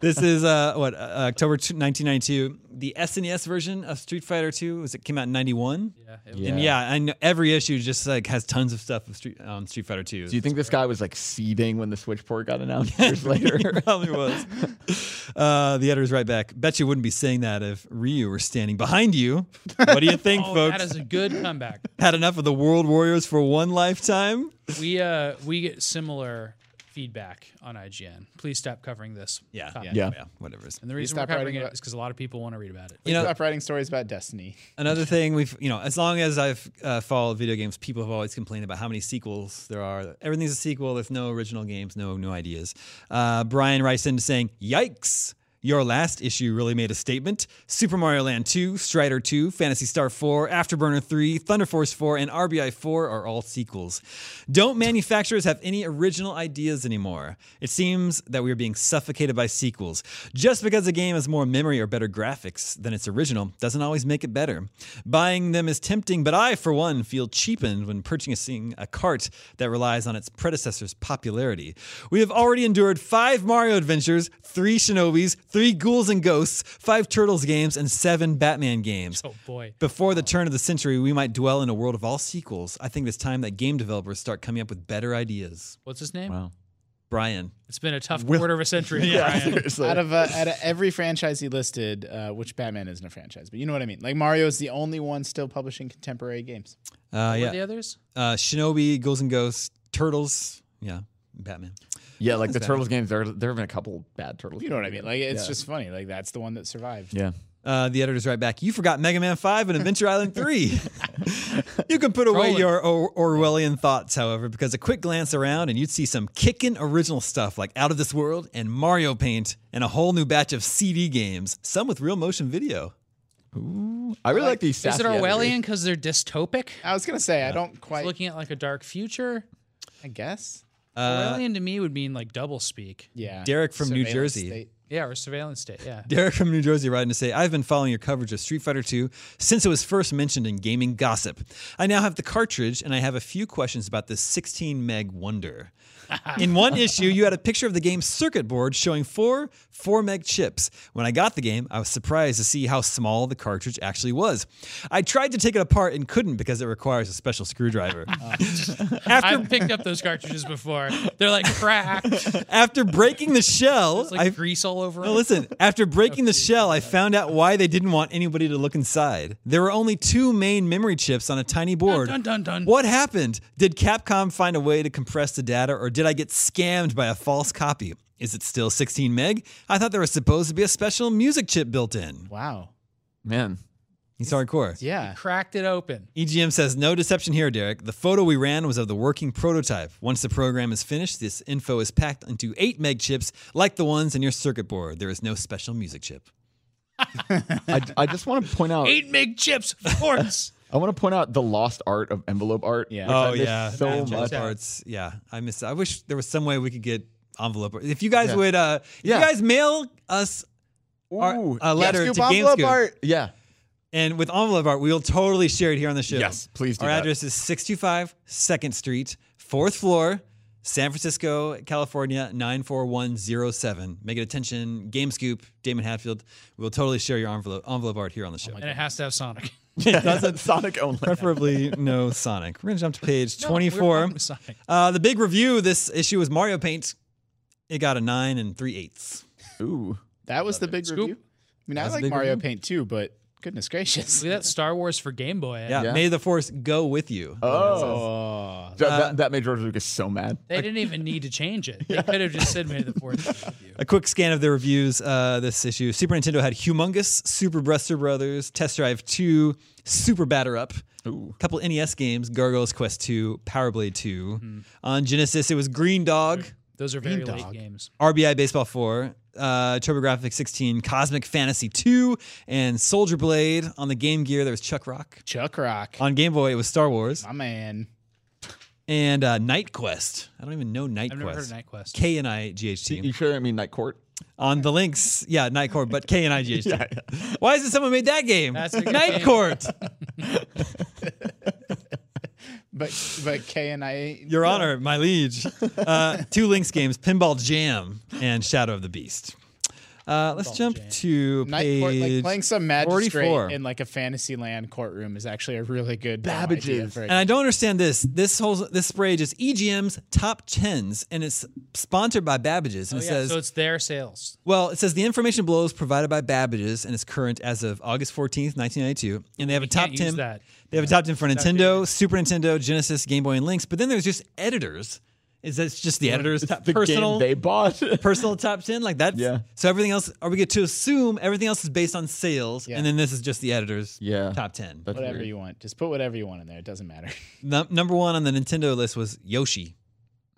[SPEAKER 1] this is uh, what uh, October t- 1992. The SNES version of Street Fighter 2 was it came out in 91.
[SPEAKER 4] Yeah, it
[SPEAKER 1] And yeah, I know every issue just like has tons of stuff of Street um, Street Fighter 2.
[SPEAKER 5] Do you think this guy was like seething when the Switch port got announced years later?
[SPEAKER 1] probably was. Uh, the editor's right back. Bet you wouldn't be saying that if Ryu were standing behind you. What do you think,
[SPEAKER 4] Oh,
[SPEAKER 1] folks?
[SPEAKER 4] that is a good comeback.
[SPEAKER 1] Had enough of the World Warriors for one lifetime?
[SPEAKER 4] We uh we get similar feedback on IGN. Please stop covering this.
[SPEAKER 1] Yeah,
[SPEAKER 4] topic.
[SPEAKER 5] Yeah.
[SPEAKER 1] whatever. it is.
[SPEAKER 4] And the reason we're
[SPEAKER 3] stop
[SPEAKER 4] covering
[SPEAKER 3] writing
[SPEAKER 4] it
[SPEAKER 3] about-
[SPEAKER 4] is because a lot of people want to read about it.
[SPEAKER 1] You know,
[SPEAKER 3] Stop writing stories about Destiny.
[SPEAKER 1] another thing we've you know, as long as I've uh, followed video games, people have always complained about how many sequels there are. Everything's a sequel. There's no original games, no new ideas. Uh, Brian Ryson saying, "Yikes." Your last issue really made a statement. Super Mario Land 2, Strider 2, Fantasy Star 4, Afterburner 3, Thunder Force 4, and RBI 4 are all sequels. Don't manufacturers have any original ideas anymore? It seems that we are being suffocated by sequels. Just because a game has more memory or better graphics than its original doesn't always make it better. Buying them is tempting, but I, for one, feel cheapened when purchasing a cart that relies on its predecessor's popularity. We have already endured five Mario adventures, three Shinobis, three Ghouls and Ghosts, five Turtles games, and seven Batman games.
[SPEAKER 4] Oh boy.
[SPEAKER 1] Before the turn of the century, we might dwell in a world of all sequels. I think it's time that game developers start coming up with better ideas.
[SPEAKER 4] What's his name?
[SPEAKER 5] Wow.
[SPEAKER 1] Brian.
[SPEAKER 4] It's been a tough quarter of a century. Brian.
[SPEAKER 5] Seriously.
[SPEAKER 3] out of uh, out of every franchise he listed, uh, which Batman isn't a franchise, but you know what I mean. Like Mario is the only one still publishing contemporary games.
[SPEAKER 1] Uh,
[SPEAKER 4] What are the
[SPEAKER 1] yeah.
[SPEAKER 4] others?
[SPEAKER 1] Uh, Shinobi, Ghouls and Ghosts, Turtles. Yeah. Batman.
[SPEAKER 5] yeah, like the Turtles games, there, there have been a couple bad Turtles
[SPEAKER 3] You know what I mean? Like it's just funny. Like that's the one that survived.
[SPEAKER 5] Yeah.
[SPEAKER 1] Uh, the editor's right back. You forgot Mega Man 5 and Adventure Island 3. you can put away
[SPEAKER 4] Trolling.
[SPEAKER 1] your or- Orwellian thoughts, however, because a quick glance around and you'd see some kickin' original stuff like Out of This World and Mario Paint and a whole new batch of CD games, some with real motion video.
[SPEAKER 5] I really like these
[SPEAKER 4] Is it
[SPEAKER 5] sassy editors.
[SPEAKER 4] Orwellian because they're dystopic?
[SPEAKER 3] I was gonna say I don't quite.
[SPEAKER 4] Looking at like a dark future.
[SPEAKER 3] I guess.
[SPEAKER 1] Uh,
[SPEAKER 4] Orwellian to me would mean like double speak.
[SPEAKER 3] Yeah.
[SPEAKER 1] Derek from New
[SPEAKER 3] Surveillance
[SPEAKER 1] Jersey.
[SPEAKER 3] state.
[SPEAKER 4] Yeah, or surveillance state. Yeah.
[SPEAKER 1] Derek from New Jersey writing to say, I've been following your coverage of Street Fighter II since it was first mentioned in Gaming Gossip. I now have the cartridge, and I have a few questions about this 16 meg wonder. in one issue, you had a picture of the game's circuit board showing four 4 meg chips. When I got the game, I was surprised to see how small the cartridge actually was. I tried to take it apart and couldn't because it requires a special screwdriver.
[SPEAKER 4] I've picked up those cartridges before. They're like cracked. It's
[SPEAKER 1] After breaking the shell,
[SPEAKER 4] like
[SPEAKER 1] I
[SPEAKER 4] grease all over
[SPEAKER 1] No,
[SPEAKER 4] them.
[SPEAKER 1] listen, after breaking the shell, I found out why they didn't want anybody to look inside. There were only two main memory chips on a tiny board.
[SPEAKER 4] dun, dun, dun.
[SPEAKER 1] What happened? Did Capcom find a way to compress the data, or did I get scammed by a false copy? Is it still 16 meg? I thought there was supposed to be a special music chip built in.
[SPEAKER 3] Wow.
[SPEAKER 5] Man.
[SPEAKER 1] He's hardcore.
[SPEAKER 3] Yeah.
[SPEAKER 4] Cracked it open.
[SPEAKER 1] EGM says no deception here, Derek. The photo we ran was of the working prototype. Once the program is finished, this info is packed into 8 meg chips like the ones in your circuit board. There is no special music chip.
[SPEAKER 5] I, I just want to point out
[SPEAKER 4] Eight mig chips, of course.
[SPEAKER 5] I want to point out the lost art of envelope art.
[SPEAKER 3] Yeah.
[SPEAKER 5] which I
[SPEAKER 1] Oh
[SPEAKER 5] miss
[SPEAKER 1] yeah,
[SPEAKER 5] So
[SPEAKER 1] Magic
[SPEAKER 5] much.
[SPEAKER 1] Arts. Yeah, I miss. That. I wish there was some way we could get envelope. art. If you guys would, uh, if
[SPEAKER 5] Yeah.
[SPEAKER 1] you guys mail us our,
[SPEAKER 5] Ooh,
[SPEAKER 1] a letter
[SPEAKER 3] Scoop
[SPEAKER 1] to
[SPEAKER 3] envelope
[SPEAKER 1] GameScoop,
[SPEAKER 3] art.
[SPEAKER 5] Yeah.
[SPEAKER 1] and with envelope art, we'll totally share it here on the show.
[SPEAKER 5] Yes, please do
[SPEAKER 1] Our
[SPEAKER 5] that.
[SPEAKER 1] address is 625 Second Street, fourth floor. San Francisco, California, 94107. Make it attention. Game Scoop, Damon Hatfield. We'll totally share your envelope, envelope art here on the show.
[SPEAKER 4] and it has to have Sonic.
[SPEAKER 5] Doesn't Sonic only.
[SPEAKER 1] Preferably no Sonic. We're going to jump to page
[SPEAKER 4] No, we're
[SPEAKER 1] 24.
[SPEAKER 4] fine with Sonic.
[SPEAKER 1] Uh, the big review this issue was Mario Paint. It got a nine and three eighths.
[SPEAKER 5] Ooh.
[SPEAKER 3] That was the big
[SPEAKER 4] Scoop.
[SPEAKER 3] review. I mean, I
[SPEAKER 1] the
[SPEAKER 3] like
[SPEAKER 1] big
[SPEAKER 3] Mario
[SPEAKER 1] review.
[SPEAKER 3] Paint too, but goodness gracious.
[SPEAKER 4] Look at that Star Wars for Game Boy. eh?
[SPEAKER 1] Yeah,
[SPEAKER 5] Yeah.
[SPEAKER 1] May the Force go with you.
[SPEAKER 5] Oh.
[SPEAKER 3] Oh.
[SPEAKER 5] That, that, that made George Lucas so mad.
[SPEAKER 4] They didn't even need to change it. They could have just said May the Fourth. be with you."
[SPEAKER 1] A quick scan of the reviews uh, this issue. Super Nintendo had Humongous, Super Buster Brothers, Test Drive 2, Super Batter Up, a couple NES games, Gargoyles Quest 2, Power Blade 2. On Genesis, it was Green Dog,
[SPEAKER 4] Those are very late
[SPEAKER 3] Dog.
[SPEAKER 4] games.
[SPEAKER 1] RBI Baseball 4, uh, TurboGrafx 16, Cosmic Fantasy 2, and Soldier Blade. On the Game Gear, there was Chuck Rock.
[SPEAKER 3] Chuck Rock.
[SPEAKER 1] On Game Boy, it was Star Wars.
[SPEAKER 3] My man.
[SPEAKER 1] and uh, Night Quest. I don't even know Night
[SPEAKER 4] I've never heard
[SPEAKER 1] Quest.
[SPEAKER 4] of Night Quest.
[SPEAKER 1] K and I G H T
[SPEAKER 3] E
[SPEAKER 5] You sure I mean Night Court?
[SPEAKER 1] on the links, yeah, Night Court, but K and I G H T. Why is it someone made that game?
[SPEAKER 4] That's a good
[SPEAKER 1] Night
[SPEAKER 4] game.
[SPEAKER 1] Court,
[SPEAKER 3] But but K and I.
[SPEAKER 1] Your Honor, my liege. Uh, two links games, Pinball Jam and Shadow of the Beast. Uh, let's jump to
[SPEAKER 3] Night court, like
[SPEAKER 1] page
[SPEAKER 3] playing some magistrate
[SPEAKER 1] 44.
[SPEAKER 3] in like a Fantasyland courtroom is actually a really good dumb idea
[SPEAKER 5] Babbage's.
[SPEAKER 3] for a
[SPEAKER 1] And I don't understand this. This whole this page is EGM's top tens, and it's sponsored by Babbage's. And
[SPEAKER 4] Oh,
[SPEAKER 1] it
[SPEAKER 4] yeah,
[SPEAKER 1] says
[SPEAKER 4] so it's their sales.
[SPEAKER 1] Well, it says the information below is provided by Babbage's and is current as of August 14th, 1992. And they have a top
[SPEAKER 4] can't
[SPEAKER 1] 10.
[SPEAKER 4] use that.
[SPEAKER 1] They have a top 10 for Nintendo, Super Nintendo, Genesis, Game Boy, and Lynx. But then there's just editors. Is that just the editors? top-
[SPEAKER 5] The
[SPEAKER 1] personal,
[SPEAKER 5] game they bought.
[SPEAKER 1] personal top 10? Like that's.
[SPEAKER 5] Yeah.
[SPEAKER 1] So everything else, are we get to assume everything else is based on sales?
[SPEAKER 3] Yeah.
[SPEAKER 1] And then this is just the editors.
[SPEAKER 5] Yeah.
[SPEAKER 1] Top 10.
[SPEAKER 5] That's
[SPEAKER 3] whatever
[SPEAKER 5] weird.
[SPEAKER 3] you want. Just put whatever you want in there. It doesn't matter.
[SPEAKER 1] Num- number one on the Nintendo list was Yoshi.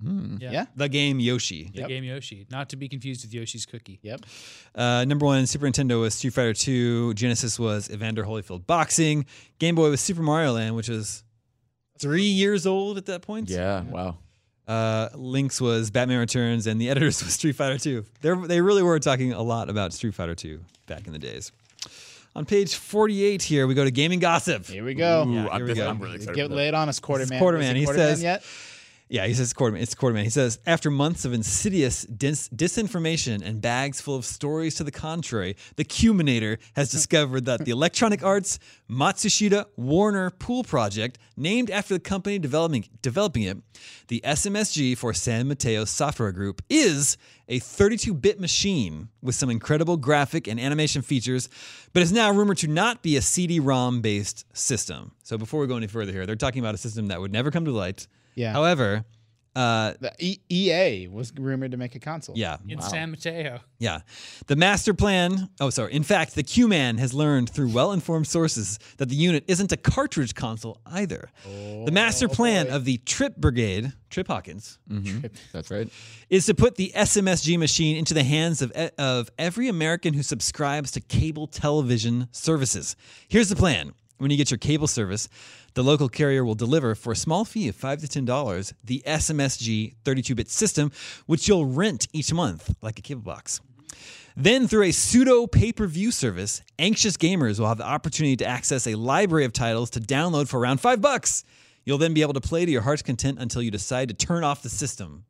[SPEAKER 4] Yeah.
[SPEAKER 3] Yeah.
[SPEAKER 1] The game Yoshi.
[SPEAKER 4] The game Yoshi, not to be confused with Yoshi's Cookie.
[SPEAKER 3] Yep.
[SPEAKER 1] Uh, number one, Super Nintendo was Street Fighter Two. Genesis was Evander Holyfield Boxing. Game Boy was Super Mario Land, which was three years old at that point.
[SPEAKER 5] Yeah. Wow.
[SPEAKER 1] Uh, Link's was Batman Returns, and the editors was Street Fighter Two. They they really were talking a lot about Street Fighter Two back in the days. On page forty-eight here, we go to gaming gossip.
[SPEAKER 3] Here we go.
[SPEAKER 5] Ooh,
[SPEAKER 1] Yeah,
[SPEAKER 5] I'm,
[SPEAKER 1] here we
[SPEAKER 5] this-
[SPEAKER 1] go.
[SPEAKER 5] I'm really excited.
[SPEAKER 3] Get
[SPEAKER 5] for that.
[SPEAKER 3] laid on us, Quarterman.
[SPEAKER 1] Quarterman.
[SPEAKER 3] Was
[SPEAKER 1] He
[SPEAKER 3] Quarterman
[SPEAKER 1] says-
[SPEAKER 3] yet?
[SPEAKER 1] Yeah, he says Quarterman. It's Quarterman. He says after months of insidious dis- disinformation and bags full of stories to the contrary, the Cuminator has discovered that the Electronic Arts Matsushita Warner Pool Project, named after the company developing developing it, the SMSG for San Mateo Software Group, is a 32-bit machine with some incredible graphic and animation features, but is now rumored to not be a CD-ROM based system. So before we go any further here, they're talking about a system that would never come to light.
[SPEAKER 3] Yeah.
[SPEAKER 1] However, uh,
[SPEAKER 3] The E- EA was rumored to make a console.
[SPEAKER 1] yeah,
[SPEAKER 4] In San Mateo.
[SPEAKER 1] yeah. The master plan, oh, sorry. In fact, the Q Man has learned through well informed sources that the unit isn't a cartridge console either. the master plan of the Trip Brigade, Trip Hawkins,
[SPEAKER 5] That's right.
[SPEAKER 1] is to put the SMSG machine into the hands of, e- of every American who subscribes to cable television services. Here's the plan. When you get your cable service, the local carrier will deliver for a small fee of five to ten dollars the SMSG 32-bit system, which you'll rent each month like a cable box. Then, through a pseudo pay per view service, anxious gamers will have the opportunity to access a library of titles to download for around five bucks. You'll then be able to play to your heart's content until you decide to turn off the system.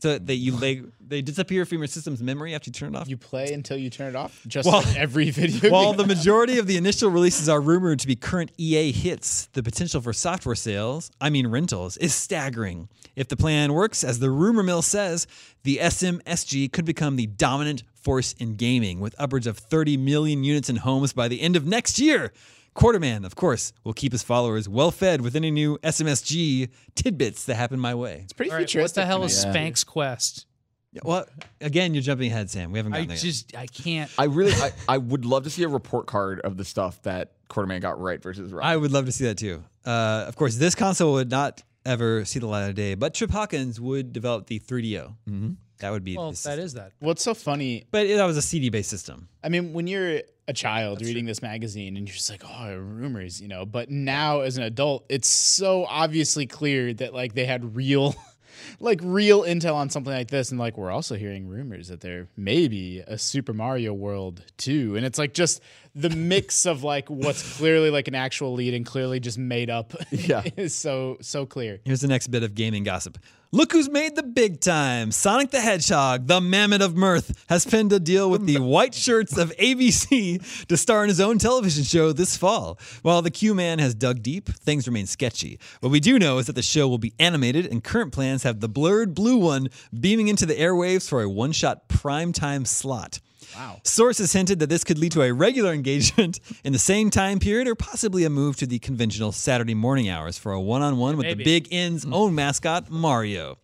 [SPEAKER 1] So they you they, they disappear from your system's memory after you turn it off.
[SPEAKER 3] You play until you turn it off. Just
[SPEAKER 1] Well-
[SPEAKER 3] like every video.
[SPEAKER 1] While
[SPEAKER 3] game.
[SPEAKER 1] the majority of the initial releases are rumored to be current EA hits, the potential for software sales, I mean rentals, is staggering. If the plan works, as the rumor mill says, the SMSG could become the dominant force in gaming, with upwards of 30 million units in homes by the end of next year. Quarterman, of course, will keep his followers well fed with any new SMSG tidbits that happen my way.
[SPEAKER 3] it's pretty
[SPEAKER 4] All right,
[SPEAKER 3] futuristic.
[SPEAKER 4] what the hell
[SPEAKER 3] to
[SPEAKER 4] is
[SPEAKER 3] me.
[SPEAKER 4] Spank's Quest?
[SPEAKER 1] Yeah, Well, again, you're jumping ahead, Sam. We haven't
[SPEAKER 4] I
[SPEAKER 1] gotten there. yet.
[SPEAKER 4] just, I can't.
[SPEAKER 5] I really, I, I would love to see a report card of the stuff that Quarterman got right versus wrong.
[SPEAKER 1] I would love to see that too. Uh, of course, this console would not ever see the light of day, but Trip Hawkins would develop the 3DO. Mm-hmm. That would be.
[SPEAKER 4] Well,
[SPEAKER 1] this
[SPEAKER 4] that
[SPEAKER 1] system.
[SPEAKER 4] is that.
[SPEAKER 3] What's so funny
[SPEAKER 1] But it- that was a CD-based system.
[SPEAKER 3] I mean, when you're a child reading this magazine and you're just like, oh, rumors, you know. But now as an adult, it's so obviously clear that like they had real, like real intel on something like this, and like we're also hearing rumors that there may be a Super Mario World too, and it's like just the mix of like what's clearly like an actual lead and clearly just made up.
[SPEAKER 5] Yeah.
[SPEAKER 3] is so so clear.
[SPEAKER 1] Here's the next bit of gaming gossip. Look who's made the big time! Sonic the Hedgehog, the Mammoth of Mirth, has penned a deal with the white shirts of ABC to star in his own television show this fall. While the Q Man has dug deep, things remain sketchy. What we do know is that the show will be animated, and current plans have the blurred blue one beaming into the airwaves for a one shot primetime slot. Wow. Sources hinted that this could lead to a regular engagement in the same time period or possibly a move to the conventional Saturday morning hours for a one on one with the Big N's
[SPEAKER 4] Hmm.
[SPEAKER 1] own mascot, Mario.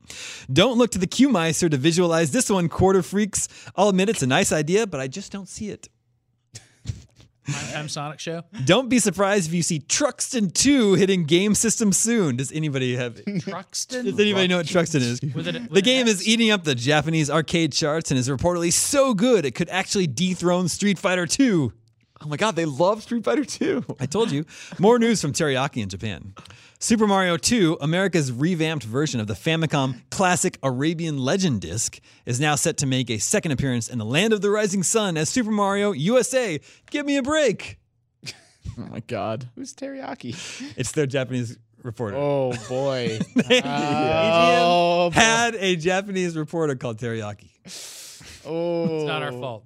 [SPEAKER 1] Don't look to the Q Micer to visualize this one, quarter freaks. I'll admit it's a nice idea, but I just don't see it.
[SPEAKER 4] Time, time Sonic show.
[SPEAKER 1] Don't be surprised if you see Truxton 2 hitting game system soon. Does anybody have
[SPEAKER 4] Truxton.
[SPEAKER 1] Does anybody know what Truxton is?
[SPEAKER 4] With an- with
[SPEAKER 1] the
[SPEAKER 4] an
[SPEAKER 1] game
[SPEAKER 4] X?
[SPEAKER 1] is eating up the Japanese arcade charts and is reportedly so good it could actually dethrone Street Fighter 2.
[SPEAKER 5] oh my God, they love Street Fighter 2.
[SPEAKER 1] I told you. More news from Teriyaki in Japan. Super Mario 2, America's revamped version of the Famicom classic Arabian Legend disc, is now set to make a second appearance in the Land of the Rising Sun as Super Mario USA. Give me a break.
[SPEAKER 5] Oh my God.
[SPEAKER 3] Who's teriyaki?
[SPEAKER 1] It's their Japanese reporter.
[SPEAKER 3] Oh boy.
[SPEAKER 1] EGM
[SPEAKER 3] oh, boy.
[SPEAKER 1] had a Japanese reporter called Teriyaki.
[SPEAKER 3] oh.
[SPEAKER 4] It's not our fault.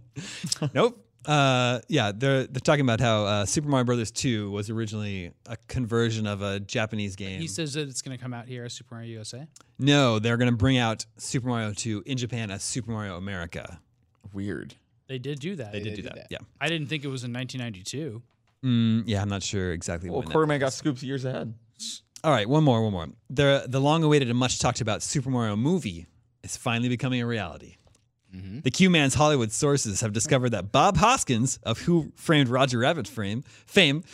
[SPEAKER 1] Nope. Uh, yeah, they're they're talking about how uh, Super Mario Brothers 2 was originally a conversion of a Japanese game.
[SPEAKER 4] He says that it's going to come out here as Super Mario USA.
[SPEAKER 1] no, they're going to bring out Super Mario 2 in Japan as Super Mario America.
[SPEAKER 5] Weird.
[SPEAKER 4] They did do that. They
[SPEAKER 1] Did do that. Yeah.
[SPEAKER 4] I didn't think it was in 1992.
[SPEAKER 1] Mm, yeah, I'm not sure exactly
[SPEAKER 5] Well,
[SPEAKER 1] when. that-
[SPEAKER 5] Quarterman got scoops years ahead.
[SPEAKER 1] All right, one more, one more. The the long-awaited and much talked about Super Mario movie is finally becoming a reality. The Q Man's Hollywood sources have discovered that Bob Hoskins of Who Framed Roger Rabbit fame, fame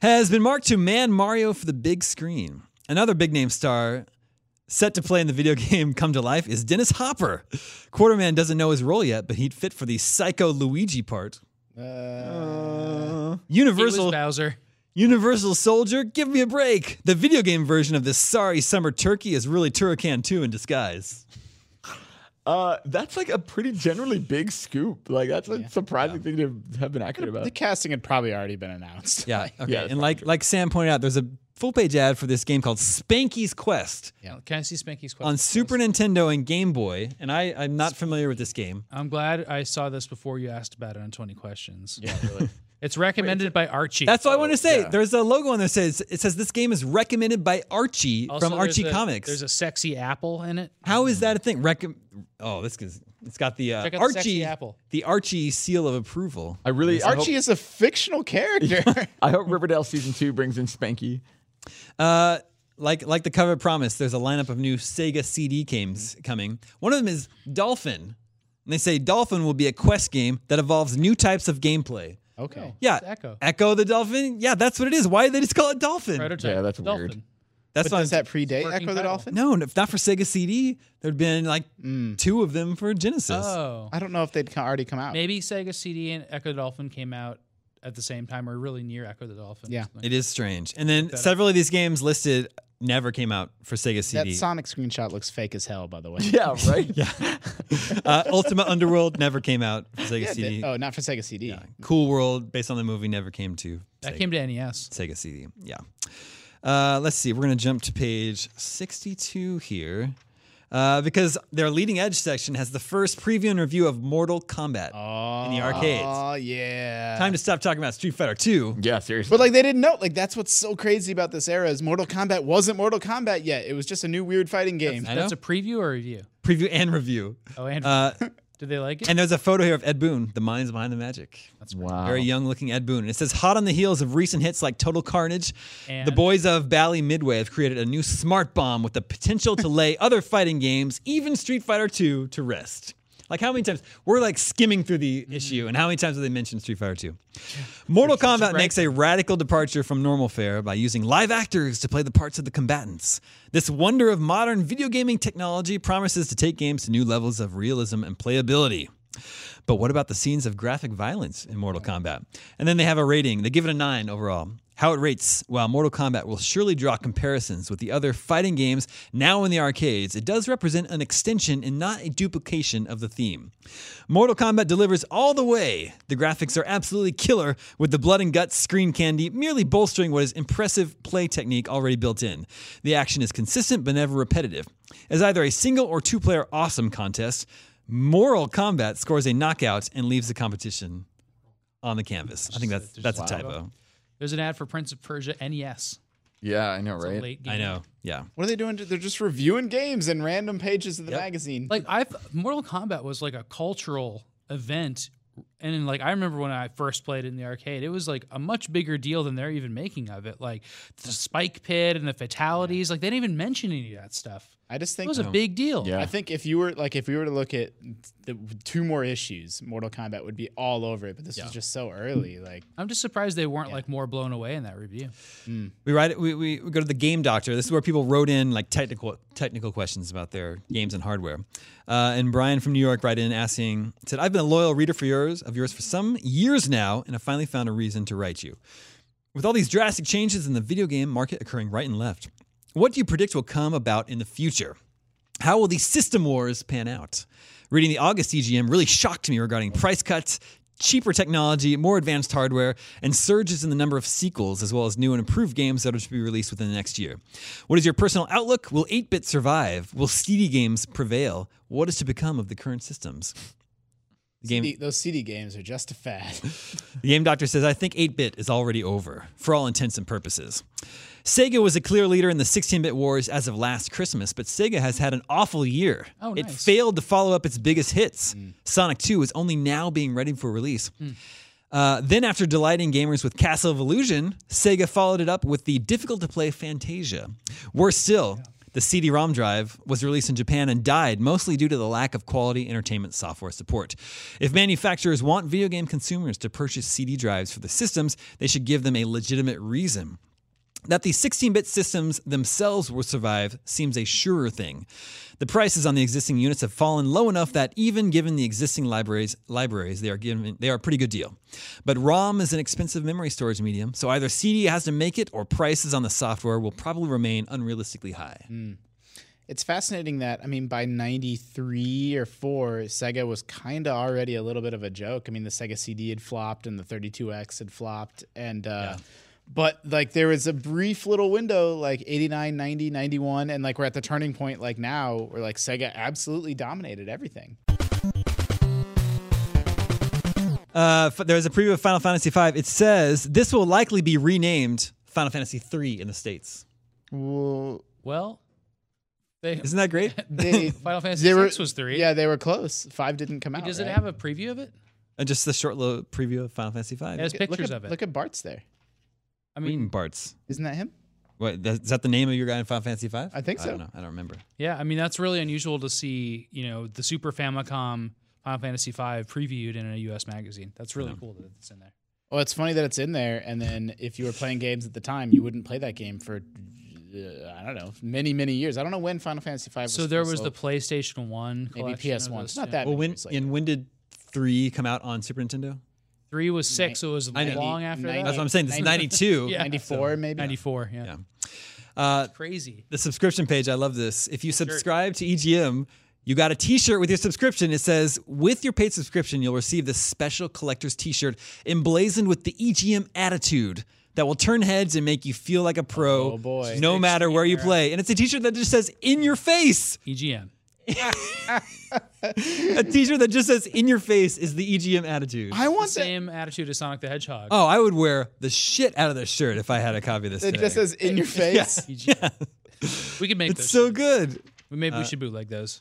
[SPEAKER 1] has been marked to man Mario for the big screen. Another big name star set to play in the video game come to life is Dennis Hopper. Quarterman doesn't know his role yet, but he'd fit for the psycho Luigi part.
[SPEAKER 4] It was
[SPEAKER 1] Universal
[SPEAKER 4] Bowser.
[SPEAKER 1] Universal Soldier, give me a break. The video game version of this sorry summer turkey is really Turrican 2 in disguise.
[SPEAKER 5] Uh, that's like a pretty generally big scoop. Like that's a surprising thing to have been accurate about.
[SPEAKER 3] The casting had probably already been announced.
[SPEAKER 1] Yeah. Okay.
[SPEAKER 5] Yeah, that's
[SPEAKER 1] and like like Sam pointed out, there's a full page ad for this game called Spanky's Quest
[SPEAKER 4] Can I see Spanky's question?
[SPEAKER 1] on Super Nintendo and Game Boy. And I, I'm not familiar with this game.
[SPEAKER 4] I'm glad I saw this before you asked about it on 20 questions. Yeah, really. it's recommended by Archie.
[SPEAKER 1] That's what I want to say. There's a logo on there that says it says this game is recommended by Archie
[SPEAKER 4] Also,
[SPEAKER 1] from
[SPEAKER 4] there's
[SPEAKER 1] Archie
[SPEAKER 4] a-
[SPEAKER 1] Comics.
[SPEAKER 4] There's a sexy apple in it.
[SPEAKER 1] How is that a thing? Recom- oh, this is it's got the uh,
[SPEAKER 4] Check out the
[SPEAKER 1] Archie
[SPEAKER 4] sexy apple.
[SPEAKER 1] the Archie seal of approval.
[SPEAKER 5] I really I
[SPEAKER 3] Archie
[SPEAKER 5] hope-
[SPEAKER 3] is a fictional character.
[SPEAKER 5] I hope Riverdale season two brings in Spanky.
[SPEAKER 1] Uh, like like the cover promised, there's a lineup of new Sega CD games coming. One of them is Dolphin, and they say Dolphin will be a quest game that evolves new types of gameplay.
[SPEAKER 3] okay.
[SPEAKER 1] Yeah,
[SPEAKER 4] It's Echo.
[SPEAKER 1] Echo the Dolphin. Yeah, that's what it is. Why did they just call it Dolphin?
[SPEAKER 4] Prototype.
[SPEAKER 5] Yeah, that's
[SPEAKER 4] Dolphin.
[SPEAKER 5] weird.
[SPEAKER 1] That's
[SPEAKER 3] But
[SPEAKER 1] not
[SPEAKER 3] does that predate
[SPEAKER 4] working
[SPEAKER 3] Echo the
[SPEAKER 4] title.
[SPEAKER 3] Dolphin?
[SPEAKER 1] No, n- not for Sega CD. There'd been like
[SPEAKER 3] Mm.
[SPEAKER 1] two of them for Genesis.
[SPEAKER 4] Oh.
[SPEAKER 3] I don't know if they'd co- already come out.
[SPEAKER 4] Maybe Sega CD and Echo the Dolphin came out at the same time or really near Echo the Dolphin. or
[SPEAKER 3] Yeah.
[SPEAKER 4] something.
[SPEAKER 1] It is strange. And then several of these games listed never came out for Sega
[SPEAKER 3] That
[SPEAKER 1] CD.
[SPEAKER 3] Sonic screenshot looks fake as hell, by the way.
[SPEAKER 5] Yeah, right.
[SPEAKER 1] yeah. uh, Ultima Underworld never came out for Sega
[SPEAKER 3] Yeah,
[SPEAKER 1] CD.
[SPEAKER 3] they- oh, not for Sega CD.
[SPEAKER 1] Cool World, based on the movie, never came to
[SPEAKER 4] That
[SPEAKER 1] Sega,
[SPEAKER 4] came to E NES.
[SPEAKER 1] Sega CD. Yeah. Uh, let's see. We're going to jump to page 62 here. Uh, because their leading edge section has the first preview and review of Mortal Kombat in the arcades.
[SPEAKER 3] Oh yeah.
[SPEAKER 1] Time to stop talking about Street Fighter 2.
[SPEAKER 5] Yeah, seriously.
[SPEAKER 3] But like they didn't know. Like that's what's so crazy about this era is Mortal Kombat wasn't Mortal Kombat yet. It was just a new weird fighting game.
[SPEAKER 1] I
[SPEAKER 4] That's
[SPEAKER 1] know.
[SPEAKER 4] a preview or a review?
[SPEAKER 1] preview and review.
[SPEAKER 4] Oh, and
[SPEAKER 1] Uh,
[SPEAKER 4] did they like it?
[SPEAKER 1] and there's a photo here of Ed Boon, the minds behind the magic.
[SPEAKER 5] wow.
[SPEAKER 1] Very young looking Ed Boon. And it says, hot on the heels of recent hits like Total Carnage, the
[SPEAKER 4] And-
[SPEAKER 1] boys of Bally Midway have created a new smart bomb with the potential to lay other fighting games, even Street Fighter 2, to rest. Like how many times we're like skimming through the
[SPEAKER 4] Mm-hmm.
[SPEAKER 1] issue, and how many times have they mentioned Street Fighter 2? Mortal Kombat makes a radical departure from normal fare by using live actors to play the parts of the combatants. This wonder of modern video gaming technology promises to take games to new levels of realism and playability. But what about the scenes of graphic violence in Mortal Kombat? And then they have a rating. They give it a nine overall. How it rates, while Mortal Kombat will surely draw comparisons with the other fighting games now in the arcades, it does represent an extension and not a duplication of the theme. Mortal Kombat delivers all the way. The graphics are absolutely killer, with the blood and guts screen candy merely bolstering what is impressive play technique already built in. The action is consistent but never repetitive. As either a single or two player awesome contest, Moral Combat scores a knockout and leaves the competition on the canvas. I think that's that's a typo.
[SPEAKER 4] There's an ad for Prince of Persia NES.
[SPEAKER 5] yeah, I know,
[SPEAKER 4] It's a
[SPEAKER 5] right?
[SPEAKER 4] late game.
[SPEAKER 1] I know. Yeah.
[SPEAKER 3] What are they doing? They're just reviewing games in random pages of the magazine.
[SPEAKER 4] Like I've Mortal Kombat was like a cultural event, and then, like I remember when I first played it in the arcade, it was like a much bigger deal than they're even making of it. Like the spike pit and the fatalities, like they didn't even mention any of that stuff.
[SPEAKER 3] I
[SPEAKER 4] It
[SPEAKER 3] just think
[SPEAKER 4] was a big deal.
[SPEAKER 5] Yeah.
[SPEAKER 3] I think if you were like if we were to look at the two more issues, Mortal Kombat would be all over it. But this was just so early. Like
[SPEAKER 4] I'm just surprised they weren't like more blown away in that review.
[SPEAKER 1] We write it, we, we, we go to the game doctor. This is where people wrote in like technical technical questions about their games and hardware. Uh, and Brian from New York wrote in asking said, "I've been a loyal reader for yours of yours for some years now, and I finally found a reason to write you. With all these drastic changes in the video game market occurring right and left, what do you predict will come about in the future? How will these system wars pan out? Reading the August EGM really shocked me regarding price cuts, cheaper technology, more advanced hardware, and surges in the number of sequels, as well as new and improved games that are to be released within the next year. What is your personal outlook? Will 8 bit survive? Will CD games prevail? What is to become of the current systems? The game,
[SPEAKER 3] the- those CD games are just a fad.
[SPEAKER 1] the game doctor says, I think 8 bit is already over, for all intents and purposes. Sega was a clear leader in the 16 bit wars as of last Christmas, but Sega has had an awful year.
[SPEAKER 4] Oh,
[SPEAKER 1] It
[SPEAKER 4] nice. Mm.
[SPEAKER 1] failed to follow up its biggest hits. Sonic 2 is only now being ready for release. Uh, then, after delighting gamers with Castle of Illusion, Sega followed it up with the difficult to play Fantasia. Worse still, the CD ROM drive was released in Japan and died mostly due to the lack of quality entertainment software support. If manufacturers want video game consumers to purchase CD drives for the systems, they should give them a legitimate reason. That the 16 bit systems themselves will survive seems a surer thing. The prices on the existing units have fallen low enough that even given the existing libraries, libraries they, are given, they are a pretty good deal. But ROM is an expensive memory storage medium, so either CD has to make it or prices on the software will probably remain unrealistically high.
[SPEAKER 3] It's fascinating that I mean by 93 or 4 Sega was kind of already a little bit of a joke. I mean the Sega CD had flopped and the 32X had flopped and uh but like there was a brief little window like 89, 90, 91 and like we're at the turning point like now where like Sega absolutely dominated everything.
[SPEAKER 1] Uh, f- there's a preview of Final Fantasy V. It says this will likely be renamed Final Fantasy III in the States.
[SPEAKER 3] Well,
[SPEAKER 4] Well, they,
[SPEAKER 1] Isn't that great?
[SPEAKER 3] they
[SPEAKER 4] Final Fantasy
[SPEAKER 3] they
[SPEAKER 4] VI
[SPEAKER 3] were-
[SPEAKER 4] was three.
[SPEAKER 3] Yeah, they were close. 5 didn't come out.
[SPEAKER 4] Does it
[SPEAKER 3] right?
[SPEAKER 4] have a preview of it?
[SPEAKER 1] Uh, just a short little preview of Final Fantasy V.
[SPEAKER 4] It has
[SPEAKER 3] Look at-
[SPEAKER 4] pictures
[SPEAKER 3] look at,
[SPEAKER 4] of it.
[SPEAKER 3] Look at Bart's there.
[SPEAKER 4] I
[SPEAKER 1] Reading
[SPEAKER 4] mean,
[SPEAKER 1] Bart's.
[SPEAKER 3] Isn't that him?
[SPEAKER 1] What that- is that the name of your guy in Final Fantasy V?
[SPEAKER 3] I think
[SPEAKER 1] I don't
[SPEAKER 3] so.
[SPEAKER 1] know. I don't remember.
[SPEAKER 4] yeah, I mean that's really unusual to see. You know, the Super Famicom Final Fantasy V previewed in a U.S. magazine. That's really cool that it's in there.
[SPEAKER 3] Well, it's funny that it's in there, and then if you were playing games at the time, you wouldn't play that game for uh, I don't know many many years. I don't know when Final Fantasy V. Was
[SPEAKER 4] So there was the
[SPEAKER 3] sold.
[SPEAKER 4] PlayStation One,
[SPEAKER 3] maybe
[SPEAKER 4] collection of
[SPEAKER 3] PS One.
[SPEAKER 4] those
[SPEAKER 3] It's not
[SPEAKER 4] two.
[SPEAKER 3] that.
[SPEAKER 1] Well,
[SPEAKER 3] many
[SPEAKER 1] when
[SPEAKER 3] years later.
[SPEAKER 1] and when did three come out on Super Nintendo?
[SPEAKER 4] Three was six, so it was
[SPEAKER 1] I know.
[SPEAKER 4] long after
[SPEAKER 3] Ninety-
[SPEAKER 1] That's
[SPEAKER 4] that.
[SPEAKER 1] what I'm saying. This is 92.
[SPEAKER 4] Yeah.
[SPEAKER 3] ninety four maybe.
[SPEAKER 4] Ninety-four. Yeah,
[SPEAKER 1] Yeah. Uh,
[SPEAKER 4] crazy.
[SPEAKER 1] the subscription page. I love this. If you subscribe to EGM, you got a T-shirt with your subscription. It says, "With your paid subscription, you'll receive this special collector's T-shirt emblazoned with the EGM attitude that will turn heads and make you feel like a pro,
[SPEAKER 3] Oh, boy.
[SPEAKER 1] no matter where you play." And it's a T-shirt that just says "In your face."
[SPEAKER 4] EGM.
[SPEAKER 1] A T-shirt that just says "In your face" is the EGM attitude.
[SPEAKER 3] I want that.
[SPEAKER 4] Same attitude as Sonic the Hedgehog.
[SPEAKER 1] Oh, I would wear the shit out of this shirt if I had a copy of this.
[SPEAKER 3] It
[SPEAKER 1] today.
[SPEAKER 3] just says in your face.
[SPEAKER 4] EGM. We could make
[SPEAKER 1] it's
[SPEAKER 4] those.
[SPEAKER 1] so good. Uh,
[SPEAKER 4] Maybe we should bootleg those.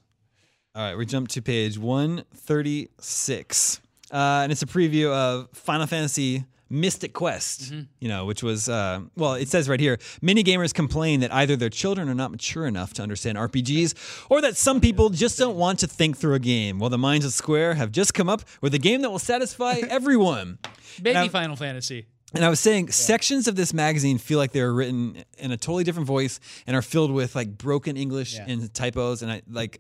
[SPEAKER 1] All right, we jump to page 136. Uh, and it's a preview of Final Fantasy Mystic Quest, you know, which was, uh, well, it says right here many gamers complain that either their children are not mature enough to understand RPGs or that some people just don't want to think through a game. Well, the minds of Square have just come up with a game that will satisfy everyone.
[SPEAKER 4] Baby
[SPEAKER 1] I'm-
[SPEAKER 4] Final Fantasy.
[SPEAKER 1] And I was saying, sections of this magazine feel like they were written in a totally different voice and are filled with like broken English and typos. And I like,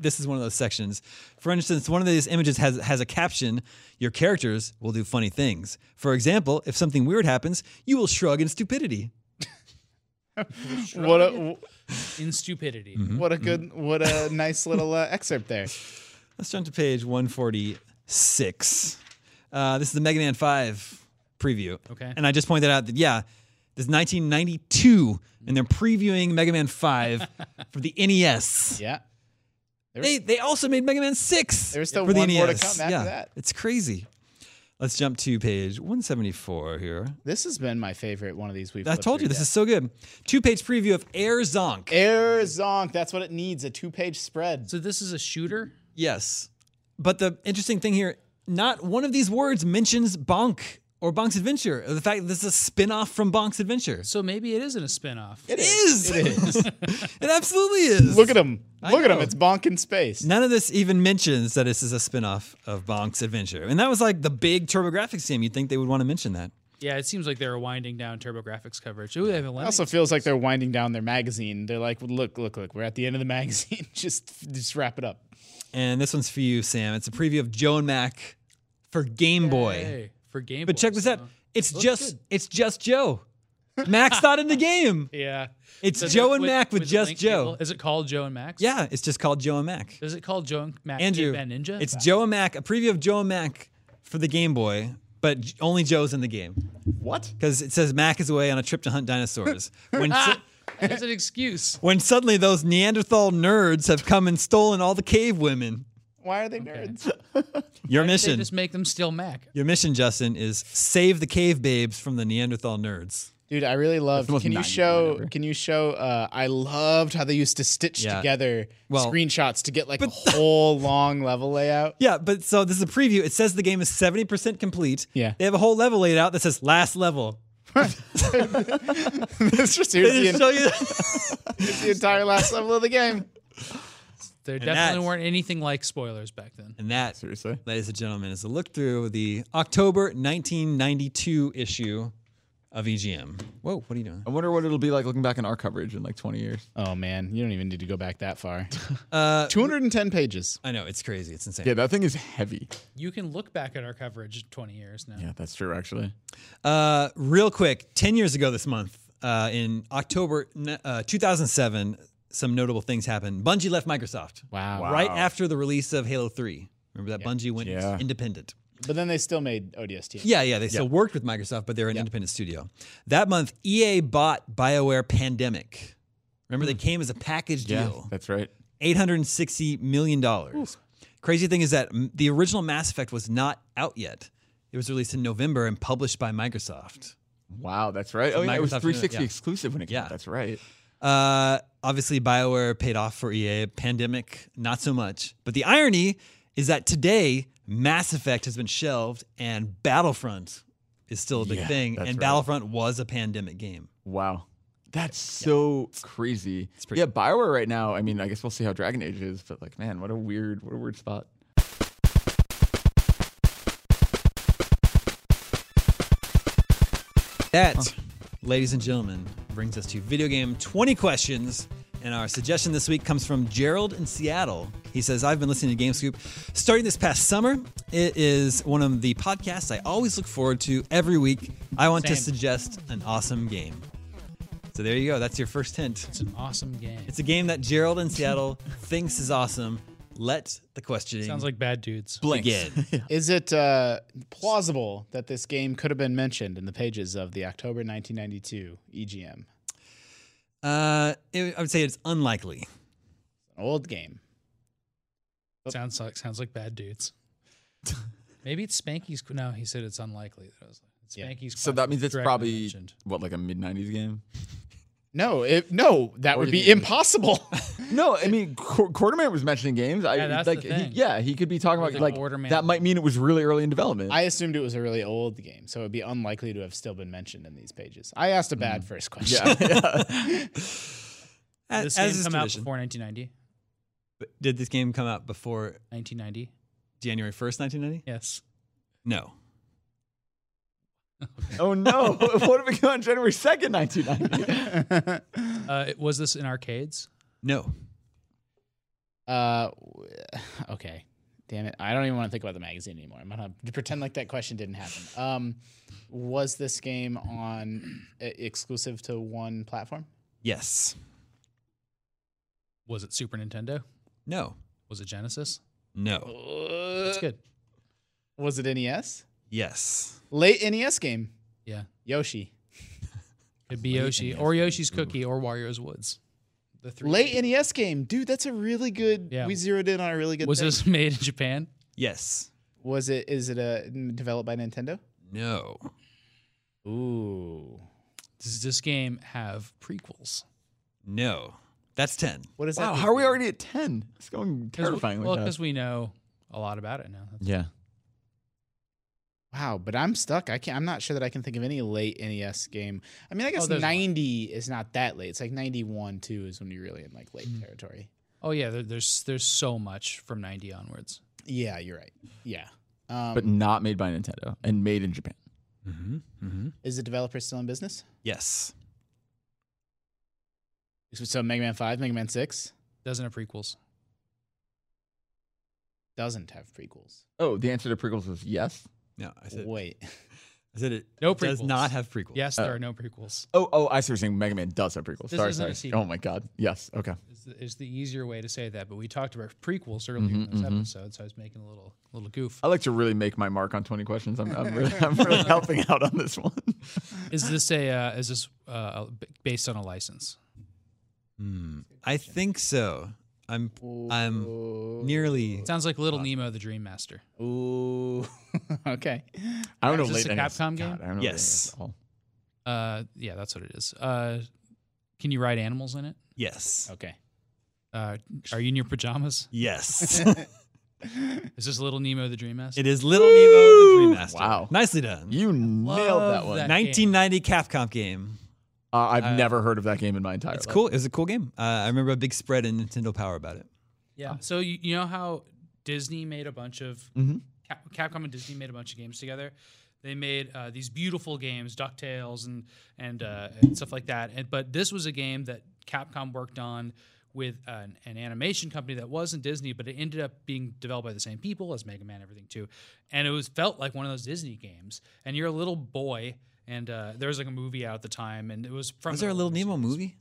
[SPEAKER 1] this is one of those sections. For instance, one of these images has has a caption: "Your characters will do funny things." For example, if something weird happens, you will shrug in stupidity.
[SPEAKER 3] What a
[SPEAKER 4] In stupidity.
[SPEAKER 1] Mm-hmm.
[SPEAKER 3] what a good what a nice little uh, excerpt there.
[SPEAKER 1] Let's jump to page one forty six. Uh, this is the Mega Man Five preview.
[SPEAKER 4] Okay.
[SPEAKER 1] And I just pointed out that yeah, this is nineteen ninety two, and they're previewing Mega Man Five for the E NES.
[SPEAKER 3] Yeah,
[SPEAKER 1] They they also made Mega Man Six.
[SPEAKER 3] There's still
[SPEAKER 1] for the
[SPEAKER 3] one more to
[SPEAKER 1] NES.
[SPEAKER 3] come after
[SPEAKER 1] yeah,
[SPEAKER 3] that.
[SPEAKER 1] It's crazy. Let's jump to page 174 here.
[SPEAKER 3] this has been my favorite one of these we've.
[SPEAKER 1] I told you this is so good. Two page preview of Air Zonk.
[SPEAKER 3] Air Zonk. That's what it needs. A two page spread.
[SPEAKER 4] So this is a shooter.
[SPEAKER 1] yes, but the interesting thing here, not one of these words mentions Bonk or Bonk's Adventure. or The fact that this is a spin off from Bonk's Adventure.
[SPEAKER 4] So maybe it isn't a spin-off.
[SPEAKER 1] It is. It, is. it absolutely is.
[SPEAKER 3] Look at him.
[SPEAKER 1] I
[SPEAKER 3] Look at him.
[SPEAKER 1] know.
[SPEAKER 3] It's bonk in space.
[SPEAKER 1] None of this even mentions that this is a spin off of Bonk's Adventure. And that was like the big TurboGrafx game. You'd think they would want to mention that.
[SPEAKER 4] Yeah, it seems like they're winding down TurboGrafx coverage. Ooh, they have a
[SPEAKER 3] It also feels like they're winding down their magazine. They're like, look, look, look, we're at the end of the magazine. just just wrap it up.
[SPEAKER 1] And this one's for you, Sam. It's a preview of Joe and Mac for Game Boy.
[SPEAKER 4] Hey, for Game Uh,
[SPEAKER 1] But
[SPEAKER 4] Boy,
[SPEAKER 1] check this out.
[SPEAKER 4] so-
[SPEAKER 1] It's just it's just Joe. Mac's not in the game.
[SPEAKER 4] Yeah.
[SPEAKER 1] It's
[SPEAKER 4] Does
[SPEAKER 1] Joe
[SPEAKER 4] it-
[SPEAKER 1] and Mac with
[SPEAKER 4] the
[SPEAKER 1] just
[SPEAKER 4] link
[SPEAKER 1] Joe.
[SPEAKER 4] Is it called Joe and Max?
[SPEAKER 1] Yeah, it's just called Joe and Mac.
[SPEAKER 4] Is it called Joe and Mac
[SPEAKER 1] Andrew,
[SPEAKER 4] Caveman Ninja?
[SPEAKER 1] it's Joe and Mac. A preview of Joe and Mac for the Game Boy, but j- only Joe's in the game
[SPEAKER 3] What?
[SPEAKER 1] because it says Mac is away on a trip to hunt dinosaurs. When su-
[SPEAKER 4] That's an excuse.
[SPEAKER 1] when suddenly those Neanderthal nerds have come and stolen all the cave women.
[SPEAKER 3] Why are they nerds?
[SPEAKER 1] Your
[SPEAKER 4] They
[SPEAKER 1] mission,
[SPEAKER 4] just make them still Mac.
[SPEAKER 1] your mission, Justin, is save the cave babes from the Neanderthal nerds.
[SPEAKER 3] Dude, I really love.
[SPEAKER 5] the most
[SPEAKER 3] Can you
[SPEAKER 5] 90s
[SPEAKER 3] show?
[SPEAKER 5] whatever.
[SPEAKER 3] Can you show? Uh, I loved how they used to stitch
[SPEAKER 1] Yeah.
[SPEAKER 3] together
[SPEAKER 1] Well,
[SPEAKER 3] screenshots to get like a whole long level layout.
[SPEAKER 1] Yeah, but so this is a preview. It says the game is 70% complete.
[SPEAKER 3] Yeah.
[SPEAKER 1] They have a whole level laid out that says last level.
[SPEAKER 3] That's just
[SPEAKER 1] They
[SPEAKER 3] here's
[SPEAKER 1] just
[SPEAKER 3] the,
[SPEAKER 1] show you
[SPEAKER 3] here's the entire last level of the game.
[SPEAKER 4] There
[SPEAKER 1] that's-
[SPEAKER 4] definitely weren't anything like spoilers back then.
[SPEAKER 1] and that,
[SPEAKER 5] Seriously?
[SPEAKER 1] ladies and gentlemen, is a look through the October 1992 issue of EGM. Whoa, what are you doing?
[SPEAKER 5] I wonder what it'll be like looking back on our coverage in like 20 years.
[SPEAKER 3] Oh man, you don't even need to go back that far.
[SPEAKER 1] Uh,
[SPEAKER 3] 210 pages.
[SPEAKER 1] I know it's crazy. It's insane.
[SPEAKER 5] Yeah, that thing is heavy.
[SPEAKER 4] You can look back at our coverage 20 years now.
[SPEAKER 5] Yeah, that's true, actually.
[SPEAKER 1] Uh, real quick, 10 years ago this month, uh, in October n- uh, 2007, some notable things happened. Bungie left Microsoft
[SPEAKER 3] Wow.
[SPEAKER 1] right after the release of Halo 3. Remember that Bungie went
[SPEAKER 5] Yeah.
[SPEAKER 1] independent.
[SPEAKER 3] But then they still made ODST.
[SPEAKER 1] Yeah, yeah, they still worked with Microsoft, but they're an independent studio. That month, EA bought BioWare Pandemic. Remember, they came as a package
[SPEAKER 5] Mm. Yeah,
[SPEAKER 1] deal.
[SPEAKER 5] that's right.
[SPEAKER 1] $860 million. Crazy thing is that mm, the original Mass Effect was not out yet. It was released in November and published by Microsoft.
[SPEAKER 5] Wow, that's right. Oh, yeah, it was
[SPEAKER 1] Microsoft,
[SPEAKER 5] 360
[SPEAKER 1] yeah.
[SPEAKER 5] exclusive when it came
[SPEAKER 1] Yeah.
[SPEAKER 5] out. That's right.
[SPEAKER 1] Uh, obviously, BioWare paid off for EA. Pandemic, not so much. But the irony is that today, Mass Effect has been shelved and Battlefront is still a big
[SPEAKER 5] Yeah,
[SPEAKER 1] thing.
[SPEAKER 5] that's
[SPEAKER 1] And
[SPEAKER 5] right.
[SPEAKER 1] Battlefront was a pandemic game.
[SPEAKER 5] Wow. That's so crazy.
[SPEAKER 1] pretty-
[SPEAKER 5] yeah, Bioware right now, I mean, I guess we'll see how Dragon Age is, but like, man, what a weird, what a weird spot.
[SPEAKER 1] That, ladies and gentlemen, brings us to video game 20 questions. And our suggestion this week comes from Gerald in Seattle. He says, I've been listening to GameScoop starting this past summer. It is one of the podcasts I always look forward to every week. I want to
[SPEAKER 4] Same.
[SPEAKER 1] suggest an awesome game. So there you go. That's your first hint.
[SPEAKER 4] It's an awesome game.
[SPEAKER 1] It's a game that Gerald in Seattle thinks is awesome. Let the questioning
[SPEAKER 4] Sounds like bad dudes.
[SPEAKER 1] begin.
[SPEAKER 3] Is it uh, plausible that this game could have been mentioned in the pages of the October E 1992 EGM?
[SPEAKER 1] uh, it- I would say it's unlikely.
[SPEAKER 3] Old game.
[SPEAKER 4] Sounds like sounds like bad dudes. Maybe it's Spanky's. No, he said it's unlikely. That it was it's
[SPEAKER 3] Yeah.
[SPEAKER 4] Spanky's.
[SPEAKER 5] So that means it's
[SPEAKER 4] directly
[SPEAKER 5] probably,
[SPEAKER 4] mentioned.
[SPEAKER 5] what, like a mid 90s game?
[SPEAKER 3] No, it, no, that would
[SPEAKER 5] you
[SPEAKER 3] be
[SPEAKER 5] think?
[SPEAKER 3] impossible.
[SPEAKER 5] No, I mean, Qu- Quarterman was mentioning games. I,
[SPEAKER 4] Yeah, that's
[SPEAKER 5] like,
[SPEAKER 4] the thing.
[SPEAKER 5] He, yeah, he could be talking
[SPEAKER 4] With
[SPEAKER 5] about,
[SPEAKER 4] the
[SPEAKER 5] like,
[SPEAKER 4] Quarterman.
[SPEAKER 5] that might mean it was really early in development.
[SPEAKER 3] I assumed it was a really old game, so it would be unlikely to have still been mentioned in these pages. I asked a bad first question.
[SPEAKER 5] yeah, yeah.
[SPEAKER 1] As, as
[SPEAKER 4] This game
[SPEAKER 1] is
[SPEAKER 4] come out
[SPEAKER 1] tradition.
[SPEAKER 4] before 1990.
[SPEAKER 1] Did this game come out before
[SPEAKER 4] 1990.
[SPEAKER 1] January 1st, 1990?
[SPEAKER 4] Yes.
[SPEAKER 1] No.
[SPEAKER 5] Oh, no. what if it came out on January 2nd, 1990?
[SPEAKER 4] Uh, it- was this in arcades?
[SPEAKER 1] No.
[SPEAKER 3] Uh, w- okay. Damn it. I don't even want to think about the magazine anymore. I'm going to pretend like that question didn't happen. Um, was this game on uh, exclusive to one platform?
[SPEAKER 1] Yes.
[SPEAKER 4] Was it Super Nintendo?
[SPEAKER 1] No.
[SPEAKER 4] Was it Genesis?
[SPEAKER 1] No.
[SPEAKER 3] Uh,
[SPEAKER 4] That's good.
[SPEAKER 3] Was it NES?
[SPEAKER 1] Yes.
[SPEAKER 3] Late NES game.
[SPEAKER 4] Yeah.
[SPEAKER 3] Yoshi.
[SPEAKER 4] It'd be Yoshi or Yoshi's Cookie or Wario's Woods. The three.
[SPEAKER 3] Late NES game. Dude, that's a really good.
[SPEAKER 4] Yeah.
[SPEAKER 3] We zeroed in on a really good.
[SPEAKER 4] was
[SPEAKER 3] thing.
[SPEAKER 4] this made in Japan?
[SPEAKER 1] Yes.
[SPEAKER 3] Was it? Is it a developed by Nintendo?
[SPEAKER 1] No.
[SPEAKER 3] Ooh.
[SPEAKER 4] Does this game have prequels?
[SPEAKER 1] No. That's 10.
[SPEAKER 3] What is
[SPEAKER 5] wow,
[SPEAKER 3] that?
[SPEAKER 5] how are we already at 10? It's going
[SPEAKER 4] 'Cause we-
[SPEAKER 5] terrifyingly
[SPEAKER 4] Well,
[SPEAKER 5] fast.
[SPEAKER 4] because we know a lot about it now. That's-
[SPEAKER 5] Yeah.
[SPEAKER 3] Wow, but I'm stuck. I can't. I'm not sure that I can think of any late NES game. I mean, I guess
[SPEAKER 4] there's one.
[SPEAKER 3] 90 is not that late. It's like 91 too is when you're really in like late territory.
[SPEAKER 4] Oh yeah, there, there's there's so much from 90 onwards.
[SPEAKER 3] Yeah, you're right. Yeah. Um,
[SPEAKER 5] But not made by Nintendo and made in Japan.
[SPEAKER 3] is the developer still in business?
[SPEAKER 1] Yes.
[SPEAKER 3] So Mega Man 5, Mega Man 6
[SPEAKER 4] Doesn't have prequels.
[SPEAKER 3] doesn't have prequels.
[SPEAKER 5] Oh, the answer to prequels is yes.
[SPEAKER 1] No. I said,
[SPEAKER 3] Wait.
[SPEAKER 1] I said it
[SPEAKER 4] No
[SPEAKER 1] does
[SPEAKER 4] prequels.
[SPEAKER 1] not have prequels.
[SPEAKER 4] Yes, there are no prequels.
[SPEAKER 5] Oh, oh, I see what you're saying. Mega Man does have prequels.
[SPEAKER 4] This
[SPEAKER 5] sorry,
[SPEAKER 4] isn't a
[SPEAKER 5] sorry.
[SPEAKER 4] sequel.
[SPEAKER 5] Oh my god. Yes. Okay.
[SPEAKER 4] Is the, is the easier way to say that, but we talked about prequels earlier in this episode, so I was making a little little goof.
[SPEAKER 5] I like to really make my mark on 20 questions. I'm, I'm really, I'm really helping out on this one.
[SPEAKER 4] Is this a uh, is this uh, b- based on a license?
[SPEAKER 1] I think so. I'm I'm nearly
[SPEAKER 4] It sounds like Little Nemo, the Dream Master.
[SPEAKER 3] Ooh. okay.
[SPEAKER 5] I don't know.
[SPEAKER 4] Is this
[SPEAKER 5] late
[SPEAKER 4] a
[SPEAKER 5] night is-
[SPEAKER 4] Capcom game?
[SPEAKER 5] God, I don't know late night
[SPEAKER 1] Yes.
[SPEAKER 5] is at all.
[SPEAKER 4] Uh, yeah, that's what it is. Uh, can you ride animals in it?
[SPEAKER 1] yes.
[SPEAKER 3] Okay.
[SPEAKER 4] Uh, are you in your pajamas?
[SPEAKER 1] Yes.
[SPEAKER 4] Is this Little Nemo, the Dream Master?
[SPEAKER 1] it is Little Nemo the Dream Master.
[SPEAKER 5] Wow.
[SPEAKER 1] Nicely done.
[SPEAKER 5] You nailed that one.
[SPEAKER 4] that.
[SPEAKER 1] 1990 Capcom game.
[SPEAKER 5] Uh, I've never heard of that game in my entire
[SPEAKER 1] It's
[SPEAKER 5] life.
[SPEAKER 1] cool. It was a cool game. Uh, I remember a big spread in Nintendo Power about it.
[SPEAKER 4] Yeah. Um, So you,
[SPEAKER 1] Mm-hmm.
[SPEAKER 4] you know how Disney made a bunch of Cap- Capcom and Disney made a bunch of games together. They made uh, these beautiful games, Ducktales and and, uh, and stuff like that. And but this was a game that Capcom worked on with an, an animation company that wasn't Disney, but it ended up being developed by the same people as Mega Man, and everything too. And it was felt like one of those Disney games. And you're a little boy, and uh, there was like a movie out at the time, and it was from.
[SPEAKER 1] Was there a Little Nemo movie?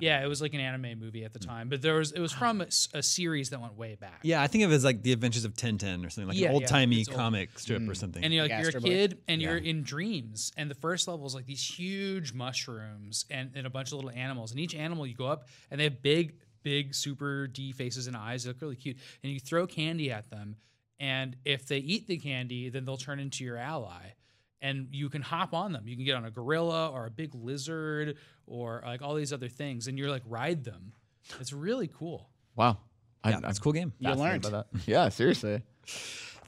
[SPEAKER 4] Yeah, it was like an anime movie at the time, but there was it was from a, s- a series that went way back.
[SPEAKER 1] Yeah, I think of it as like The Adventures of Ten Ten or something like
[SPEAKER 4] Yeah, yeah,
[SPEAKER 1] an old timey
[SPEAKER 4] it's old.
[SPEAKER 1] comic strip
[SPEAKER 5] Mm.
[SPEAKER 1] or something.
[SPEAKER 4] And you're like
[SPEAKER 3] Like
[SPEAKER 4] you're a
[SPEAKER 3] Astro Boy.
[SPEAKER 4] kid and you're in dreams. And the first level is like these huge mushrooms and, and a bunch of little animals. And each animal you go up and they have big, big super D faces and eyes. They look really cute. And you throw candy at them. And if they eat the candy, then they'll turn into your ally. And you can hop on them. You can get on a gorilla or a big lizard or like all these other things. And you're like ride them. It's really cool.
[SPEAKER 5] Wow. I,
[SPEAKER 1] yeah, it's a cool game.
[SPEAKER 3] You learned.
[SPEAKER 5] Yeah, seriously.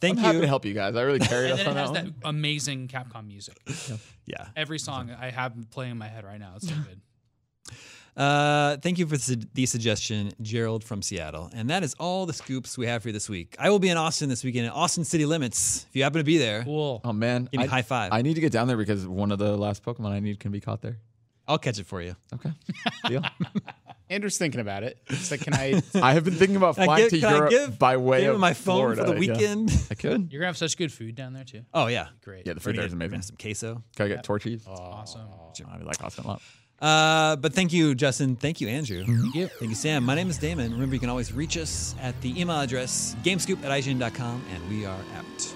[SPEAKER 1] Thank
[SPEAKER 5] I'm
[SPEAKER 1] you.
[SPEAKER 5] happy to help you guys. I really carried
[SPEAKER 4] And
[SPEAKER 5] us
[SPEAKER 4] then it
[SPEAKER 5] on
[SPEAKER 4] has
[SPEAKER 5] that
[SPEAKER 4] that
[SPEAKER 5] one.
[SPEAKER 4] amazing Capcom music.
[SPEAKER 1] Yeah.
[SPEAKER 4] Every song I have playing in my head right now. It's so good.
[SPEAKER 1] Uh, thank you for su- the suggestion, Gerald from Seattle. And that is all the scoops we have for you this week. I will be in Austin this weekend at Austin City Limits. If you happen to be there,
[SPEAKER 4] Cool.
[SPEAKER 5] Oh man,
[SPEAKER 1] Give me
[SPEAKER 5] I,
[SPEAKER 1] a high five.
[SPEAKER 5] I need to get down there because one of the last Pokemon I need can be caught there.
[SPEAKER 1] I'll catch it for you.
[SPEAKER 5] Okay, deal.
[SPEAKER 3] Andrew's thinking about it. It's like, can I?
[SPEAKER 5] I have been thinking about
[SPEAKER 1] Can I
[SPEAKER 5] flying
[SPEAKER 1] give-
[SPEAKER 5] to
[SPEAKER 1] can I
[SPEAKER 5] Europe
[SPEAKER 1] give-
[SPEAKER 5] by way
[SPEAKER 1] Give me
[SPEAKER 5] of
[SPEAKER 1] my phone
[SPEAKER 5] Florida,
[SPEAKER 1] for the
[SPEAKER 5] yeah.
[SPEAKER 1] weekend.
[SPEAKER 5] I could.
[SPEAKER 4] You're gonna have such good food down there too.
[SPEAKER 1] Oh yeah,
[SPEAKER 4] Great.
[SPEAKER 5] Yeah, the
[SPEAKER 1] We're
[SPEAKER 5] food
[SPEAKER 1] gonna
[SPEAKER 5] there is
[SPEAKER 1] get-
[SPEAKER 5] amazing.
[SPEAKER 1] gonna have Some queso.
[SPEAKER 5] Can I get torchies?
[SPEAKER 4] Awesome.
[SPEAKER 5] I like Austin a lot.
[SPEAKER 1] Uh, but thank you, Justin. Thank you, Andrew. Thank you. Thank you, Sam. My name is Damon. Remember, you can always reach us at the email address gamescoop at IGN.com, and we are out.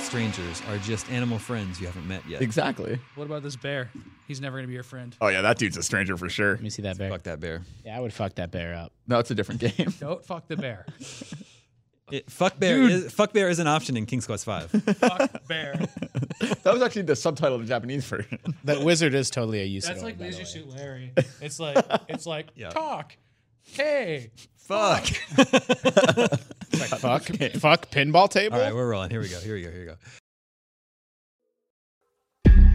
[SPEAKER 1] Strangers are just animal friends you haven't met yet.
[SPEAKER 5] Exactly.
[SPEAKER 4] What about this bear? He's never gonna be your friend.
[SPEAKER 5] Oh yeah, that dude's a stranger for sure.
[SPEAKER 3] Let me see that bear.
[SPEAKER 1] Fuck that bear.
[SPEAKER 3] Yeah, I would fuck that bear up.
[SPEAKER 5] No, it's a different game.
[SPEAKER 4] Don't fuck the bear.
[SPEAKER 1] It- fuck bear. Is, fuck bear is an option in King's Quest Five.
[SPEAKER 4] fuck bear.
[SPEAKER 5] that was actually the subtitle of the Japanese version.
[SPEAKER 3] That wizard is totally a useless.
[SPEAKER 4] That's like Leisure Suit Larry. It's like it's like
[SPEAKER 1] Yeah.
[SPEAKER 4] talk. Hey,
[SPEAKER 1] fuck.
[SPEAKER 3] fuck, fuck pinball table.
[SPEAKER 1] All right, we're rolling. Here we go. Here we go. Here we go.